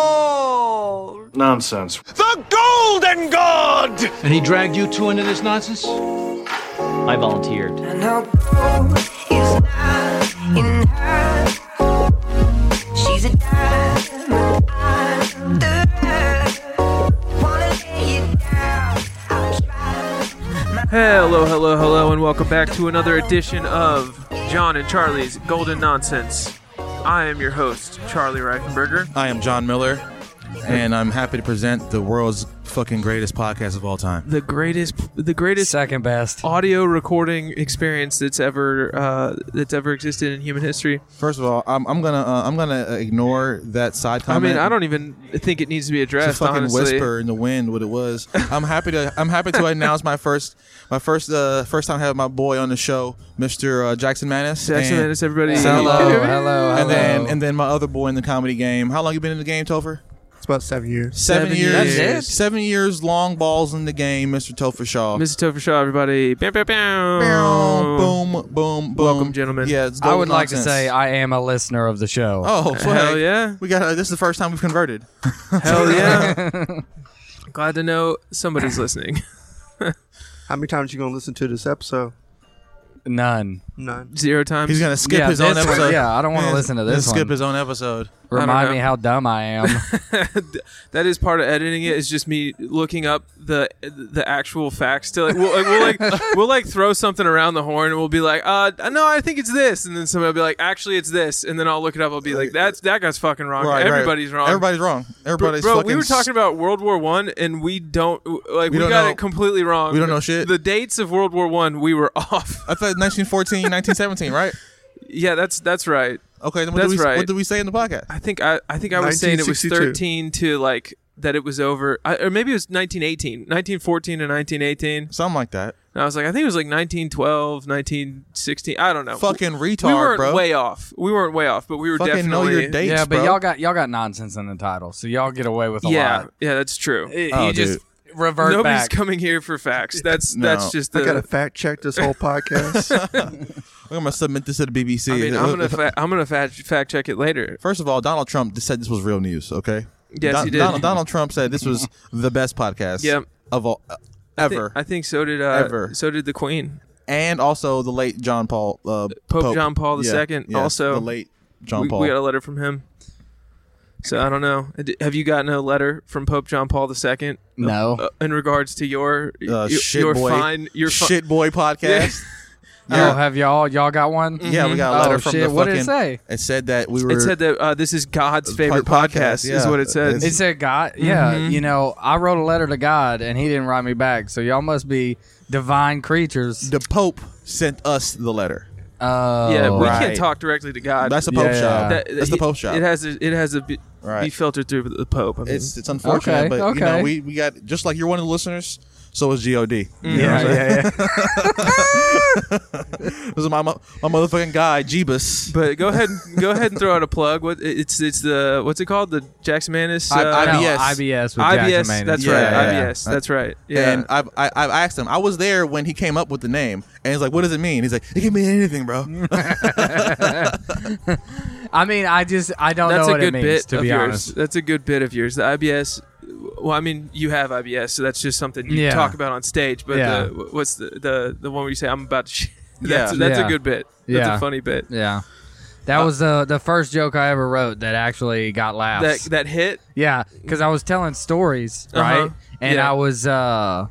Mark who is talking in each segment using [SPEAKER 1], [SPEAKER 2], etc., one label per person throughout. [SPEAKER 1] gold!
[SPEAKER 2] Nonsense.
[SPEAKER 3] The Golden God!
[SPEAKER 4] And he dragged you two into this nonsense?
[SPEAKER 5] I volunteered.
[SPEAKER 1] And her gold is not in her. She's a diamond. I'm the dirt. Wanna lay it down. I'll try my
[SPEAKER 6] Hello, hello, hello, and welcome back to another edition of John and Charlie's Golden Nonsense. I am your host, Charlie Reifenberger.
[SPEAKER 7] I am John Miller, and I'm happy to present the world's fucking greatest podcast of all time.
[SPEAKER 6] The greatest, the greatest
[SPEAKER 8] Second best.
[SPEAKER 6] audio recording experience that's ever uh, that's ever existed in human history.
[SPEAKER 7] First of all, I'm, I'm gonna uh, I'm gonna ignore that side
[SPEAKER 6] I
[SPEAKER 7] comment.
[SPEAKER 6] mean, I don't even think it needs to be
[SPEAKER 7] It's a
[SPEAKER 6] addressed.
[SPEAKER 7] fucking
[SPEAKER 6] honestly,
[SPEAKER 7] whisper in the wind what it was. I'm happy to I'm happy to announce my first my first uh, first time having my boy on the show, Mr. Uh, Jackson Manis.
[SPEAKER 6] Jackson
[SPEAKER 7] and,
[SPEAKER 6] Manis, everybody.
[SPEAKER 7] Hello,
[SPEAKER 8] hello, hello.
[SPEAKER 7] And then and then my other boy in the comedy game. How long you been in the game, Topher?
[SPEAKER 9] It's about seven years.
[SPEAKER 7] Seven,
[SPEAKER 6] Seven
[SPEAKER 7] years.
[SPEAKER 6] years. That's it?
[SPEAKER 7] Seven years long balls in the game, Mr. Topher Shaw.
[SPEAKER 6] Mr. Topher Shaw, everybody. Bow, bow, bow.
[SPEAKER 7] Boom, boom, boom.
[SPEAKER 6] Welcome, gentlemen.
[SPEAKER 7] Yeah, it's
[SPEAKER 8] I would like to
[SPEAKER 7] nonsense.
[SPEAKER 8] say I am a listener of the show.
[SPEAKER 7] Oh, fuck.
[SPEAKER 6] Hell yeah.
[SPEAKER 7] We got uh, this is the first time we've converted.
[SPEAKER 6] Hell yeah. Glad to know somebody's listening.
[SPEAKER 9] How many times you gonna listen to this episode?
[SPEAKER 8] None.
[SPEAKER 9] None.
[SPEAKER 6] Zero times.
[SPEAKER 7] He's gonna skip
[SPEAKER 8] yeah,
[SPEAKER 7] his own
[SPEAKER 8] this one-
[SPEAKER 7] episode.
[SPEAKER 8] yeah, I don't wanna
[SPEAKER 7] He's
[SPEAKER 8] listen to
[SPEAKER 7] gonna
[SPEAKER 8] this one.
[SPEAKER 7] Skip his own episode.
[SPEAKER 8] Remind
[SPEAKER 6] know.
[SPEAKER 8] me how dumb I am.
[SPEAKER 6] that is part of editing it is just me looking up the the actual facts to like we'll, like, we'll like we'll like throw something around the horn and we'll be like uh no I think it's this and then somebody will be like actually it's this and then I'll look it up I'll be like that's that guy's fucking wrong
[SPEAKER 7] Right, right.
[SPEAKER 6] everybody's wrong
[SPEAKER 7] Everybody's wrong.
[SPEAKER 6] Bro,
[SPEAKER 7] Everybody's
[SPEAKER 6] bro,
[SPEAKER 7] fucking.
[SPEAKER 6] we were talking about World War One, and we don't like we,
[SPEAKER 7] don't
[SPEAKER 6] got
[SPEAKER 7] know-
[SPEAKER 6] it completely wrong.
[SPEAKER 7] we don't know shit.
[SPEAKER 6] The dates of World War One, we were off.
[SPEAKER 7] I thought 1914, 1917, right?
[SPEAKER 6] yeah, that's that's right.
[SPEAKER 7] Okay, then what
[SPEAKER 6] That's
[SPEAKER 7] do we,
[SPEAKER 6] right.
[SPEAKER 7] What did we say in the podcast?
[SPEAKER 6] I think I, I think I was saying it was
[SPEAKER 9] 1962.
[SPEAKER 6] 13 to like that it was over, I, or maybe it was 1918, 1914 and 1918.
[SPEAKER 7] Something like that.
[SPEAKER 6] And I was like, I think it was like 1912, 1916. I don't know.
[SPEAKER 7] Fucking retard,
[SPEAKER 6] we weren't
[SPEAKER 7] bro.
[SPEAKER 6] way off. We weren't way off, but we were
[SPEAKER 7] fucking know
[SPEAKER 6] definitely
[SPEAKER 7] your dates,
[SPEAKER 8] yeah, but
[SPEAKER 7] bro.
[SPEAKER 8] y'all got y'all got nonsense in the title, so y'all get away with a
[SPEAKER 6] Yeah,
[SPEAKER 8] lot.
[SPEAKER 6] yeah, that's true.
[SPEAKER 8] It-
[SPEAKER 7] Oh,
[SPEAKER 8] you just revert
[SPEAKER 6] Nobody's
[SPEAKER 8] back.
[SPEAKER 6] coming here for facts. That's
[SPEAKER 7] No.
[SPEAKER 6] that's just the.
[SPEAKER 9] I gotta fact check this whole podcast.
[SPEAKER 7] I'm gonna submit this to the BBC.
[SPEAKER 6] I mean, I'm gonna fa- I'm gonna fact, fact check it later.
[SPEAKER 7] First of all, Donald Trump just said this was real news. Okay.
[SPEAKER 6] Yes,
[SPEAKER 7] Don-
[SPEAKER 6] he did.
[SPEAKER 7] Donald, Donald Trump said this was the best podcast.
[SPEAKER 6] Yep.
[SPEAKER 7] Of all uh,
[SPEAKER 6] I thi-
[SPEAKER 7] ever,
[SPEAKER 6] I think so did uh,
[SPEAKER 7] Ever.
[SPEAKER 6] so did the Queen.
[SPEAKER 7] and also the late John Paul. Uh,
[SPEAKER 6] Pope John Paul
[SPEAKER 7] Yeah,
[SPEAKER 6] II,
[SPEAKER 7] yes,
[SPEAKER 6] also.
[SPEAKER 7] the late John
[SPEAKER 6] we,
[SPEAKER 7] Paul.
[SPEAKER 6] we got a letter from him. So I don't know. I di- Have you gotten a letter from Pope John Paul II
[SPEAKER 8] no.
[SPEAKER 6] uh, in regards to your
[SPEAKER 7] uh,
[SPEAKER 6] y-
[SPEAKER 7] shit
[SPEAKER 6] your
[SPEAKER 7] boy,
[SPEAKER 6] fine your fi-
[SPEAKER 7] shit boy podcast.
[SPEAKER 8] oh, have y'all y'all got one?
[SPEAKER 7] Yeah, we got a
[SPEAKER 6] Mm-hmm.
[SPEAKER 8] Mhm.
[SPEAKER 7] letter
[SPEAKER 8] Oh,
[SPEAKER 7] from
[SPEAKER 8] shit,
[SPEAKER 7] the
[SPEAKER 8] what did it
[SPEAKER 7] fucking-
[SPEAKER 8] say?
[SPEAKER 7] It said that we were.
[SPEAKER 6] It said that uh, this is God's favorite
[SPEAKER 7] podcast,
[SPEAKER 6] podcast, is
[SPEAKER 7] yeah.
[SPEAKER 6] what it said.
[SPEAKER 8] It said God. Yeah, you know, I wrote a letter to God and He didn't write me back. So y'all must be divine creatures.
[SPEAKER 7] the Pope sent us the letter.
[SPEAKER 8] Oh,
[SPEAKER 6] yeah, we
[SPEAKER 7] right.
[SPEAKER 6] can't talk directly to God.
[SPEAKER 7] That's the Pope
[SPEAKER 8] Yeah.
[SPEAKER 7] shop.
[SPEAKER 6] That-
[SPEAKER 7] That's the Pope shop.
[SPEAKER 6] It has to, it has to be, be
[SPEAKER 7] Right.
[SPEAKER 6] filtered through the Pope. I mean,
[SPEAKER 7] it's it's unfortunate,
[SPEAKER 8] Okay,
[SPEAKER 7] but you know
[SPEAKER 8] okay.
[SPEAKER 7] we, we got just like you're one of the listeners. So is God.
[SPEAKER 6] Mm.
[SPEAKER 7] You know
[SPEAKER 8] Yeah,
[SPEAKER 7] what I'm saying?
[SPEAKER 8] yeah, yeah.
[SPEAKER 7] This is my mo- my motherfucking guy Jeebus.
[SPEAKER 6] but go ahead, and- go ahead and throw out a plug. What it's it's the what's it called? The Jackson Manis uh,
[SPEAKER 8] I- no,
[SPEAKER 7] IBS.
[SPEAKER 8] IBS with
[SPEAKER 6] IBS.
[SPEAKER 8] Jackson Maynard.
[SPEAKER 6] That's
[SPEAKER 7] Yeah,
[SPEAKER 6] right.
[SPEAKER 7] yeah.
[SPEAKER 6] IBS. That's right. Yeah.
[SPEAKER 7] And I've, I, I've asked him. I was there when he came up with the name, and he's like, "What does it mean?" He's like, "It can mean anything, bro."
[SPEAKER 6] Mm.
[SPEAKER 8] I mean, I just I don't
[SPEAKER 6] that's
[SPEAKER 8] know
[SPEAKER 6] a
[SPEAKER 8] what
[SPEAKER 6] good
[SPEAKER 8] it means
[SPEAKER 6] bit
[SPEAKER 8] to
[SPEAKER 6] of
[SPEAKER 8] be
[SPEAKER 6] yours.
[SPEAKER 8] honest.
[SPEAKER 6] That's a good bit of yours. The IBS. Well, I mean, you have IBS, so that's just something you
[SPEAKER 8] Yeah.
[SPEAKER 6] talk about on stage. But
[SPEAKER 8] Yeah.
[SPEAKER 6] the, what's the, the the one where you say I'm about to? Sh-? that's
[SPEAKER 7] Yeah.
[SPEAKER 6] that's
[SPEAKER 8] Yeah.
[SPEAKER 6] a good bit. That's
[SPEAKER 8] Yeah.
[SPEAKER 6] a funny bit.
[SPEAKER 8] Yeah. That was the the first joke I ever wrote that actually got
[SPEAKER 6] That
[SPEAKER 8] laughs.
[SPEAKER 6] that hit.
[SPEAKER 8] yeah, because I was telling stories,
[SPEAKER 6] Uh-huh.
[SPEAKER 8] right? And
[SPEAKER 6] Yeah.
[SPEAKER 8] I was, uh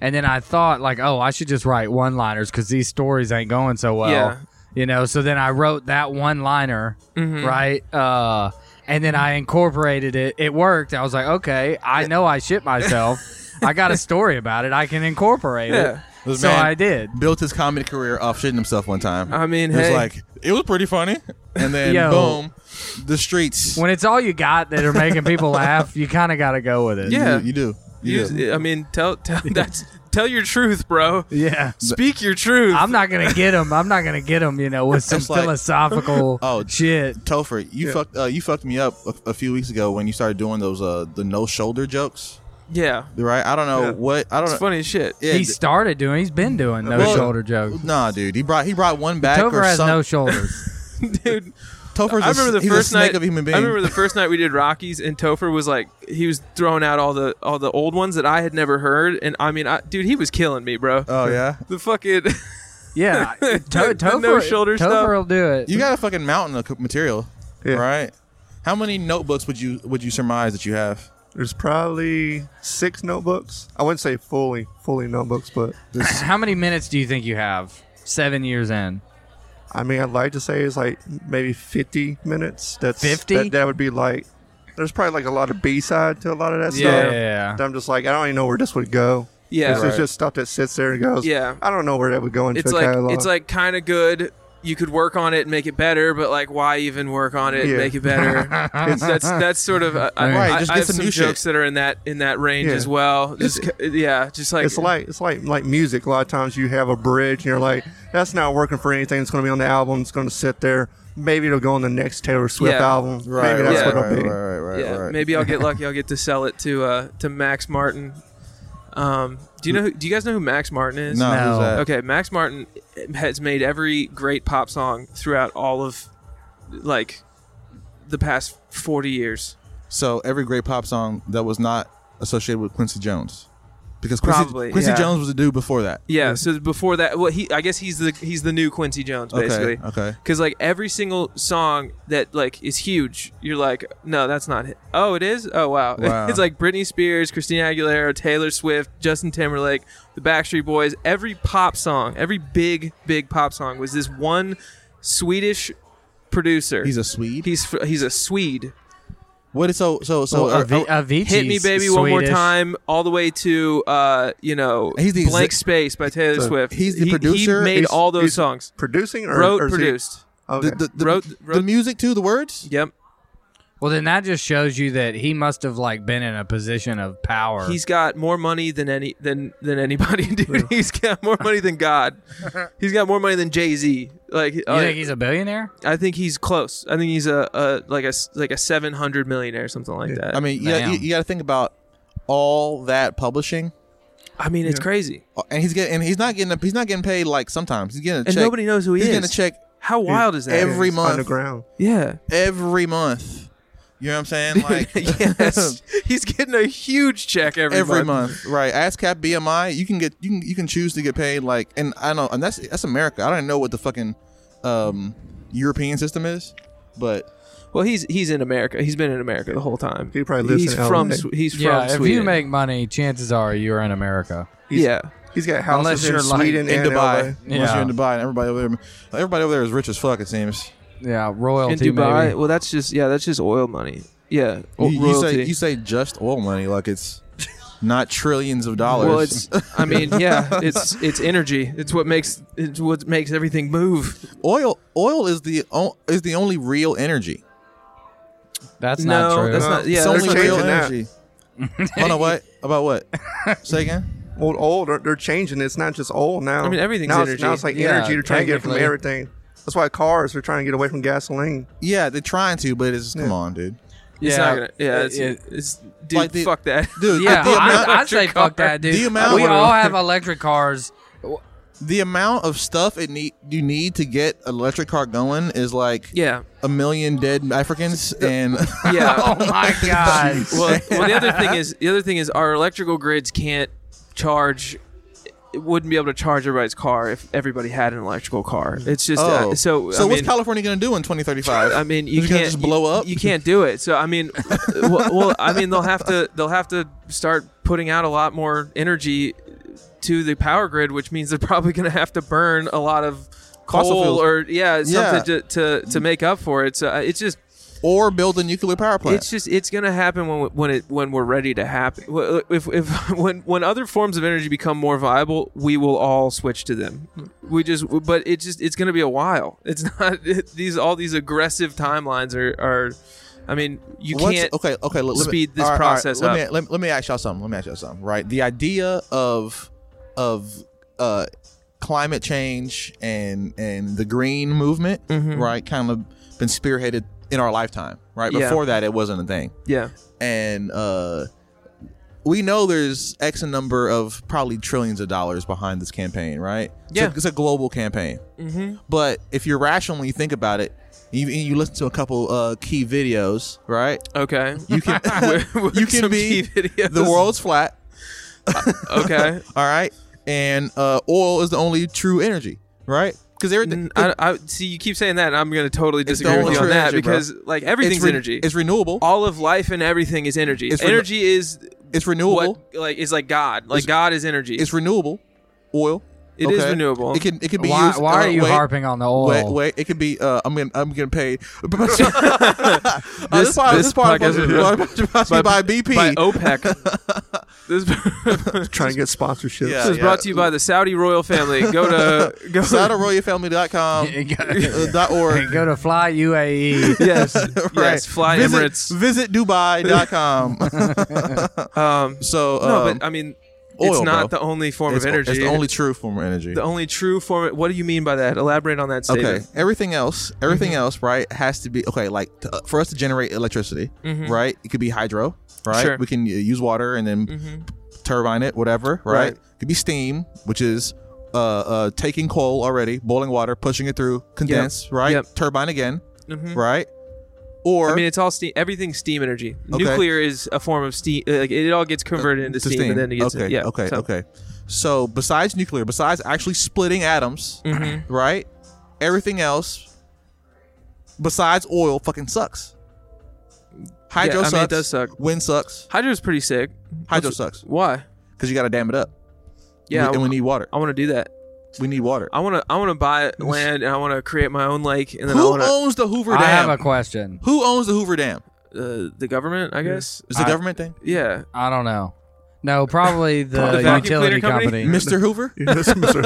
[SPEAKER 8] and then I thought like, oh, I should just write one liners because these stories ain't going so well,
[SPEAKER 6] Yeah.
[SPEAKER 8] you know. So then I wrote that one liner,
[SPEAKER 6] Mm-hmm.
[SPEAKER 8] right? Uh, and then I incorporated it. It worked. I was like, okay, I know I shit myself. I got a story about it. I can incorporate
[SPEAKER 6] Yeah.
[SPEAKER 8] it.
[SPEAKER 7] This
[SPEAKER 8] So
[SPEAKER 7] man
[SPEAKER 8] I did.
[SPEAKER 7] Built his comedy career off shitting himself one time.
[SPEAKER 6] I mean,
[SPEAKER 7] it was
[SPEAKER 6] hey.
[SPEAKER 7] like it was pretty funny, and then
[SPEAKER 8] Yo.
[SPEAKER 7] boom, the streets.
[SPEAKER 8] When it's all you got that are making people laugh, you kind of got to go with it.
[SPEAKER 6] Yeah.
[SPEAKER 7] you, you do. You do.
[SPEAKER 6] You- I mean, tell tell that's tell your truth, bro.
[SPEAKER 8] Yeah.
[SPEAKER 6] Speak your truth.
[SPEAKER 8] I'm not gonna get him. I'm not gonna get him. You know, with some
[SPEAKER 7] It's like-
[SPEAKER 8] philosophical
[SPEAKER 7] Oh,
[SPEAKER 8] shit.
[SPEAKER 7] Topher, you fucked uh, you fucked me up a, a few weeks ago when you started doing those uh the no shoulder jokes,
[SPEAKER 6] yeah,
[SPEAKER 7] right? I don't know
[SPEAKER 6] Yeah.
[SPEAKER 7] what I don't
[SPEAKER 6] it's
[SPEAKER 7] know.
[SPEAKER 6] funny as shit.
[SPEAKER 7] Yeah,
[SPEAKER 8] he
[SPEAKER 7] d-
[SPEAKER 8] started doing. He's been doing no
[SPEAKER 7] Well,
[SPEAKER 8] shoulder jokes.
[SPEAKER 7] Nah, dude, he brought he brought one back
[SPEAKER 8] Tover
[SPEAKER 7] or
[SPEAKER 8] has
[SPEAKER 7] some-
[SPEAKER 8] no shoulders.
[SPEAKER 6] dude.
[SPEAKER 7] Topher's
[SPEAKER 6] I remember the
[SPEAKER 7] he's
[SPEAKER 6] first
[SPEAKER 7] a snake
[SPEAKER 6] night.
[SPEAKER 7] of a human being.
[SPEAKER 6] I remember the first night we did Rockies, and Topher was like, he was throwing out all the all the old ones that I had never heard, and I mean, I, dude, he was killing me, bro.
[SPEAKER 7] oh yeah.
[SPEAKER 6] the fucking
[SPEAKER 8] Yeah, to-
[SPEAKER 6] The- the
[SPEAKER 8] Topher,
[SPEAKER 6] no shoulder
[SPEAKER 8] Topher
[SPEAKER 6] stuff.
[SPEAKER 8] will do it.
[SPEAKER 7] You got a fucking mountain of c- material,
[SPEAKER 9] Yeah.
[SPEAKER 7] right? How many notebooks would you would you surmise that you have?
[SPEAKER 9] There's probably six notebooks. I wouldn't say fully, fully notebooks, but
[SPEAKER 7] This,
[SPEAKER 8] How many minutes do you think you have? Seven years in.
[SPEAKER 9] I mean, I'd like to say it's like maybe 50 minutes. That's
[SPEAKER 8] 50?
[SPEAKER 9] That, that would be like. There's probably like a lot of B side to a lot of that
[SPEAKER 6] Yeah.
[SPEAKER 9] stuff.
[SPEAKER 8] Yeah.
[SPEAKER 9] that I'm just like, I don't even know where this would go.
[SPEAKER 6] yeah,
[SPEAKER 9] This is just stuff that sits there and goes.
[SPEAKER 6] Yeah.
[SPEAKER 9] I don't know where that would go into
[SPEAKER 6] it's
[SPEAKER 9] a
[SPEAKER 6] like
[SPEAKER 9] catalog.
[SPEAKER 6] it's like kind of good. You could work on it and make it better, but like, why even work on it
[SPEAKER 9] Yeah.
[SPEAKER 6] and make it better? it's, that's that's sort of uh, I,
[SPEAKER 7] Right,
[SPEAKER 6] I,
[SPEAKER 7] just
[SPEAKER 6] I
[SPEAKER 7] get
[SPEAKER 6] have
[SPEAKER 7] some
[SPEAKER 6] some
[SPEAKER 7] new shit.
[SPEAKER 6] jokes that are in that in that range
[SPEAKER 9] Yeah.
[SPEAKER 6] as well. Just c- yeah, just like
[SPEAKER 9] it's like it's like like music. A lot of times you have a bridge and you're like, that's not working for anything. It's going to be on the album. It's going to sit there. Maybe it'll go on the next Taylor Swift
[SPEAKER 6] Yeah.
[SPEAKER 9] album.
[SPEAKER 7] right,
[SPEAKER 9] Maybe that's
[SPEAKER 7] right,
[SPEAKER 9] what
[SPEAKER 7] right,
[SPEAKER 9] it'll be.
[SPEAKER 7] right, right,
[SPEAKER 6] yeah.
[SPEAKER 7] right.
[SPEAKER 6] Maybe I'll get lucky. I'll get to sell it to uh, to Max Martin. Um, do you know? Who, do you guys know who Max Martin is?
[SPEAKER 7] no,
[SPEAKER 8] No.
[SPEAKER 7] Who's that?
[SPEAKER 6] Okay, Max Martin has made every great pop song throughout all of like the past forty years.
[SPEAKER 7] So every great pop song that was not associated with Quincy Jones, because Quincy,
[SPEAKER 6] Probably,
[SPEAKER 7] Quincy
[SPEAKER 6] yeah.
[SPEAKER 7] Jones was a dude before that.
[SPEAKER 6] Yeah. So before that, well, he I guess he's the he's the new Quincy Jones
[SPEAKER 7] Okay,
[SPEAKER 6] basically.
[SPEAKER 7] okay.
[SPEAKER 6] Because like every single song that like is huge, you're like, no, that's not it. Oh, it is. Oh wow.
[SPEAKER 7] Wow.
[SPEAKER 6] it's like Britney Spears, Christina Aguilera, Taylor Swift, Justin Timberlake, the Backstreet Boys. Every pop song, every big big pop song was this one Swedish producer.
[SPEAKER 7] He's a Swede.
[SPEAKER 6] he's fr- he's a Swede.
[SPEAKER 7] what is so so so?
[SPEAKER 8] Well,
[SPEAKER 7] uh,
[SPEAKER 8] Avi- Avicii's
[SPEAKER 6] Oh, Hit me, baby, one more
[SPEAKER 8] Swedish.
[SPEAKER 6] time, all the way to uh, you know,
[SPEAKER 7] He's the
[SPEAKER 6] blank
[SPEAKER 7] exec-
[SPEAKER 6] space by Taylor
[SPEAKER 9] So
[SPEAKER 6] Swift.
[SPEAKER 7] he's the
[SPEAKER 6] He-
[SPEAKER 7] producer,
[SPEAKER 6] He made
[SPEAKER 9] he's-
[SPEAKER 6] all those
[SPEAKER 9] he's
[SPEAKER 6] songs.
[SPEAKER 9] Producing or
[SPEAKER 6] Wrote,
[SPEAKER 9] or is he- Oh,
[SPEAKER 6] produced.
[SPEAKER 9] Okay.
[SPEAKER 7] oh, the, the, the,
[SPEAKER 6] Wrote-
[SPEAKER 7] the
[SPEAKER 6] wrote-
[SPEAKER 7] music to the words.
[SPEAKER 6] Yep.
[SPEAKER 8] Well, then that just shows you that he must have like been in a position of power.
[SPEAKER 6] He's got more money than any than than anybody, dude. He's got more money than God. He's got more money than Jay Z. Like,
[SPEAKER 8] you
[SPEAKER 6] uh,
[SPEAKER 8] think he's a billionaire?
[SPEAKER 6] I think he's close. I think he's a, a like a s- like a seven hundred millionaire, something like that.
[SPEAKER 7] I mean, yeah,
[SPEAKER 8] Damn.
[SPEAKER 7] you, you got to think about all that publishing, Uh,
[SPEAKER 6] I mean, it's crazy,
[SPEAKER 7] and he's getting and he's not getting a, he's not getting paid like sometimes he's getting a
[SPEAKER 6] and
[SPEAKER 7] check.
[SPEAKER 6] nobody knows who he
[SPEAKER 7] he's
[SPEAKER 6] is.
[SPEAKER 7] getting a check
[SPEAKER 6] How wild is that?
[SPEAKER 7] every
[SPEAKER 9] It's
[SPEAKER 7] month.
[SPEAKER 9] Underground.
[SPEAKER 6] yeah,
[SPEAKER 7] every month. You know what I'm saying? Like
[SPEAKER 6] yes, he's getting a huge check every,
[SPEAKER 7] every month, right? ASCAP BMI, you can get you can you can choose to get paid like, and I don't, and that's that's America. I don't even know what the fucking um, European system is, but
[SPEAKER 6] Well, he's he's in America. He's been in America the whole time.
[SPEAKER 9] He probably lives
[SPEAKER 6] he's
[SPEAKER 9] in
[SPEAKER 6] from
[SPEAKER 9] LA.
[SPEAKER 6] Swe- he's from
[SPEAKER 8] Yeah, if
[SPEAKER 6] Sweden.
[SPEAKER 8] you make money, chances are you're in America.
[SPEAKER 9] He's-
[SPEAKER 6] yeah.
[SPEAKER 9] He's got houses
[SPEAKER 8] Unless you're,
[SPEAKER 9] in
[SPEAKER 8] like,
[SPEAKER 9] Sweden
[SPEAKER 7] in
[SPEAKER 9] and
[SPEAKER 7] Dubai,
[SPEAKER 9] LA.
[SPEAKER 7] once
[SPEAKER 8] Yeah.
[SPEAKER 7] you're in Dubai, and everybody over there, everybody over there is rich as fuck. It seems.
[SPEAKER 8] Yeah,
[SPEAKER 6] In
[SPEAKER 8] royalty.
[SPEAKER 6] Dubai,
[SPEAKER 8] maybe.
[SPEAKER 6] well, that's just yeah, that's just oil money. Yeah,
[SPEAKER 7] You,
[SPEAKER 6] o-
[SPEAKER 7] you
[SPEAKER 6] royalty.
[SPEAKER 7] say you say just oil money, like it's not trillions of dollars.
[SPEAKER 6] Well, it's. I mean, yeah, it's it's energy. It's what makes it's what makes everything move.
[SPEAKER 7] oil. Oil is the o- is the only real energy.
[SPEAKER 8] That's
[SPEAKER 6] no,
[SPEAKER 8] not true.
[SPEAKER 6] that's not. Yeah,
[SPEAKER 7] it's
[SPEAKER 6] that's
[SPEAKER 7] only
[SPEAKER 6] not-
[SPEAKER 9] changing
[SPEAKER 7] real
[SPEAKER 9] that.
[SPEAKER 7] energy. Hold on, what about what? Say again.
[SPEAKER 9] Well, old. They're, they're changing. it. It's not just old now.
[SPEAKER 6] I mean, everything's
[SPEAKER 9] now It's,
[SPEAKER 6] energy.
[SPEAKER 9] now it's like
[SPEAKER 8] Yeah,
[SPEAKER 9] energy. They're trying to get it from
[SPEAKER 8] technically.
[SPEAKER 9] everything. That's why cars are trying to get away from gasoline.
[SPEAKER 7] Yeah, they're trying to, but it's come on, dude.
[SPEAKER 8] Yeah.
[SPEAKER 6] It's not gonna. Yeah, it's,
[SPEAKER 8] It-
[SPEAKER 6] it's dude.
[SPEAKER 7] Like the-
[SPEAKER 6] fuck that.
[SPEAKER 7] Dude,
[SPEAKER 8] Yeah,
[SPEAKER 7] the,
[SPEAKER 8] I,
[SPEAKER 7] amount,
[SPEAKER 8] I say
[SPEAKER 6] car.
[SPEAKER 8] fuck that, dude.
[SPEAKER 7] The amount-
[SPEAKER 8] we
[SPEAKER 7] I
[SPEAKER 8] all have electric cars.
[SPEAKER 7] the amount of stuff it need you need to get an electric car going is like
[SPEAKER 6] Yeah,
[SPEAKER 7] a million dead Africans and
[SPEAKER 6] yeah.
[SPEAKER 8] Oh my god!
[SPEAKER 6] well, well, the other thing is the other thing is our electrical grids can't charge. It wouldn't be able to charge everybody's car if everybody had an electrical car. It's just
[SPEAKER 7] oh.
[SPEAKER 6] uh, so.
[SPEAKER 7] so
[SPEAKER 6] I
[SPEAKER 7] what's
[SPEAKER 6] mean,
[SPEAKER 7] California gonna do in 2035?
[SPEAKER 6] I mean, you
[SPEAKER 7] Is it
[SPEAKER 6] can't
[SPEAKER 7] gonna just blow
[SPEAKER 6] you-
[SPEAKER 7] up.
[SPEAKER 6] You, can't do it. So I mean, well, well, I mean, they'll have to they'll have to start putting out a lot more energy to the power grid, which means they're probably going to have to burn a lot of
[SPEAKER 7] Fossil
[SPEAKER 6] coal
[SPEAKER 7] fuels.
[SPEAKER 6] or yeah, something
[SPEAKER 7] Yeah.
[SPEAKER 6] To, to to make up for it. So uh, it's just
[SPEAKER 7] or build a nuclear power plant.
[SPEAKER 6] it's just it's gonna happen when when it when we're ready to happen. Wh- uh, If if when when other forms of energy become more viable, we will all switch to them. We just but it's just it's gonna be a while. It's not it, these all these aggressive timelines are are. I mean, you
[SPEAKER 7] What's-
[SPEAKER 6] can't.
[SPEAKER 7] okay, okay. Let, let me-
[SPEAKER 6] speed this
[SPEAKER 7] all right, all right,
[SPEAKER 6] process
[SPEAKER 7] let
[SPEAKER 6] up.
[SPEAKER 7] Me, let, let me ask y'all something. Let me ask y'all something. Right, the idea of of uh, climate change and and the green movement,
[SPEAKER 6] Mm-hmm.
[SPEAKER 7] right, kind of been spearheaded in our lifetime. Right,
[SPEAKER 6] Yeah.
[SPEAKER 7] before that, it wasn't a thing.
[SPEAKER 6] Yeah,
[SPEAKER 7] and uh we know there's X number of probably trillions of dollars behind this campaign, right? It's a-
[SPEAKER 6] Yeah.
[SPEAKER 7] it's a, global campaign. Mm-hmm. But if you rationally think about it, and you, and you listen to a couple uh, key videos, right?
[SPEAKER 6] Okay.
[SPEAKER 7] You can you can
[SPEAKER 6] some
[SPEAKER 7] be
[SPEAKER 6] key videos.
[SPEAKER 7] the world's flat,
[SPEAKER 6] Okay.
[SPEAKER 7] all right, and uh, oil is the only true energy, right? Because everything
[SPEAKER 6] N- I, I- see, you keep saying that, and I'm going to totally
[SPEAKER 7] It's the
[SPEAKER 6] disagree with
[SPEAKER 7] only
[SPEAKER 6] you on
[SPEAKER 7] true
[SPEAKER 6] that
[SPEAKER 7] energy, bro.
[SPEAKER 6] because, like, everything's
[SPEAKER 7] it's re-
[SPEAKER 6] energy.
[SPEAKER 7] It's renewable.
[SPEAKER 6] all of life and everything is energy.
[SPEAKER 7] It's reno-
[SPEAKER 6] energy is
[SPEAKER 7] It's renewable.
[SPEAKER 6] what, like, is like God. Like
[SPEAKER 7] It's-
[SPEAKER 6] God is energy.
[SPEAKER 7] It's renewable. Oil.
[SPEAKER 6] It
[SPEAKER 7] It
[SPEAKER 6] is
[SPEAKER 7] is
[SPEAKER 6] renewable.
[SPEAKER 7] It can it can be
[SPEAKER 8] Why,
[SPEAKER 7] used.
[SPEAKER 8] why
[SPEAKER 7] uh,
[SPEAKER 8] are you
[SPEAKER 7] wait,
[SPEAKER 8] harping on the oil?
[SPEAKER 7] Wait,
[SPEAKER 6] Oh.
[SPEAKER 7] wait. It could be. Uh, I'm getting. I'm getting paid. Uh, this, part,
[SPEAKER 6] this
[SPEAKER 7] Oh, this part
[SPEAKER 6] podcast is
[SPEAKER 7] is sponsored by, by BP.
[SPEAKER 6] by OPEC. this,
[SPEAKER 9] trying to get sponsorships.
[SPEAKER 7] Yeah.
[SPEAKER 6] this is brought to you by the Saudi royal family. Go to go.
[SPEAKER 7] SaudiRoyalFamily.com. uh, dot org.
[SPEAKER 8] Go to Fly E. UAE.
[SPEAKER 6] yes, yes. Fly
[SPEAKER 7] visit,
[SPEAKER 6] Emirates.
[SPEAKER 7] Visit Dubai.com.
[SPEAKER 6] Um,
[SPEAKER 7] so um,
[SPEAKER 6] no, but I mean, it's
[SPEAKER 7] oil,
[SPEAKER 6] not
[SPEAKER 7] bro.
[SPEAKER 6] the only form
[SPEAKER 7] it's,
[SPEAKER 6] of energy.
[SPEAKER 7] it's the only true form of energy.
[SPEAKER 6] the only true form. What do you mean by that? Elaborate on that statement.
[SPEAKER 7] okay everything else
[SPEAKER 6] Mm-hmm.
[SPEAKER 7] everything else right has to be okay like to, for us to generate electricity right it could be hydro right
[SPEAKER 6] Mm-hmm. Sure.
[SPEAKER 7] we can uh, use water and then
[SPEAKER 6] Mm-hmm.
[SPEAKER 7] turbine it whatever right?
[SPEAKER 6] Right.
[SPEAKER 7] it could be steam which is uh, uh, taking coal already boiling water pushing it through condense right
[SPEAKER 6] Yep. Mm-hmm.
[SPEAKER 7] turbine again right or
[SPEAKER 6] I mean, it's all steam. Everything's steam energy.
[SPEAKER 7] Okay. Uh,
[SPEAKER 6] Nuclear is a form of steam. uh, Like, it all gets converted into
[SPEAKER 7] to
[SPEAKER 6] steam, and then it gets
[SPEAKER 7] okay
[SPEAKER 6] yeah.
[SPEAKER 7] okay
[SPEAKER 6] so-
[SPEAKER 7] okay so besides nuclear besides actually splitting atoms
[SPEAKER 6] Mm-hmm.
[SPEAKER 7] right everything else besides oil fucking sucks hydro
[SPEAKER 6] I mean, it
[SPEAKER 7] sucks
[SPEAKER 6] does suck.
[SPEAKER 7] wind sucks
[SPEAKER 6] Hydro's pretty sick.
[SPEAKER 7] hydro
[SPEAKER 6] What's-
[SPEAKER 7] sucks
[SPEAKER 6] Why?
[SPEAKER 7] because you gotta dam it up
[SPEAKER 6] Yeah,
[SPEAKER 7] We- and we need water
[SPEAKER 6] I want to do that.
[SPEAKER 7] we need water
[SPEAKER 6] I want to. I want to buy land, and I want to create my own lake, and then
[SPEAKER 7] who
[SPEAKER 6] I want
[SPEAKER 7] owns the hoover
[SPEAKER 8] I have
[SPEAKER 7] dam
[SPEAKER 8] a question.
[SPEAKER 7] who owns the hoover dam
[SPEAKER 6] to uh, the government. I guess.
[SPEAKER 7] is the
[SPEAKER 8] I-
[SPEAKER 7] government thing
[SPEAKER 6] Yeah.
[SPEAKER 8] I don't know. No, probably the
[SPEAKER 6] The vacuum
[SPEAKER 8] utility
[SPEAKER 6] cleaner company?
[SPEAKER 8] company.
[SPEAKER 7] mr hoover
[SPEAKER 9] Yes, Mr.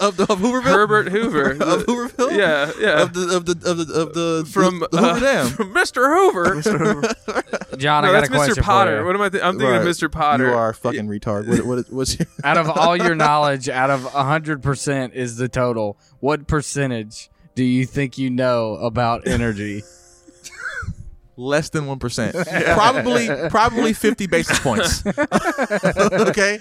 [SPEAKER 7] of the of hooverville
[SPEAKER 6] Herbert Hoover.
[SPEAKER 7] of hooverville
[SPEAKER 6] yeah, yeah.
[SPEAKER 7] of the of the of the of the
[SPEAKER 6] from
[SPEAKER 7] the
[SPEAKER 6] uh,
[SPEAKER 7] hoover dam
[SPEAKER 6] from Mr. Hoover.
[SPEAKER 8] John,
[SPEAKER 6] no,
[SPEAKER 8] I got
[SPEAKER 6] that's
[SPEAKER 8] a question
[SPEAKER 6] Mr. Potter.
[SPEAKER 8] for
[SPEAKER 6] What
[SPEAKER 8] you.
[SPEAKER 6] am I? Th- I'm thinking of
[SPEAKER 7] Right.
[SPEAKER 6] Mr. Potter.
[SPEAKER 7] You are fucking retard. What, what, what's your,
[SPEAKER 8] Out of all your knowledge, out of 100% is the total, what percentage do you think you know about energy?
[SPEAKER 7] less than one percent? Probably, probably fifty basis points. okay,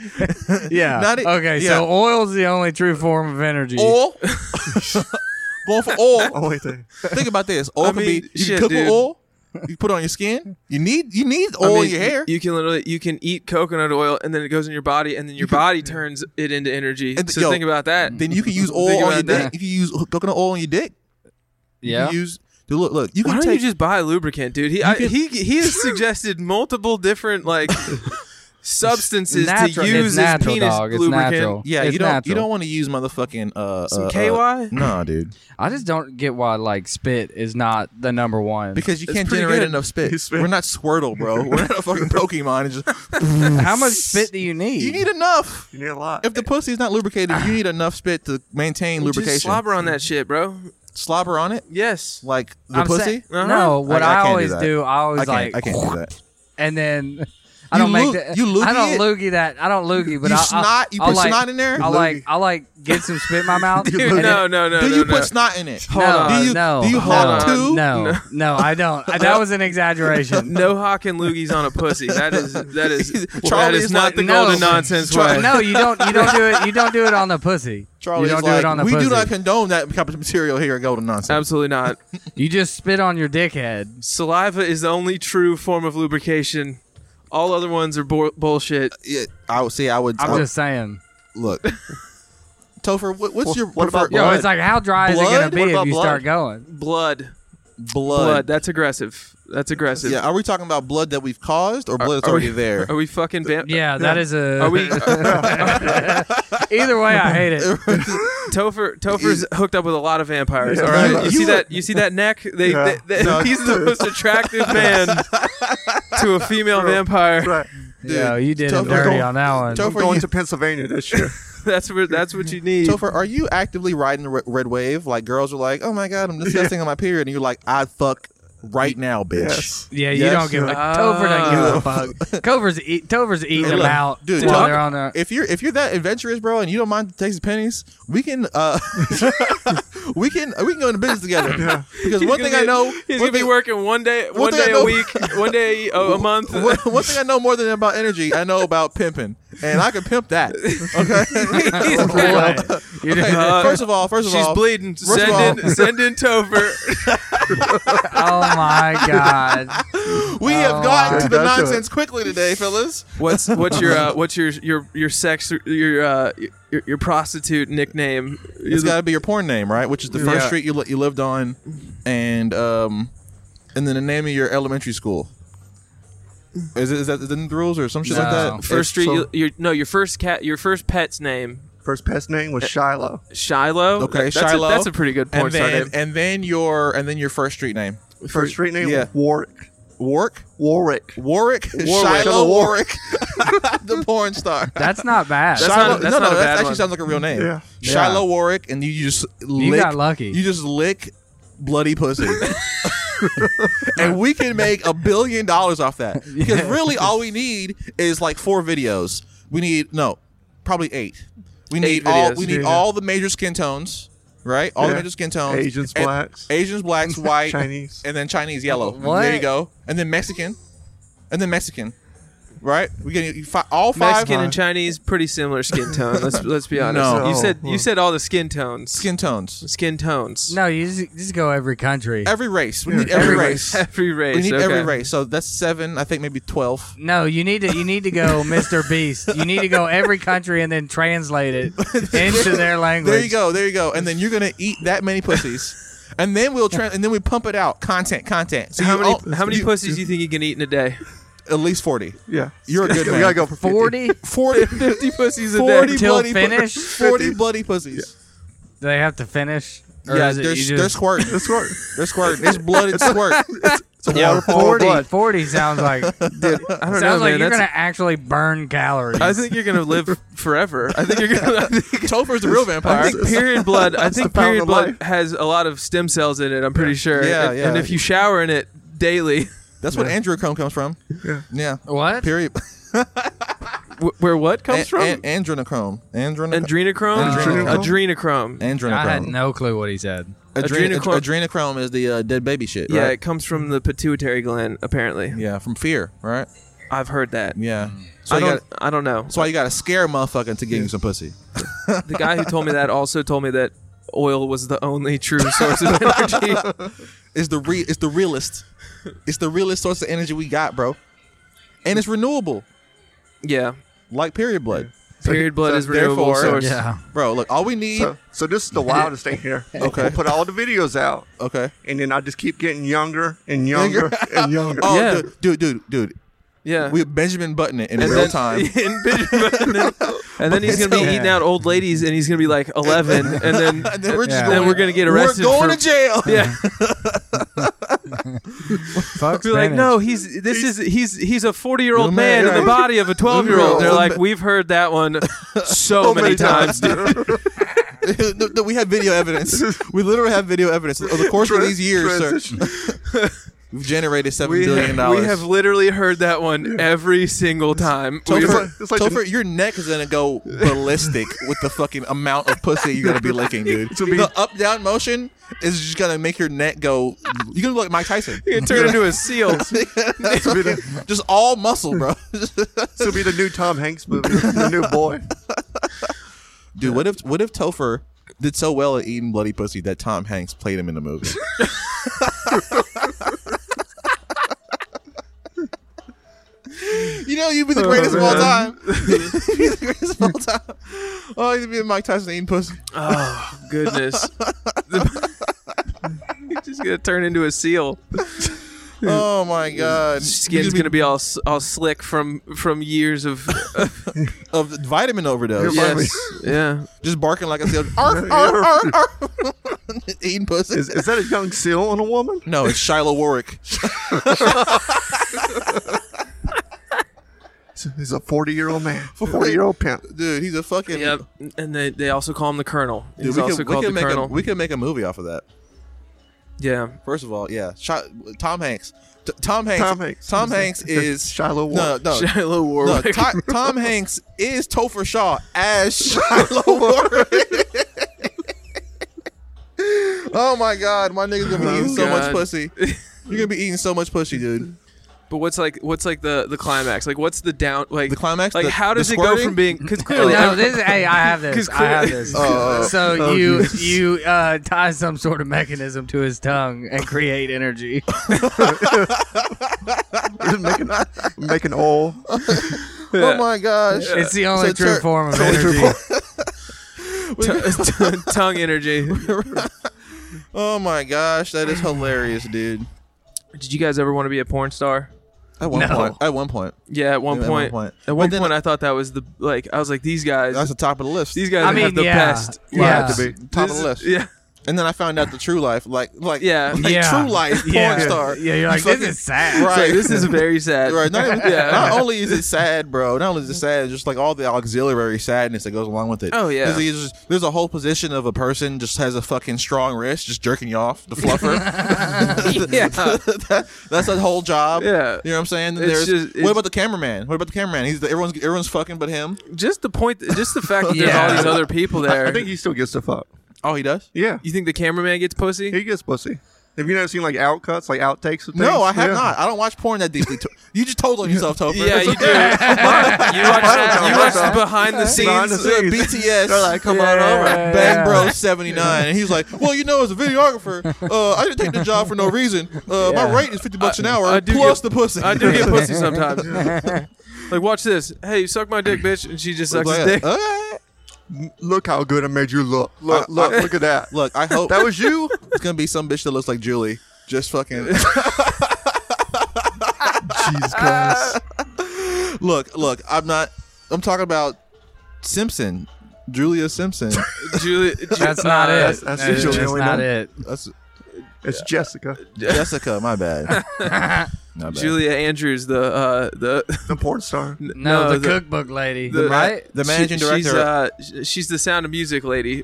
[SPEAKER 8] yeah.
[SPEAKER 7] Not it-
[SPEAKER 8] okay, so
[SPEAKER 7] yeah.
[SPEAKER 8] oil's the only true form of energy.
[SPEAKER 7] oil. Going for oil.
[SPEAKER 9] Only thing.
[SPEAKER 7] Think about this. Oil
[SPEAKER 6] I
[SPEAKER 7] can
[SPEAKER 6] mean,
[SPEAKER 7] be you
[SPEAKER 6] shit,
[SPEAKER 7] can cook
[SPEAKER 6] dude.
[SPEAKER 7] with oil. You put it on your skin. You need you need
[SPEAKER 6] I
[SPEAKER 7] oil
[SPEAKER 6] mean,
[SPEAKER 7] in your
[SPEAKER 6] you-
[SPEAKER 7] hair.
[SPEAKER 6] You can literally you can eat coconut oil and then it goes in your body and then your body turns it into energy.
[SPEAKER 7] And th-
[SPEAKER 6] so
[SPEAKER 7] yo,
[SPEAKER 6] think about that.
[SPEAKER 7] then you can use oil
[SPEAKER 6] Think
[SPEAKER 7] on your
[SPEAKER 6] about that.
[SPEAKER 7] dick. You can use coconut oil on your dick. You
[SPEAKER 8] Yeah.
[SPEAKER 7] can use dude, look look. You
[SPEAKER 6] Why
[SPEAKER 7] can
[SPEAKER 6] don't
[SPEAKER 7] take
[SPEAKER 6] you just buy a lubricant, dude? He I, he he has suggested multiple different like substances
[SPEAKER 8] Natural-
[SPEAKER 6] to
[SPEAKER 8] it's
[SPEAKER 6] use as
[SPEAKER 8] natural,
[SPEAKER 6] penis
[SPEAKER 8] dog. It's
[SPEAKER 6] lubricant.
[SPEAKER 8] natural.
[SPEAKER 7] yeah.
[SPEAKER 8] It's
[SPEAKER 7] You don't you
[SPEAKER 8] natural.
[SPEAKER 7] don't want to use motherfucking uh
[SPEAKER 6] Some
[SPEAKER 7] uh,
[SPEAKER 6] KY?
[SPEAKER 7] Uh, nah, dude.
[SPEAKER 8] I just don't get why like spit is not the number one.
[SPEAKER 7] Because you
[SPEAKER 6] It's
[SPEAKER 7] can't
[SPEAKER 6] pretty
[SPEAKER 7] generate
[SPEAKER 6] good.
[SPEAKER 7] enough spit.
[SPEAKER 9] He's spit.
[SPEAKER 7] We're not Squirtle, bro. We're not a fucking Pokemon. It's just
[SPEAKER 8] How much spit do you need?
[SPEAKER 7] You need enough.
[SPEAKER 9] You need a lot.
[SPEAKER 7] If the pussy's not lubricated, you need enough spit to maintain
[SPEAKER 6] Just
[SPEAKER 7] lubrication.
[SPEAKER 6] slobber on that shit, bro.
[SPEAKER 7] Slobber on it,
[SPEAKER 6] Yes.
[SPEAKER 7] like the
[SPEAKER 8] I'm
[SPEAKER 7] pussy.
[SPEAKER 8] saying-
[SPEAKER 6] Uh-huh.
[SPEAKER 8] No, what
[SPEAKER 7] I- I
[SPEAKER 8] I,
[SPEAKER 7] can't do
[SPEAKER 8] always do,
[SPEAKER 7] that.
[SPEAKER 8] I always
[SPEAKER 7] I can't.
[SPEAKER 8] like,
[SPEAKER 7] I can't do that.
[SPEAKER 8] and then I
[SPEAKER 7] You
[SPEAKER 8] don't make
[SPEAKER 7] loo-
[SPEAKER 8] that.
[SPEAKER 7] you loogie
[SPEAKER 8] I don't
[SPEAKER 7] it?
[SPEAKER 8] loogie that. I don't loogie, but
[SPEAKER 7] You
[SPEAKER 8] I,
[SPEAKER 7] snot- you
[SPEAKER 8] I, I
[SPEAKER 7] put
[SPEAKER 8] like,
[SPEAKER 7] snot in there?
[SPEAKER 8] I like. I like get some spit in my mouth.
[SPEAKER 6] Dude,
[SPEAKER 8] and
[SPEAKER 6] no,
[SPEAKER 8] it-
[SPEAKER 6] no, no.
[SPEAKER 7] do
[SPEAKER 6] no,
[SPEAKER 7] you
[SPEAKER 6] no.
[SPEAKER 7] put snot in it?
[SPEAKER 6] Hold
[SPEAKER 8] no,
[SPEAKER 6] on.
[SPEAKER 7] Do you-
[SPEAKER 8] no,
[SPEAKER 7] do you
[SPEAKER 8] no,
[SPEAKER 7] hog too?
[SPEAKER 8] No, no, I don't. I- that was an exaggeration.
[SPEAKER 6] No hawk and loogies on a pussy. That is that is that
[SPEAKER 7] Charlie
[SPEAKER 6] is
[SPEAKER 7] is
[SPEAKER 6] not
[SPEAKER 7] like,
[SPEAKER 6] the
[SPEAKER 8] no.
[SPEAKER 6] golden nonsense
[SPEAKER 7] Charlie-
[SPEAKER 6] way.
[SPEAKER 8] no, you don't. You don't do it. You don't do it on the pussy.
[SPEAKER 7] Charlie
[SPEAKER 8] you don't
[SPEAKER 7] is
[SPEAKER 8] do
[SPEAKER 7] like,
[SPEAKER 8] it on the
[SPEAKER 7] we
[SPEAKER 8] pussy.
[SPEAKER 7] do not condone that type of material here at Golden Nonsense.
[SPEAKER 6] Absolutely not.
[SPEAKER 8] you just spit on your dickhead.
[SPEAKER 6] Saliva is the only true form of lubrication. All other ones are bull bullshit.
[SPEAKER 7] Yeah, I would say I would. I
[SPEAKER 8] I'm
[SPEAKER 7] would-
[SPEAKER 8] just saying.
[SPEAKER 7] look. Toffer, what, what's your
[SPEAKER 9] what about
[SPEAKER 7] prefer-
[SPEAKER 8] Yo,
[SPEAKER 9] Blood?
[SPEAKER 8] it's like how dry is it gonna
[SPEAKER 7] Blood?
[SPEAKER 8] be
[SPEAKER 7] What
[SPEAKER 8] if
[SPEAKER 7] about
[SPEAKER 8] you
[SPEAKER 7] blood?
[SPEAKER 8] start going?
[SPEAKER 6] Blood. Blood.
[SPEAKER 7] blood?
[SPEAKER 6] That's aggressive. That's aggressive.
[SPEAKER 7] Yeah, are we talking about blood that we've caused or blood that's
[SPEAKER 6] are we-
[SPEAKER 7] already there?
[SPEAKER 6] Are we fucking bam-
[SPEAKER 8] Yeah, that is a.
[SPEAKER 6] Are we
[SPEAKER 8] Either way, I hate it.
[SPEAKER 6] Topher Topher's hooked up with a lot of vampires, all
[SPEAKER 7] Yeah.
[SPEAKER 6] right? You
[SPEAKER 7] You
[SPEAKER 6] see
[SPEAKER 7] were-
[SPEAKER 6] that you see that neck? They,
[SPEAKER 9] Yeah.
[SPEAKER 6] they- they-
[SPEAKER 7] No.
[SPEAKER 6] he's the most attractive man to a female vampire.
[SPEAKER 9] Right.
[SPEAKER 7] Dude,
[SPEAKER 8] Yo, you did him
[SPEAKER 7] Topher,
[SPEAKER 8] dirty
[SPEAKER 7] don't-
[SPEAKER 8] on that one.
[SPEAKER 7] Topher,
[SPEAKER 9] I'm going
[SPEAKER 7] you-
[SPEAKER 9] to Pennsylvania this year.
[SPEAKER 6] That's where that's what you need.
[SPEAKER 7] Topher, are you actively riding the re- red wave? Like girls are like, "Oh my god, I'm disgusting on my period," and you're like, "I fuck right now, bitch.
[SPEAKER 9] Yes.
[SPEAKER 8] Yeah, you
[SPEAKER 9] Yes,
[SPEAKER 8] don't give a
[SPEAKER 9] sir.
[SPEAKER 8] Tover don't give a fuck. Tover's eat, Tover's eating them
[SPEAKER 7] Look,
[SPEAKER 8] out
[SPEAKER 7] Oh. dude.
[SPEAKER 8] while
[SPEAKER 7] Tover-
[SPEAKER 8] they're on the.
[SPEAKER 7] If you're if you're that adventurous, bro, and you don't mind taking pennies, we can uh we can we can go into business together. Because one thing I know, one
[SPEAKER 6] he's gonna be
[SPEAKER 7] thing-
[SPEAKER 6] working one day, one
[SPEAKER 7] thing I
[SPEAKER 6] day a
[SPEAKER 7] know-
[SPEAKER 6] week, one day a, a month.
[SPEAKER 7] one, one thing I know more than about energy, I know about pimping, and I can pimp that. Okay.
[SPEAKER 8] What? You
[SPEAKER 7] Okay,
[SPEAKER 8] didn't-
[SPEAKER 7] first of all, first of
[SPEAKER 6] She's
[SPEAKER 7] all,
[SPEAKER 6] bleeding.
[SPEAKER 7] first of
[SPEAKER 6] Send
[SPEAKER 7] all-
[SPEAKER 6] in, send in Topher.
[SPEAKER 8] oh my god!
[SPEAKER 7] we have
[SPEAKER 8] Oh,
[SPEAKER 7] gotten
[SPEAKER 9] wow.
[SPEAKER 7] to the
[SPEAKER 9] That's a-
[SPEAKER 7] nonsense quickly today, fellas.
[SPEAKER 6] What's what's your uh, what's your your your sex your uh, your, your prostitute nickname?
[SPEAKER 7] It's got to be your porn name, right? Which is the first
[SPEAKER 6] Yeah.
[SPEAKER 7] street you li- you lived on, and um, and then the name of your elementary school. Is, it, is that in the rules or some shit like
[SPEAKER 8] No.
[SPEAKER 7] that?
[SPEAKER 6] first street.
[SPEAKER 7] So-
[SPEAKER 6] you, your, no, your first cat. Your first pet's name
[SPEAKER 9] First pet's name was Shiloh.
[SPEAKER 6] Shiloh.
[SPEAKER 7] Okay,
[SPEAKER 6] That- that's a-
[SPEAKER 7] Shiloh.
[SPEAKER 6] that's a pretty good porn
[SPEAKER 7] and
[SPEAKER 6] star
[SPEAKER 7] then,
[SPEAKER 6] name.
[SPEAKER 7] And then your and then your first street name.
[SPEAKER 9] First street name
[SPEAKER 7] yeah.
[SPEAKER 9] was Warwick.
[SPEAKER 7] Warwick.
[SPEAKER 9] Warwick.
[SPEAKER 7] Warwick.
[SPEAKER 9] Warwick.
[SPEAKER 7] Shiloh
[SPEAKER 9] Shiloh
[SPEAKER 7] Warwick. the porn star.
[SPEAKER 8] That's not bad.
[SPEAKER 6] That's
[SPEAKER 7] Shiloh-
[SPEAKER 6] not- that's
[SPEAKER 7] no, no,
[SPEAKER 6] not a
[SPEAKER 7] that
[SPEAKER 6] bad
[SPEAKER 7] actually
[SPEAKER 6] one.
[SPEAKER 7] sounds like a real name.
[SPEAKER 9] Yeah.
[SPEAKER 7] Shiloh Warwick, and you just lick,
[SPEAKER 8] got lucky.
[SPEAKER 7] You just lick bloody pussy. and we can make a billion dollars off that because really all we need is like four videos. We need no, probably eight. We need
[SPEAKER 6] Eight
[SPEAKER 7] all
[SPEAKER 6] videos,
[SPEAKER 7] we need
[SPEAKER 6] yeah.
[SPEAKER 7] all the major skin tones, right? All the
[SPEAKER 9] Yeah.
[SPEAKER 7] major skin tones.
[SPEAKER 9] Asians,
[SPEAKER 7] And-
[SPEAKER 9] blacks.
[SPEAKER 7] Asians, blacks, white,
[SPEAKER 9] Chinese.
[SPEAKER 7] and then Chinese, yellow.
[SPEAKER 8] What?
[SPEAKER 7] There you go. And then Mexican, and then Mexican, right? We can fi- all five
[SPEAKER 6] Mexican and Chinese, pretty similar skin tone. Let's let's be honest.
[SPEAKER 7] No.
[SPEAKER 6] You said
[SPEAKER 9] No.
[SPEAKER 6] you said all the skin tones.
[SPEAKER 7] skin tones.
[SPEAKER 6] skin tones.
[SPEAKER 8] no, you just, just go every country.
[SPEAKER 7] Every race. We need every,
[SPEAKER 8] Every
[SPEAKER 7] race.
[SPEAKER 6] Every race.
[SPEAKER 7] We need
[SPEAKER 6] okay.
[SPEAKER 7] every race. So that's seven. I think maybe twelve.
[SPEAKER 8] no, you need to you need to go Mr. Beast. You need to go every country and then translate it into their language.
[SPEAKER 7] There you go. There you go. And then you're gonna eat that many pussies, and then we'll tra- and then we pump it out. Content, content. So
[SPEAKER 6] How
[SPEAKER 7] you
[SPEAKER 6] many
[SPEAKER 7] all-
[SPEAKER 6] how many
[SPEAKER 7] you-
[SPEAKER 6] pussies do you think you can eat in a day?
[SPEAKER 7] At least forty.
[SPEAKER 9] Yeah.
[SPEAKER 7] You're a good
[SPEAKER 9] we
[SPEAKER 7] man.
[SPEAKER 9] gotta go for 50.
[SPEAKER 8] Forty
[SPEAKER 7] Forty. 50
[SPEAKER 6] pussies a day.
[SPEAKER 7] 40
[SPEAKER 8] Till
[SPEAKER 7] bloody pu-
[SPEAKER 8] finish?
[SPEAKER 7] 40 bloody pussies.
[SPEAKER 8] they have to finish. Or
[SPEAKER 7] Yeah,
[SPEAKER 8] is it
[SPEAKER 7] they're,
[SPEAKER 8] you
[SPEAKER 7] they're
[SPEAKER 8] just-
[SPEAKER 7] squirting.
[SPEAKER 9] That's right.
[SPEAKER 7] They're squirting. It's blooded squirt.
[SPEAKER 9] Yeah,
[SPEAKER 8] forty.
[SPEAKER 9] Oh,
[SPEAKER 8] Forty sounds like
[SPEAKER 6] I don't
[SPEAKER 8] sounds
[SPEAKER 6] know,
[SPEAKER 8] like
[SPEAKER 6] man.
[SPEAKER 8] you're
[SPEAKER 6] That's-
[SPEAKER 8] gonna actually burn calories.
[SPEAKER 6] I think you're gonna live forever. I think you're gonna. I think,
[SPEAKER 7] Topher's the real vampire.
[SPEAKER 6] I think period blood. I think
[SPEAKER 9] the power
[SPEAKER 6] period
[SPEAKER 9] of
[SPEAKER 6] blood
[SPEAKER 9] life.
[SPEAKER 6] has a lot of stem cells in it. I'm pretty sure.
[SPEAKER 7] Yeah,
[SPEAKER 6] and,
[SPEAKER 7] yeah.
[SPEAKER 6] And if you shower in it daily,
[SPEAKER 7] That's what Andrew Cone comes from.
[SPEAKER 9] Yeah.
[SPEAKER 7] Yeah.
[SPEAKER 8] what?
[SPEAKER 7] Period.
[SPEAKER 6] wh- where what comes from?
[SPEAKER 7] An- an- andrenochrome. Andrenochrome.
[SPEAKER 6] Adrenochrome.
[SPEAKER 7] Adrenochrome.
[SPEAKER 6] Adrenochrome.
[SPEAKER 7] Andrenochrome.
[SPEAKER 8] I had no clue what he said.
[SPEAKER 7] Adren-
[SPEAKER 6] Adrenochrome.
[SPEAKER 7] adrenochrome. is the uh, dead baby shit.
[SPEAKER 6] Yeah,
[SPEAKER 7] Right?
[SPEAKER 6] it comes from the pituitary gland. Apparently,
[SPEAKER 7] Yeah, from fear, right?
[SPEAKER 6] I've heard that.
[SPEAKER 7] Yeah. So
[SPEAKER 6] Mm. I
[SPEAKER 7] you
[SPEAKER 6] don't.
[SPEAKER 7] got
[SPEAKER 6] I don't know.
[SPEAKER 7] that's why you got to scare a motherfucker into getting you some pussy.
[SPEAKER 6] The guy who told me that also told me that oil was the only true source of energy.
[SPEAKER 7] It's the re- it's the realest, it's the realest source of energy we got, bro, and it's renewable,
[SPEAKER 6] Yeah.
[SPEAKER 7] like period blood,
[SPEAKER 6] Period blood
[SPEAKER 9] so
[SPEAKER 6] is renewable
[SPEAKER 7] therefore-
[SPEAKER 6] source.
[SPEAKER 8] Yeah.
[SPEAKER 7] bro. Look, all we need.
[SPEAKER 9] So, so this is the wildest thing here.
[SPEAKER 7] Okay.
[SPEAKER 9] We'll put all the videos out,
[SPEAKER 7] okay.
[SPEAKER 9] and then I just keep getting younger and younger and younger.
[SPEAKER 7] Oh,
[SPEAKER 6] Yeah.
[SPEAKER 7] dude, dude, dude, dude.
[SPEAKER 6] Yeah.
[SPEAKER 7] We Benjamin Button it in
[SPEAKER 6] and
[SPEAKER 7] real
[SPEAKER 6] then,
[SPEAKER 7] time.
[SPEAKER 6] and then- and then- and then he's gonna be
[SPEAKER 8] Yeah.
[SPEAKER 6] eating out old ladies, and he's gonna be like eleven, and then
[SPEAKER 7] And then we're just
[SPEAKER 8] Yeah.
[SPEAKER 7] going.
[SPEAKER 6] then we're gonna get arrested.
[SPEAKER 7] We're going
[SPEAKER 6] for-
[SPEAKER 7] to jail.
[SPEAKER 6] Yeah,
[SPEAKER 8] Fuck
[SPEAKER 6] be like, no, he's this is he's he's a forty year old
[SPEAKER 7] Little
[SPEAKER 6] man
[SPEAKER 7] man,
[SPEAKER 6] in the
[SPEAKER 7] yeah.
[SPEAKER 6] body of a twelve year old. They're
[SPEAKER 7] Little
[SPEAKER 6] like,
[SPEAKER 7] man.
[SPEAKER 6] we've heard that one so many times.
[SPEAKER 7] no, no, we have video evidence. We literally have video evidence over the course of these years, sir. We've generated seven
[SPEAKER 6] We
[SPEAKER 7] billion
[SPEAKER 6] have,
[SPEAKER 7] dollars.
[SPEAKER 6] we have literally heard that one every single time. We-
[SPEAKER 9] It's
[SPEAKER 7] Topher,
[SPEAKER 9] like- it's like the-
[SPEAKER 7] Topher, your neck is gonna go ballistic with the fucking amount of pussy you're gonna be licking, dude. the up down motion is just gonna make your neck go. You're gonna look like Mike Tyson.
[SPEAKER 6] it turned into a seal.
[SPEAKER 7] just all muscle, bro.
[SPEAKER 9] This will be the new Tom Hanks movie, the new boy.
[SPEAKER 7] dude, what if what if Topher did so well at eating bloody pussy that Tom Hanks played him in the movie? You know, you'd be the greatest
[SPEAKER 9] Oh,
[SPEAKER 7] of all time. you'd be the greatest of all time. Oh, you'd be Mike Tyson eating pussy.
[SPEAKER 6] Oh goodness! It's just gonna turn into a seal.
[SPEAKER 7] Oh my god.
[SPEAKER 6] Skin's gonna be all s- all slick from from years of
[SPEAKER 7] of vitamin overdose.
[SPEAKER 9] Yeah.
[SPEAKER 6] yes, yeah.
[SPEAKER 7] Just barking like a seal. Arf, arf, arf, arf. Eating pussy.
[SPEAKER 9] Is, is that a young seal on a woman?
[SPEAKER 7] no, it's Shiloh Warwick.
[SPEAKER 9] He's a 40 year old man, 40 year old pimp.
[SPEAKER 7] Dude, he's a fucking.
[SPEAKER 6] Yep, and they, they also call him the Colonel.
[SPEAKER 7] Dude,
[SPEAKER 6] He's
[SPEAKER 7] we
[SPEAKER 6] also
[SPEAKER 7] could, we,
[SPEAKER 6] called
[SPEAKER 7] could
[SPEAKER 6] the
[SPEAKER 7] make a,
[SPEAKER 6] Colonel.
[SPEAKER 7] we could make a movie off of that.
[SPEAKER 6] Yeah.
[SPEAKER 7] First of all, yeah, Shi- Tom Hanks. T- Tom Hanks.
[SPEAKER 9] Tom Hanks.
[SPEAKER 7] Tom Hanks is
[SPEAKER 9] Shiloh
[SPEAKER 7] No,
[SPEAKER 9] Warwick.
[SPEAKER 7] no.
[SPEAKER 6] Shiloh
[SPEAKER 7] no
[SPEAKER 6] Warwick.
[SPEAKER 7] Ti- Tom Hanks is Topher Shaw as Shiloh Warwick. oh my God, my nigga's
[SPEAKER 8] Oh
[SPEAKER 7] gonna be eating so much
[SPEAKER 6] God.
[SPEAKER 7] pussy. You're gonna be eating so much pussy, dude.
[SPEAKER 6] But what's like what's like the the climax? Like what's the down like
[SPEAKER 7] The climax?
[SPEAKER 6] Like
[SPEAKER 7] The-
[SPEAKER 6] how
[SPEAKER 7] the
[SPEAKER 6] does it go
[SPEAKER 7] squirting?
[SPEAKER 6] from being because clearly
[SPEAKER 8] No,
[SPEAKER 6] every-
[SPEAKER 8] this is, hey, I have this.
[SPEAKER 6] 'Cause
[SPEAKER 8] I have
[SPEAKER 6] clearly-
[SPEAKER 8] this.
[SPEAKER 7] Uh,
[SPEAKER 8] so
[SPEAKER 9] oh,
[SPEAKER 8] you
[SPEAKER 9] Jesus.
[SPEAKER 8] you uh, tie some sort of mechanism to his tongue and create energy.
[SPEAKER 9] making, making oil.
[SPEAKER 7] Oh my gosh.
[SPEAKER 8] It's the only
[SPEAKER 7] So
[SPEAKER 8] true
[SPEAKER 7] tur-
[SPEAKER 8] form of
[SPEAKER 7] so it's
[SPEAKER 8] energy.
[SPEAKER 7] true
[SPEAKER 6] t- tongue energy.
[SPEAKER 7] Oh my gosh, that is hilarious, dude.
[SPEAKER 6] Did you guys ever want to be a porn star?
[SPEAKER 7] At one
[SPEAKER 8] No.
[SPEAKER 7] point. At one point.
[SPEAKER 6] Yeah, at one
[SPEAKER 7] At one
[SPEAKER 6] point.
[SPEAKER 7] point.
[SPEAKER 6] At one
[SPEAKER 7] But then-
[SPEAKER 6] point, I thought that was the like. I was like, these guys,
[SPEAKER 7] That's the top of the list.
[SPEAKER 6] these guys
[SPEAKER 8] I
[SPEAKER 6] have
[SPEAKER 8] mean,
[SPEAKER 6] the
[SPEAKER 8] yeah.
[SPEAKER 6] best.
[SPEAKER 8] Yeah.
[SPEAKER 6] lives.
[SPEAKER 9] Had to be.
[SPEAKER 7] Top of
[SPEAKER 6] This-
[SPEAKER 7] the list.
[SPEAKER 6] Yeah,
[SPEAKER 7] And then I found out the true life, like like
[SPEAKER 6] Yeah.
[SPEAKER 7] like
[SPEAKER 8] Yeah.
[SPEAKER 7] true life porn
[SPEAKER 8] yeah.
[SPEAKER 7] star.
[SPEAKER 8] Yeah, you're like,
[SPEAKER 7] You fucking-
[SPEAKER 8] this is sad.
[SPEAKER 7] Right.
[SPEAKER 6] It's like, this is very sad.
[SPEAKER 7] Right. Not, even,
[SPEAKER 6] Yeah.
[SPEAKER 7] not only is it sad, bro. Not only is it sad, just like all the auxiliary sadness that goes along with it.
[SPEAKER 6] Oh, yeah.
[SPEAKER 7] There's, there's- there's a whole position of a person just has a fucking strong wrist, just jerking you off the fluffer.
[SPEAKER 6] Yeah.
[SPEAKER 7] That- that's a whole job.
[SPEAKER 6] Yeah.
[SPEAKER 7] You know what I'm saying? Then There's,
[SPEAKER 6] It's just- it's-
[SPEAKER 7] what about the cameraman? What about the cameraman? He's the, everyone's everyone's fucking but him.
[SPEAKER 6] Just the point. Just the fact that there's
[SPEAKER 8] Yeah.
[SPEAKER 6] all these other people there.
[SPEAKER 9] I think he still gets the fuck.
[SPEAKER 7] Oh, he does.
[SPEAKER 9] Yeah,
[SPEAKER 6] you think the cameraman gets pussy?
[SPEAKER 9] he gets pussy. Have you never seen like outcuts, like outtakes? Of things?
[SPEAKER 7] No, I have
[SPEAKER 9] Yeah.
[SPEAKER 7] not. I don't watch porn that deeply. you just told on yourself, Topher.
[SPEAKER 6] yeah, you do. you watch, that, you watch the behind the
[SPEAKER 9] Behind
[SPEAKER 6] scenes.
[SPEAKER 9] the
[SPEAKER 7] the
[SPEAKER 9] scenes.
[SPEAKER 7] BTS.
[SPEAKER 9] They're like, come on
[SPEAKER 8] Yeah.
[SPEAKER 9] over.
[SPEAKER 7] Bang
[SPEAKER 8] Yeah.
[SPEAKER 7] Bro 79. And he's like, well, you know, as a videographer, uh, I didn't take the job for no reason. Uh, My rate is 50 bucks an hour
[SPEAKER 6] I do
[SPEAKER 7] plus
[SPEAKER 6] get-
[SPEAKER 7] the pussy.
[SPEAKER 6] I do get pussy sometimes. Like, watch this. Hey, you suck my dick, bitch, and she just sucks his
[SPEAKER 7] Like,
[SPEAKER 6] dick.
[SPEAKER 7] uh,
[SPEAKER 9] Look how good I made you look. Look,
[SPEAKER 7] I-
[SPEAKER 9] look,
[SPEAKER 7] I-
[SPEAKER 9] look at that.
[SPEAKER 7] Look, I hope
[SPEAKER 9] That was you.
[SPEAKER 7] it's going to be some bitch that looks like Julie. Just fucking
[SPEAKER 9] Jesus Christ.
[SPEAKER 7] look, look. I'm not. I'm talking about Simpson, Julia Simpson.
[SPEAKER 6] Julie, Ju-
[SPEAKER 8] That's not
[SPEAKER 6] uh,
[SPEAKER 8] it.
[SPEAKER 9] that's
[SPEAKER 8] That-
[SPEAKER 9] usually
[SPEAKER 8] that's
[SPEAKER 9] only
[SPEAKER 8] not
[SPEAKER 9] one.
[SPEAKER 8] it.
[SPEAKER 7] That's
[SPEAKER 9] It's Jessica,
[SPEAKER 7] Jessica. My bad. My bad.
[SPEAKER 6] Julia Andrews, the uh, the
[SPEAKER 9] the porn star.
[SPEAKER 8] No, the, cookbook lady,
[SPEAKER 6] the-
[SPEAKER 8] right?
[SPEAKER 7] The managing
[SPEAKER 6] She-
[SPEAKER 7] director.
[SPEAKER 6] She's, uh, sh- she's the Sound of Music lady,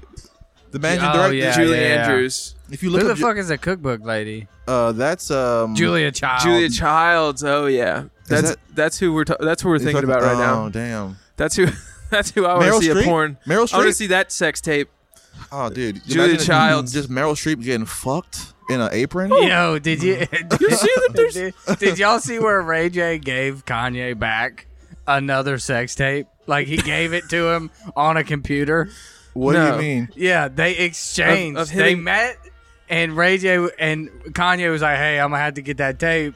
[SPEAKER 7] the managing
[SPEAKER 8] Oh,
[SPEAKER 7] director.
[SPEAKER 8] yeah,
[SPEAKER 7] Julia.
[SPEAKER 6] Julie
[SPEAKER 8] yeah, yeah.
[SPEAKER 6] Andrews.
[SPEAKER 7] If you
[SPEAKER 8] Who
[SPEAKER 7] look
[SPEAKER 8] the
[SPEAKER 7] up, Ju-
[SPEAKER 8] fuck is a cookbook lady?
[SPEAKER 7] uh, that's um.
[SPEAKER 8] Julia Child.
[SPEAKER 6] Julia Childs. Oh yeah, that's
[SPEAKER 7] that-
[SPEAKER 6] that's who we're ta- that's who we're
[SPEAKER 7] you're
[SPEAKER 6] thinking about right
[SPEAKER 7] talking-
[SPEAKER 6] now.
[SPEAKER 7] Oh damn.
[SPEAKER 6] That's who that's who I want
[SPEAKER 7] Meryl
[SPEAKER 6] to see
[SPEAKER 7] Streep?
[SPEAKER 6] a porn.
[SPEAKER 7] Meryl
[SPEAKER 6] I want
[SPEAKER 7] Streep?
[SPEAKER 6] to see that sex tape.
[SPEAKER 7] Oh dude.
[SPEAKER 6] Julia
[SPEAKER 7] Imagine
[SPEAKER 6] Childs.
[SPEAKER 7] Just Meryl Streep getting fucked in an apron.
[SPEAKER 8] Yo, did you
[SPEAKER 6] You see that there's
[SPEAKER 8] did, did y'all see where Ray J gave Kanye back another sex tape? Like he gave it to him on a computer.
[SPEAKER 7] What do
[SPEAKER 6] No.
[SPEAKER 7] you mean?
[SPEAKER 8] Yeah, they exchanged.
[SPEAKER 6] Of- of
[SPEAKER 8] they
[SPEAKER 6] hitting-
[SPEAKER 8] met, and Ray J w- and Kanye was like, "Hey, I'm gonna have to get that tape."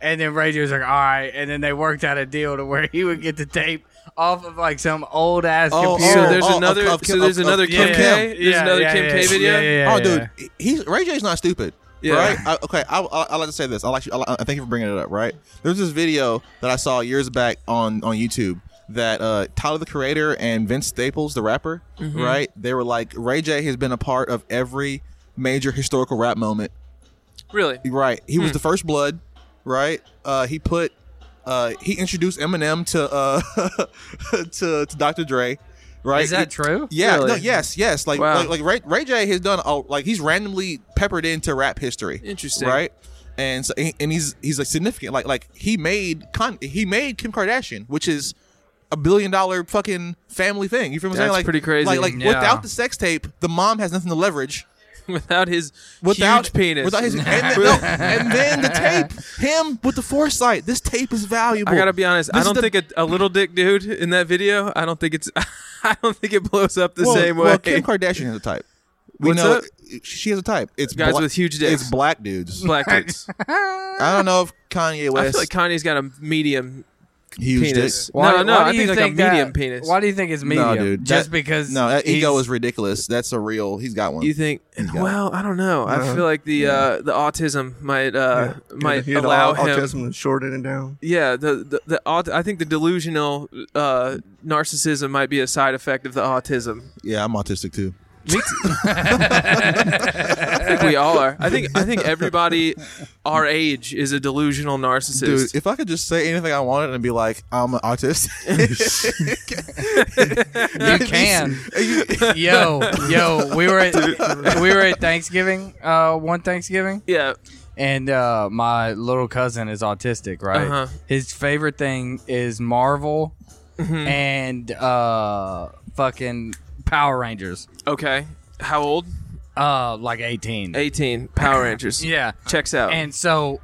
[SPEAKER 8] And then Ray J was like, "All right." And then they worked out a deal to where he would get the tape off of like some old ass
[SPEAKER 7] Oh,
[SPEAKER 8] computer.
[SPEAKER 6] so there's
[SPEAKER 7] oh, of-
[SPEAKER 6] another
[SPEAKER 7] of Kim-
[SPEAKER 6] so there's
[SPEAKER 7] of-
[SPEAKER 6] another
[SPEAKER 7] of
[SPEAKER 6] Kim
[SPEAKER 7] Kim.
[SPEAKER 6] K. There's another Kim K video.
[SPEAKER 8] Yeah, yeah,
[SPEAKER 7] oh,
[SPEAKER 8] yeah.
[SPEAKER 7] dude, he- he's Ray J's not stupid.
[SPEAKER 6] Yeah.
[SPEAKER 7] Right. I, okay. I, I, I like to say this. I like. You, I, like- I thank you for bringing it up. Right. There's this video that I saw years back on on YouTube that uh, Tyler the Creator and Vince Staples, the rapper,
[SPEAKER 6] Mm-hmm.
[SPEAKER 7] right? They were like, Ray J has been a part of every major historical rap moment.
[SPEAKER 6] Really?
[SPEAKER 7] Right. He
[SPEAKER 6] Hmm.
[SPEAKER 7] was the first blood. Right. Uh, he put. Uh, he introduced Eminem to uh, to, to Dr. Dre. Right.
[SPEAKER 8] Is that
[SPEAKER 7] He-
[SPEAKER 8] true?
[SPEAKER 7] yeah,
[SPEAKER 6] Really?
[SPEAKER 7] no, yes, yes. Like,
[SPEAKER 6] Wow.
[SPEAKER 7] like, like Ray, Ray J has done, all, like, he's randomly peppered into rap history.
[SPEAKER 6] Interesting.
[SPEAKER 7] right? And so, and he's he's like significant. Like, like he made con, he made Kim Kardashian, which is a billion dollar fucking family thing. You feel what I'm saying?
[SPEAKER 6] That's
[SPEAKER 7] Like,
[SPEAKER 6] pretty crazy.
[SPEAKER 7] Like, like
[SPEAKER 8] Yeah.
[SPEAKER 7] without the sex tape, the mom has nothing to leverage.
[SPEAKER 6] Without his
[SPEAKER 7] Without
[SPEAKER 6] huge penis.
[SPEAKER 7] without his, and, then, no, and then the tape, him with the foresight. This tape is valuable.
[SPEAKER 6] I gotta be honest.
[SPEAKER 7] This
[SPEAKER 6] I
[SPEAKER 7] is
[SPEAKER 6] don't
[SPEAKER 7] the-
[SPEAKER 6] think a, a little dick dude in that video. I don't think it's. I don't think it blows up the
[SPEAKER 7] well,
[SPEAKER 6] same way.
[SPEAKER 7] well, Kim Kardashian has a type. We
[SPEAKER 6] What's
[SPEAKER 7] know
[SPEAKER 6] up?
[SPEAKER 7] she has a type. It's
[SPEAKER 6] Guys
[SPEAKER 7] bla-
[SPEAKER 6] with huge
[SPEAKER 7] It's
[SPEAKER 6] dicks.
[SPEAKER 7] black dudes.
[SPEAKER 6] Black dicks.
[SPEAKER 7] I don't know if Kanye
[SPEAKER 6] I
[SPEAKER 7] West
[SPEAKER 6] feel like Kanye's got a medium
[SPEAKER 7] huge
[SPEAKER 6] penis.
[SPEAKER 7] dick.
[SPEAKER 8] Why-
[SPEAKER 6] no, no,
[SPEAKER 8] why
[SPEAKER 6] I
[SPEAKER 8] do
[SPEAKER 6] think
[SPEAKER 8] you
[SPEAKER 6] like a
[SPEAKER 8] that-
[SPEAKER 6] medium penis.
[SPEAKER 8] Why do you think it's medium?
[SPEAKER 7] No, dude.
[SPEAKER 8] Just
[SPEAKER 7] That-
[SPEAKER 8] because
[SPEAKER 7] No, that ego
[SPEAKER 8] he's-
[SPEAKER 7] is ridiculous. That's a real. He's got one.
[SPEAKER 6] You think?
[SPEAKER 7] Um, got Uh-huh. it.
[SPEAKER 6] Well, I don't know. I feel like the uh, the autism might uh, might
[SPEAKER 9] he had
[SPEAKER 6] allow
[SPEAKER 9] au-
[SPEAKER 6] him.
[SPEAKER 9] autism and shorten it down.
[SPEAKER 6] Yeah, the the, the aut- I think the delusional uh, narcissism might be a side effect of the autism.
[SPEAKER 7] yeah, I'm autistic too.
[SPEAKER 6] Me too. I think we all are. I think I think everybody our age is a delusional narcissist.
[SPEAKER 7] Dude, if I could just say anything I wanted and be like, I'm an autistic.
[SPEAKER 8] You can. yo, yo, we were at we were at Thanksgiving, uh, one Thanksgiving,
[SPEAKER 6] yeah.
[SPEAKER 8] and uh, my little cousin is autistic, right?
[SPEAKER 6] Uh-huh.
[SPEAKER 8] His favorite thing is Marvel Mm-hmm. and uh, fucking Power Rangers.
[SPEAKER 6] Okay. How old?
[SPEAKER 8] Uh, like eighteen.
[SPEAKER 6] 18. Power Rangers.
[SPEAKER 8] Yeah.
[SPEAKER 6] Checks out.
[SPEAKER 8] And so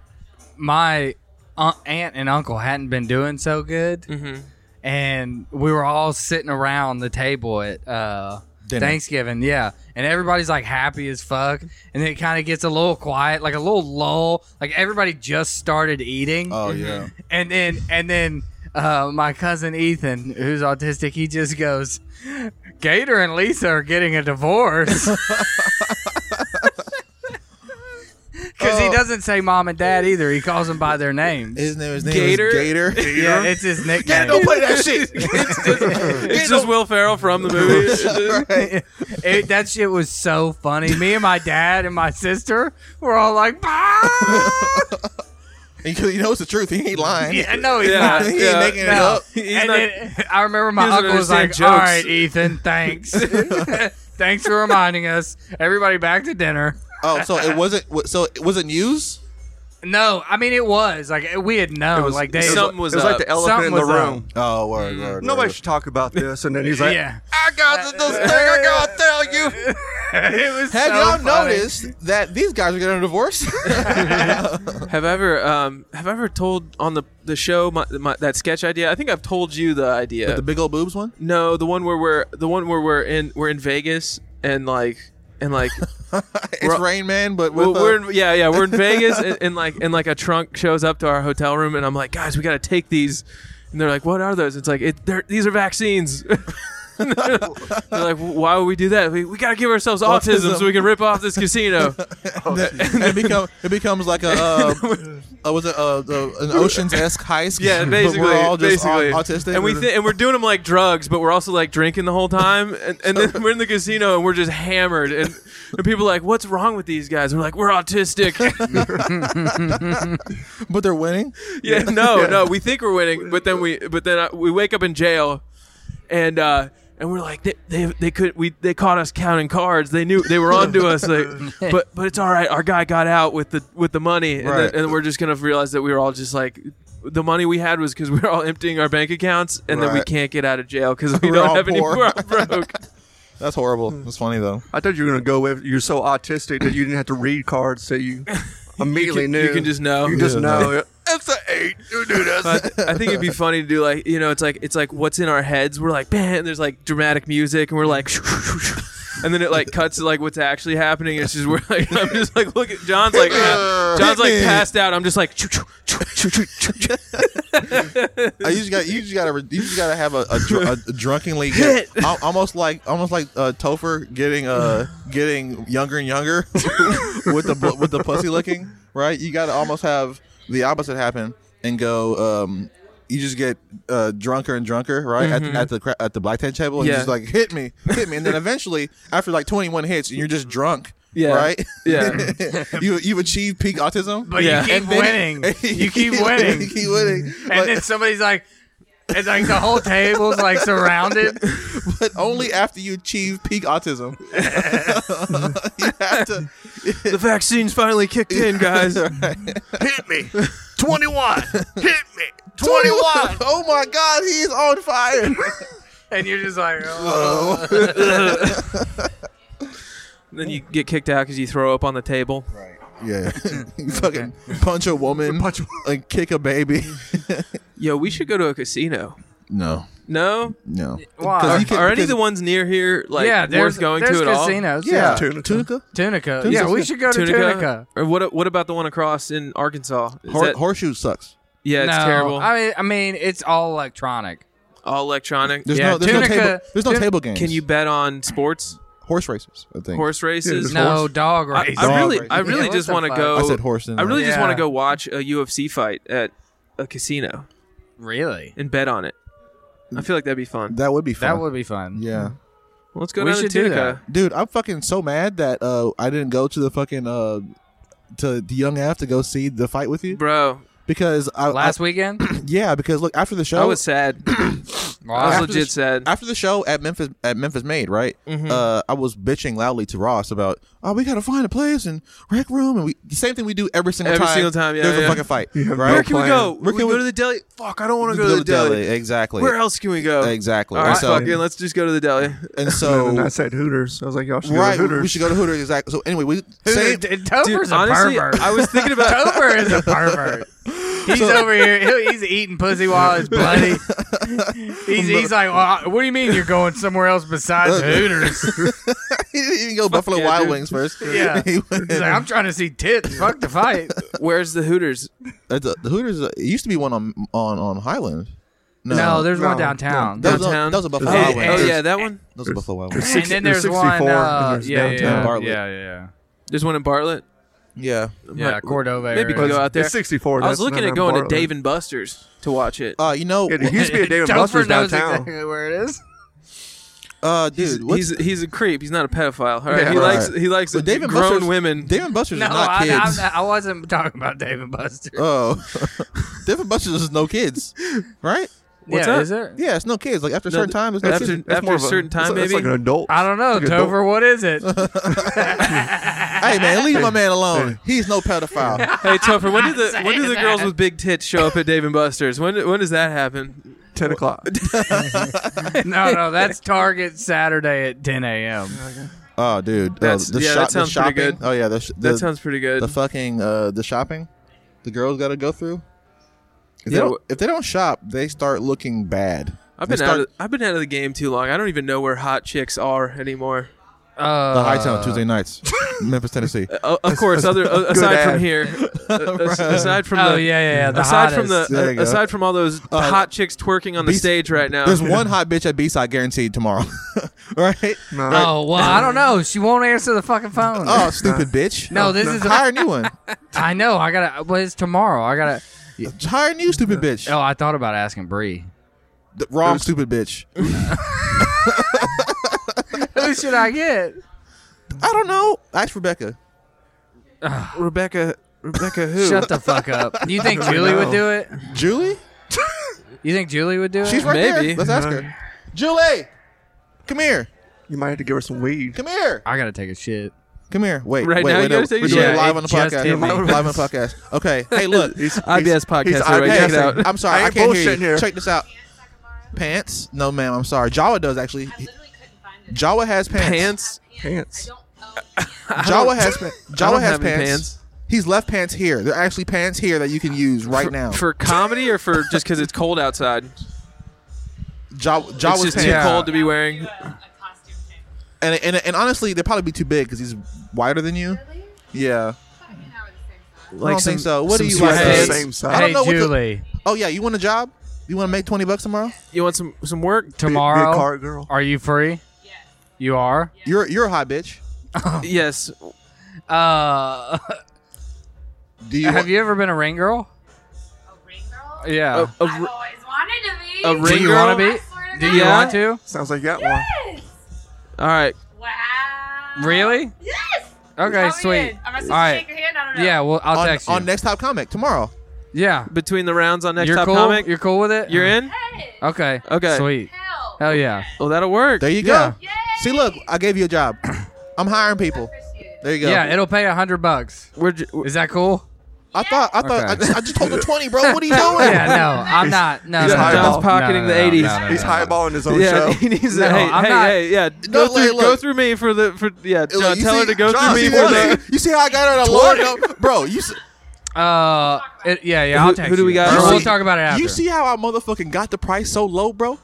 [SPEAKER 8] my aunt, aunt and uncle hadn't been doing so good.
[SPEAKER 7] Mm-hmm.
[SPEAKER 8] And we were all sitting around the table at uh,
[SPEAKER 7] Dinner.
[SPEAKER 8] Thanksgiving. Yeah. And everybody's like happy as fuck. And it kind of gets a little quiet, like a little lull. Like everybody just started eating.
[SPEAKER 7] oh, yeah.
[SPEAKER 8] And then, and then. Uh, my cousin Ethan, who's autistic, he just goes, Gator and Lisa are getting a divorce. Because he doesn't say mom and dad either. He calls them by their names.
[SPEAKER 7] His name, his name
[SPEAKER 6] Gator?
[SPEAKER 7] is Gator.
[SPEAKER 8] yeah, it's his nickname.
[SPEAKER 7] Don't play that shit.
[SPEAKER 6] it's just Will Ferrell from the movie.
[SPEAKER 8] It- that shit was so funny. Me and my dad and my sister were all like, "Ah!"
[SPEAKER 7] Because he knows the truth. He ain't lying.
[SPEAKER 8] yeah, no, he's
[SPEAKER 6] Yeah.
[SPEAKER 8] not.
[SPEAKER 7] He ain't
[SPEAKER 6] Yeah.
[SPEAKER 7] making it
[SPEAKER 8] No.
[SPEAKER 7] up.
[SPEAKER 6] He's
[SPEAKER 8] and
[SPEAKER 6] not-
[SPEAKER 8] then I remember my
[SPEAKER 6] he doesn't
[SPEAKER 8] uncle was like,
[SPEAKER 6] understand
[SPEAKER 8] "All
[SPEAKER 6] jokes."
[SPEAKER 8] right, Ethan, thanks, thanks for reminding us. Everybody back to dinner."
[SPEAKER 7] Oh, so it wasn't. So it was it news?
[SPEAKER 8] No, I mean it was like we had known,
[SPEAKER 6] was-
[SPEAKER 8] like they,
[SPEAKER 6] something
[SPEAKER 9] It
[SPEAKER 6] was
[SPEAKER 9] was like
[SPEAKER 6] up.
[SPEAKER 9] the elephant in the
[SPEAKER 8] Something was up.
[SPEAKER 9] room.
[SPEAKER 7] Oh,
[SPEAKER 6] Mm-hmm.
[SPEAKER 7] word, word,
[SPEAKER 9] Nobody
[SPEAKER 7] word.
[SPEAKER 9] should talk about this. And then he's like,
[SPEAKER 8] yeah,
[SPEAKER 7] I got this thing. I gotta tell you.
[SPEAKER 8] it was.
[SPEAKER 7] Have
[SPEAKER 8] so
[SPEAKER 7] y'all
[SPEAKER 8] funny.
[SPEAKER 7] noticed that these guys are getting a divorce?
[SPEAKER 6] Have I ever um have I ever told on the the show my, my that sketch idea? I think I've told you the idea.
[SPEAKER 7] the big old boobs one.
[SPEAKER 6] no, the one where we're the one where we're in we're in Vegas and like and like
[SPEAKER 7] It's
[SPEAKER 6] We're-
[SPEAKER 7] Rain Man, but with uh,
[SPEAKER 6] we're,
[SPEAKER 7] a-
[SPEAKER 6] we're in, yeah yeah we're in Vegas and, and like and like a trunk shows up to our hotel room and I'm like guys we got to take these and they're like what are those it's like it, they're, these are vaccines And they're like why would we do that we, we got to give ourselves autism.
[SPEAKER 7] Autism.
[SPEAKER 6] so we can rip off this casino
[SPEAKER 7] and it become it becomes like a uh, uh, was it uh, the an oceans esque heist?
[SPEAKER 6] yeah basically
[SPEAKER 7] but we're all just au-
[SPEAKER 6] basically
[SPEAKER 7] autistic,
[SPEAKER 6] and we th- and we're doing them like drugs but we're also like drinking the whole time and, and then we're in the casino and we're just hammered and, and people are like what's wrong with these guys we're like we're autistic.
[SPEAKER 7] but they're winning.
[SPEAKER 6] yeah, no, no. We think we're winning, but then we, but then uh, we wake up in jail, and uh, and we're like, they, they, they could, we, they caught us counting cards. They knew they were onto us. Like, but, but it's all right. Our guy got out with the, with the money, and,
[SPEAKER 7] Right.
[SPEAKER 6] then, and we're just gonna realize that we were all just like. The money we had was because we were all emptying our bank accounts, and then we
[SPEAKER 7] Right.
[SPEAKER 6] can't get out of jail because we
[SPEAKER 7] We're
[SPEAKER 6] don't
[SPEAKER 7] all
[SPEAKER 6] have any.
[SPEAKER 7] poor.
[SPEAKER 6] We're all broke.
[SPEAKER 7] That's horrible. That's funny though.
[SPEAKER 9] I thought you were going to go with, you're so autistic that you didn't have to read cards. So you immediately
[SPEAKER 6] you
[SPEAKER 9] knew.
[SPEAKER 6] can just know.
[SPEAKER 9] You just
[SPEAKER 7] Yeah.
[SPEAKER 9] know. It's an eight. You do this.
[SPEAKER 6] But I think it'd be funny to do like you know it's like it's like what's in our heads. We're like bam, and there's like dramatic music, and we're like, and then it like cuts to like what's actually happening. It's just we're like I'm just like look at John's like yeah. John's like passed out. I'm just like
[SPEAKER 7] Uh, you just got you just got to you just got to have a, a, dr- a drunkenly get, al- almost like almost like uh, Topher getting uh getting younger and younger with the bu- with the pussy licking right. You got to almost have the opposite happen and go. um you just get uh, drunker and drunker, right? At, the- at the cra- at the black tent table, and
[SPEAKER 6] Mm-hmm. Yeah.
[SPEAKER 7] you're just like hit me, hit me, and then eventually, after like 21 hits, and you're just drunk,
[SPEAKER 6] Yeah.
[SPEAKER 7] right?
[SPEAKER 6] Yeah.
[SPEAKER 7] you you've achieved peak autism,
[SPEAKER 8] But
[SPEAKER 6] Yeah.
[SPEAKER 8] you keep
[SPEAKER 7] And then-
[SPEAKER 8] winning. You keep winning.
[SPEAKER 7] you keep winning.
[SPEAKER 8] And
[SPEAKER 7] Like-
[SPEAKER 8] then somebody's like, it's like the whole table's like surrounded.
[SPEAKER 7] but only after you achieve peak autism. you have to
[SPEAKER 6] the vaccine's finally kicked in, guys.
[SPEAKER 9] hit me. 21. hit me.
[SPEAKER 7] 21. Oh my God, he's on fire.
[SPEAKER 8] And you're just like, oh.
[SPEAKER 6] then you get kicked out because you throw up on the table.
[SPEAKER 7] yeah, you fucking punch a woman, punch and kick a baby.
[SPEAKER 6] Yo, we should go to a casino.
[SPEAKER 7] No,
[SPEAKER 6] No,
[SPEAKER 7] no.
[SPEAKER 8] Why?
[SPEAKER 7] you can-
[SPEAKER 6] are any of
[SPEAKER 7] because-
[SPEAKER 6] the ones near here like
[SPEAKER 8] yeah, there's
[SPEAKER 6] worth going
[SPEAKER 8] there's
[SPEAKER 6] to at all?
[SPEAKER 8] casinos.
[SPEAKER 7] Yeah,
[SPEAKER 9] Tunica.
[SPEAKER 8] Tunica. Yeah, we should go to Tunica.
[SPEAKER 6] Tunica. Or what? What about the one across in Arkansas? Is
[SPEAKER 7] Hor-
[SPEAKER 6] that-
[SPEAKER 7] horseshoe sucks.
[SPEAKER 6] yeah, it's
[SPEAKER 8] no,
[SPEAKER 6] terrible.
[SPEAKER 8] I mean, I mean, it's all electronic.
[SPEAKER 6] all electronic.
[SPEAKER 7] There's
[SPEAKER 6] yeah.
[SPEAKER 7] no, there's
[SPEAKER 8] Tunica-
[SPEAKER 7] no table. There's no
[SPEAKER 8] Tun-
[SPEAKER 7] table games.
[SPEAKER 6] Can you bet on sports,
[SPEAKER 7] horse races? I think.
[SPEAKER 6] horse
[SPEAKER 9] There's
[SPEAKER 6] races?
[SPEAKER 8] No
[SPEAKER 9] horse-
[SPEAKER 8] dog
[SPEAKER 6] I,
[SPEAKER 8] race.
[SPEAKER 6] I
[SPEAKER 7] Dog
[SPEAKER 6] really,
[SPEAKER 7] races.
[SPEAKER 6] I really
[SPEAKER 8] Yeah,
[SPEAKER 6] just
[SPEAKER 8] what
[SPEAKER 6] want
[SPEAKER 8] the
[SPEAKER 6] to
[SPEAKER 8] fuck?
[SPEAKER 6] go.
[SPEAKER 7] I said horse. didn't
[SPEAKER 6] oh, I really just
[SPEAKER 8] Yeah.
[SPEAKER 6] want to go watch a UFC fight at a casino
[SPEAKER 8] really?
[SPEAKER 6] and bet on it. I feel like that'd be fun.
[SPEAKER 7] That would be fun.
[SPEAKER 6] Mm-hmm.
[SPEAKER 8] That would be fun.
[SPEAKER 7] Yeah.
[SPEAKER 6] Well, let's go
[SPEAKER 8] We
[SPEAKER 6] down to
[SPEAKER 8] should do
[SPEAKER 6] Tunica.
[SPEAKER 7] dude i'm fucking so mad that uh i didn't go to the fucking uh to the young f to go see the fight with you
[SPEAKER 6] Bro,
[SPEAKER 7] because i
[SPEAKER 8] Last
[SPEAKER 7] I-
[SPEAKER 8] weekend,
[SPEAKER 7] yeah because look after the show
[SPEAKER 6] I was sad. I was
[SPEAKER 8] Wow.
[SPEAKER 7] After the
[SPEAKER 6] legit
[SPEAKER 7] sh-
[SPEAKER 6] sad.
[SPEAKER 7] after the show at Memphis at Memphis Made, right?
[SPEAKER 6] Mm-hmm.
[SPEAKER 7] Uh, I was bitching loudly to Ross about, oh, we gotta find a place and rec room, and we the same thing we do every single
[SPEAKER 6] Every
[SPEAKER 7] time.
[SPEAKER 6] single time, yeah,
[SPEAKER 7] there's
[SPEAKER 6] yeah.
[SPEAKER 7] a fucking fight.
[SPEAKER 9] You have
[SPEAKER 7] right?
[SPEAKER 9] no
[SPEAKER 6] Where can we
[SPEAKER 9] plan.
[SPEAKER 6] go?
[SPEAKER 7] Where
[SPEAKER 6] we
[SPEAKER 7] can
[SPEAKER 6] go
[SPEAKER 7] we-
[SPEAKER 6] to the deli. Fuck, I don't want to
[SPEAKER 7] Go
[SPEAKER 6] go to the deli.
[SPEAKER 7] Exactly.
[SPEAKER 6] Where else can we go?
[SPEAKER 7] Exactly.
[SPEAKER 6] All right,
[SPEAKER 7] And so-
[SPEAKER 6] fuck it. Let's just go to the deli.
[SPEAKER 7] And
[SPEAKER 9] and then I
[SPEAKER 7] so,
[SPEAKER 9] said Hooters. I was like, y'all should
[SPEAKER 7] right,
[SPEAKER 9] go to Hooters.
[SPEAKER 7] we should go to Hooters. Exactly. So anyway, we same,
[SPEAKER 8] Topher's
[SPEAKER 6] Dude,
[SPEAKER 8] a
[SPEAKER 6] honestly,
[SPEAKER 8] pervert.
[SPEAKER 6] I was thinking about
[SPEAKER 8] Topher is a pervert. He's over here. he- He's eating pussy while it's bloody. He's, he's like, well, what do you mean you're going somewhere else besides Hooters?
[SPEAKER 7] he didn't even go Buffalo
[SPEAKER 6] yeah,
[SPEAKER 7] Wild
[SPEAKER 6] dude.
[SPEAKER 7] Wings first.
[SPEAKER 8] Yeah.
[SPEAKER 7] He went-
[SPEAKER 8] He's like, I'm trying to see tits. Fuck the fight.
[SPEAKER 6] where's the Hooters.
[SPEAKER 7] Uh, the, the Hooters uh, it used to be one on on on Highland. No,
[SPEAKER 8] No, there's one
[SPEAKER 9] No,
[SPEAKER 8] downtown.
[SPEAKER 7] that was,
[SPEAKER 6] downtown.
[SPEAKER 7] a, that was a Buffalo
[SPEAKER 6] Oh,
[SPEAKER 7] Wild
[SPEAKER 6] oh,
[SPEAKER 7] Wings.
[SPEAKER 6] yeah, that one.
[SPEAKER 7] that was a Buffalo Wild Wings.
[SPEAKER 9] There's
[SPEAKER 8] and
[SPEAKER 9] 60
[SPEAKER 8] then there's
[SPEAKER 9] there's
[SPEAKER 8] one.
[SPEAKER 9] 64,
[SPEAKER 8] Uh,
[SPEAKER 9] and there's
[SPEAKER 8] yeah,
[SPEAKER 9] downtown
[SPEAKER 8] yeah,
[SPEAKER 7] Bartlett.
[SPEAKER 8] yeah, yeah,
[SPEAKER 6] There's one in Bartlett.
[SPEAKER 7] Yeah.
[SPEAKER 8] yeah.
[SPEAKER 6] Might-
[SPEAKER 8] Cordova.
[SPEAKER 6] Maybe
[SPEAKER 8] area.
[SPEAKER 6] go out there.
[SPEAKER 9] It's 64.
[SPEAKER 6] I was
[SPEAKER 9] that's
[SPEAKER 6] looking
[SPEAKER 9] not
[SPEAKER 6] at going to
[SPEAKER 9] Bartlett.
[SPEAKER 6] Dave and Buster's to watch it.
[SPEAKER 7] Uh, you know,
[SPEAKER 9] Yeah, It used to be a Dave and Buster's
[SPEAKER 8] Topher knows
[SPEAKER 9] downtown.
[SPEAKER 8] exactly where it is.
[SPEAKER 7] uh, dude, what's-
[SPEAKER 6] he's he's a creep. He's not a pedophile. All right,
[SPEAKER 9] Yeah,
[SPEAKER 6] he
[SPEAKER 9] right.
[SPEAKER 6] likes he likes
[SPEAKER 7] Well, Dave and
[SPEAKER 6] grown
[SPEAKER 7] Buster's-
[SPEAKER 6] women.
[SPEAKER 7] Dave and Buster's
[SPEAKER 8] No,
[SPEAKER 7] is not
[SPEAKER 8] I,
[SPEAKER 7] kids.
[SPEAKER 8] I, I wasn't talking about Dave and Buster.
[SPEAKER 7] Oh, Dave and Buster's is no kids, right?
[SPEAKER 6] What's
[SPEAKER 8] yeah,
[SPEAKER 6] up?
[SPEAKER 8] is there?
[SPEAKER 7] Yeah, it's no kids. Like after a
[SPEAKER 6] No,
[SPEAKER 7] certain time, it's no
[SPEAKER 6] after-
[SPEAKER 7] kids.
[SPEAKER 9] That's
[SPEAKER 6] after
[SPEAKER 9] more
[SPEAKER 6] a
[SPEAKER 9] of
[SPEAKER 6] certain time,
[SPEAKER 9] it's, It's like
[SPEAKER 6] maybe?
[SPEAKER 9] an adult.
[SPEAKER 8] I don't know,
[SPEAKER 9] Like a dope.
[SPEAKER 8] Topher. What is it?
[SPEAKER 7] Hey man, leave my man alone. He's no pedophile.
[SPEAKER 6] Hey Topher, when did the when did the
[SPEAKER 8] saying
[SPEAKER 6] girls
[SPEAKER 8] that.
[SPEAKER 6] with big tits show up at Dave and Buster's? When when does that happen?
[SPEAKER 9] 10 o'clock.
[SPEAKER 8] no, no, that's Target Saturday at 10 a.m.
[SPEAKER 7] Oh, dude,
[SPEAKER 6] That's-
[SPEAKER 7] uh, the
[SPEAKER 6] yeah,
[SPEAKER 7] shop- the
[SPEAKER 6] that sounds pretty
[SPEAKER 7] shopping.
[SPEAKER 6] good.
[SPEAKER 7] Oh yeah, the, sh- the,
[SPEAKER 6] that sounds pretty good.
[SPEAKER 7] the fucking uh, the shopping. The girls got to go through. If,
[SPEAKER 6] Yeah,
[SPEAKER 7] they don't,
[SPEAKER 6] wh-
[SPEAKER 7] if they don't shop, they start looking bad.
[SPEAKER 6] I've
[SPEAKER 7] They
[SPEAKER 6] been out
[SPEAKER 7] start
[SPEAKER 6] of, I've been out of the game too long. I don't even know where hot chicks are anymore.
[SPEAKER 8] Uh,
[SPEAKER 7] the high town Tuesday nights, Memphis, Tennessee.
[SPEAKER 6] Uh, of course, other uh, aside from here, uh, as- aside from
[SPEAKER 8] Oh
[SPEAKER 6] the,
[SPEAKER 8] yeah, yeah, yeah. The
[SPEAKER 6] aside from the
[SPEAKER 8] hottest.
[SPEAKER 7] There you
[SPEAKER 6] uh,
[SPEAKER 7] go.
[SPEAKER 6] aside from all those hot chicks twerking on the
[SPEAKER 7] Beast-
[SPEAKER 6] stage right now.
[SPEAKER 7] There's one hot bitch at B side guaranteed tomorrow, right?
[SPEAKER 9] No.
[SPEAKER 6] Uh,
[SPEAKER 8] Oh well, I don't know. She won't answer the fucking phone.
[SPEAKER 7] Oh, stupid bitch!
[SPEAKER 8] No, this is.
[SPEAKER 7] hire a new one.
[SPEAKER 8] I know. I gotta. Well, it's tomorrow. I gotta.
[SPEAKER 7] Hire a new stupid bitch.
[SPEAKER 8] Oh, I thought about asking Bree.
[SPEAKER 7] The wrong stupid bitch.
[SPEAKER 8] Who should I get?
[SPEAKER 7] I don't know. Ask Rebecca.
[SPEAKER 6] Rebecca Rebecca who?
[SPEAKER 8] Shut the fuck up. You think Julie would do it?
[SPEAKER 7] Julie?
[SPEAKER 8] You think Julie would do it?
[SPEAKER 7] She's right
[SPEAKER 6] Maybe.
[SPEAKER 7] there. Let's ask her. Julie, come here.
[SPEAKER 9] You might have to give her some weed.
[SPEAKER 7] Come here.
[SPEAKER 8] I gotta take a shit.
[SPEAKER 7] Come here. Wait.
[SPEAKER 6] Right
[SPEAKER 7] wait,
[SPEAKER 6] now
[SPEAKER 7] wait,
[SPEAKER 6] you
[SPEAKER 7] no.
[SPEAKER 6] gotta take a
[SPEAKER 7] We're doing
[SPEAKER 6] shit.
[SPEAKER 7] it live on the
[SPEAKER 8] It just hit
[SPEAKER 7] podcast.
[SPEAKER 8] me.
[SPEAKER 7] Live on the podcast. Okay. Hey, look.
[SPEAKER 9] He's,
[SPEAKER 6] IBS podcast.
[SPEAKER 9] He's
[SPEAKER 6] right?
[SPEAKER 9] IBS.
[SPEAKER 6] Check it out.
[SPEAKER 7] I'm sorry.
[SPEAKER 9] I
[SPEAKER 7] I,
[SPEAKER 9] ain't
[SPEAKER 7] can't hear
[SPEAKER 9] bullshitting
[SPEAKER 7] you.
[SPEAKER 9] here.
[SPEAKER 7] Check this out. Pants? No, ma'am. I'm sorry. Jawa does actually.
[SPEAKER 2] literally couldn't find this.
[SPEAKER 7] Jawa has pants.
[SPEAKER 9] pants.
[SPEAKER 6] Pants.
[SPEAKER 2] I don't own pants.
[SPEAKER 7] Jawa has pants. Jawa
[SPEAKER 6] don't
[SPEAKER 7] has
[SPEAKER 6] have any
[SPEAKER 7] pants.
[SPEAKER 6] pants.
[SPEAKER 7] He's left pants here. They're actually pants here that you can use right now.
[SPEAKER 6] For comedy or for just because it's cold outside?
[SPEAKER 7] Jawa,
[SPEAKER 6] It's
[SPEAKER 7] Jawa's
[SPEAKER 6] just
[SPEAKER 7] pants.
[SPEAKER 6] too cold to be wearing.
[SPEAKER 2] Do a, a costume thing.
[SPEAKER 7] And, and and honestly, they'd probably be too big because he's wider than you. Yeah. I
[SPEAKER 6] Like
[SPEAKER 7] don't think
[SPEAKER 6] some-
[SPEAKER 7] so. What
[SPEAKER 6] some
[SPEAKER 7] do you
[SPEAKER 6] sweatpants.
[SPEAKER 7] like?
[SPEAKER 6] Hey,
[SPEAKER 9] same size.
[SPEAKER 7] I don't
[SPEAKER 8] Hey
[SPEAKER 7] know what the-
[SPEAKER 8] Julie,
[SPEAKER 7] Oh yeah, you want a job? You want to make twenty bucks tomorrow?
[SPEAKER 6] You want some some work?
[SPEAKER 8] tomorrow.
[SPEAKER 9] Be a car girl.
[SPEAKER 8] Are you free?
[SPEAKER 2] Yes.
[SPEAKER 8] You are.
[SPEAKER 7] You're you're a hot bitch.
[SPEAKER 6] Yes.
[SPEAKER 7] Oh.
[SPEAKER 8] Uh,
[SPEAKER 7] Do you?
[SPEAKER 8] have you ever been a ring girl?
[SPEAKER 2] A ring girl?
[SPEAKER 8] Yeah.
[SPEAKER 6] A- a
[SPEAKER 2] I've
[SPEAKER 6] r-
[SPEAKER 2] always wanted to be.
[SPEAKER 6] a ring
[SPEAKER 8] Do you
[SPEAKER 6] girl?
[SPEAKER 8] want to
[SPEAKER 2] I
[SPEAKER 8] be?
[SPEAKER 2] swear to
[SPEAKER 8] Do
[SPEAKER 2] God.
[SPEAKER 8] you
[SPEAKER 6] Yeah.
[SPEAKER 8] want to?
[SPEAKER 9] Sounds like that one.
[SPEAKER 2] Yes.
[SPEAKER 6] All right.
[SPEAKER 2] Wow.
[SPEAKER 8] Really?
[SPEAKER 2] Yes.
[SPEAKER 8] Okay,
[SPEAKER 2] Count me
[SPEAKER 8] sweet.
[SPEAKER 2] in. Am I supposed
[SPEAKER 8] All
[SPEAKER 2] to
[SPEAKER 8] right.
[SPEAKER 2] shake your hand? I don't know.
[SPEAKER 8] Oh, Yeah, well, I'll
[SPEAKER 7] on,
[SPEAKER 8] text you.
[SPEAKER 7] on next top comic tomorrow.
[SPEAKER 8] yeah.
[SPEAKER 6] Between the rounds on next
[SPEAKER 8] You're
[SPEAKER 6] top
[SPEAKER 8] cool.
[SPEAKER 6] comic,
[SPEAKER 8] You're cool with it.
[SPEAKER 6] you're in.
[SPEAKER 2] Hey.
[SPEAKER 8] Okay.
[SPEAKER 6] Okay.
[SPEAKER 8] Sweet.
[SPEAKER 2] Hell.
[SPEAKER 8] Hell yeah.
[SPEAKER 6] Well, that'll work.
[SPEAKER 7] There you
[SPEAKER 8] Yeah.
[SPEAKER 7] go.
[SPEAKER 2] Yay.
[SPEAKER 7] See, look, I gave you a job. I'm hiring people.
[SPEAKER 2] Appreciate it.
[SPEAKER 7] There you go.
[SPEAKER 8] Yeah, it'll pay a hundred bucks.
[SPEAKER 6] We're j- we're-
[SPEAKER 8] Is that cool?
[SPEAKER 7] I thought I thought
[SPEAKER 8] Okay.
[SPEAKER 7] I, I just told him twenty, bro. What are you doing?
[SPEAKER 8] Yeah, no, I'm not. No,
[SPEAKER 9] he's
[SPEAKER 8] no, no,
[SPEAKER 9] John's
[SPEAKER 8] no,
[SPEAKER 6] pocketing
[SPEAKER 8] no, no,
[SPEAKER 6] the
[SPEAKER 8] no,
[SPEAKER 6] 80s.
[SPEAKER 8] no, no, no,
[SPEAKER 9] He's
[SPEAKER 8] no.
[SPEAKER 9] highballing his own
[SPEAKER 6] yeah,
[SPEAKER 9] show.
[SPEAKER 6] he needs to.
[SPEAKER 8] No,
[SPEAKER 6] hey,
[SPEAKER 8] I'm
[SPEAKER 6] hey,
[SPEAKER 8] not-
[SPEAKER 6] hey, yeah.
[SPEAKER 7] No,
[SPEAKER 6] Go through,
[SPEAKER 7] look,
[SPEAKER 6] go
[SPEAKER 7] look.
[SPEAKER 6] through me for the for yeah.
[SPEAKER 7] Look,
[SPEAKER 6] John,
[SPEAKER 7] you
[SPEAKER 6] tell her
[SPEAKER 7] see-
[SPEAKER 6] to go
[SPEAKER 7] John,
[SPEAKER 6] through me
[SPEAKER 7] see
[SPEAKER 6] for
[SPEAKER 7] what
[SPEAKER 6] the.
[SPEAKER 7] I- You see how I got her to lower down? Bro, you see,
[SPEAKER 8] Uh, it, yeah, yeah.
[SPEAKER 6] Who-
[SPEAKER 8] I'll text
[SPEAKER 6] who do
[SPEAKER 8] you.
[SPEAKER 6] we got?
[SPEAKER 8] Or
[SPEAKER 7] you
[SPEAKER 8] We'll
[SPEAKER 7] see-
[SPEAKER 8] talk about it after.
[SPEAKER 7] You see how I motherfucking got the price so low, bro?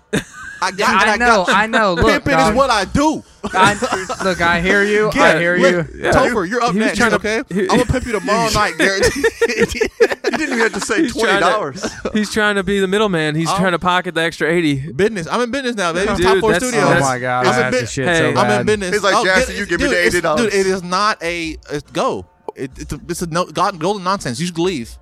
[SPEAKER 7] I got
[SPEAKER 8] Yeah,
[SPEAKER 7] what
[SPEAKER 8] I
[SPEAKER 7] I
[SPEAKER 8] know.
[SPEAKER 7] got.
[SPEAKER 8] I know. Look,
[SPEAKER 7] Pimping is
[SPEAKER 8] dog,
[SPEAKER 7] what I do.
[SPEAKER 8] I, look, I hear you. I hear
[SPEAKER 7] Look,
[SPEAKER 8] you.
[SPEAKER 7] Topher, you're up
[SPEAKER 6] he was
[SPEAKER 7] next,
[SPEAKER 6] trying to-
[SPEAKER 7] okay?
[SPEAKER 6] he-
[SPEAKER 7] I'm gonna pimp you tomorrow night, guaranteed.
[SPEAKER 9] You didn't even have to say
[SPEAKER 6] trying to-
[SPEAKER 9] $20.
[SPEAKER 6] He's trying to be the middleman.
[SPEAKER 7] Oh.
[SPEAKER 6] He's trying to pocket the extra eighty.
[SPEAKER 7] business. I'm in business now, baby.
[SPEAKER 6] Dude,
[SPEAKER 7] Top four
[SPEAKER 6] that's-
[SPEAKER 7] studio.
[SPEAKER 8] Oh
[SPEAKER 6] that's-
[SPEAKER 8] my god, I
[SPEAKER 7] It's a
[SPEAKER 8] have to
[SPEAKER 7] bit-
[SPEAKER 8] shit
[SPEAKER 6] Hey,
[SPEAKER 8] so
[SPEAKER 6] I'm
[SPEAKER 8] bad.
[SPEAKER 7] I'm in business. Oh,
[SPEAKER 9] He's like,
[SPEAKER 7] get-
[SPEAKER 9] Jackson, you give me
[SPEAKER 7] dude,
[SPEAKER 9] the
[SPEAKER 7] it's-
[SPEAKER 9] $80.
[SPEAKER 7] Dude, it is not a it's go. It, it's a, it's a no, god, golden nonsense. You should leave.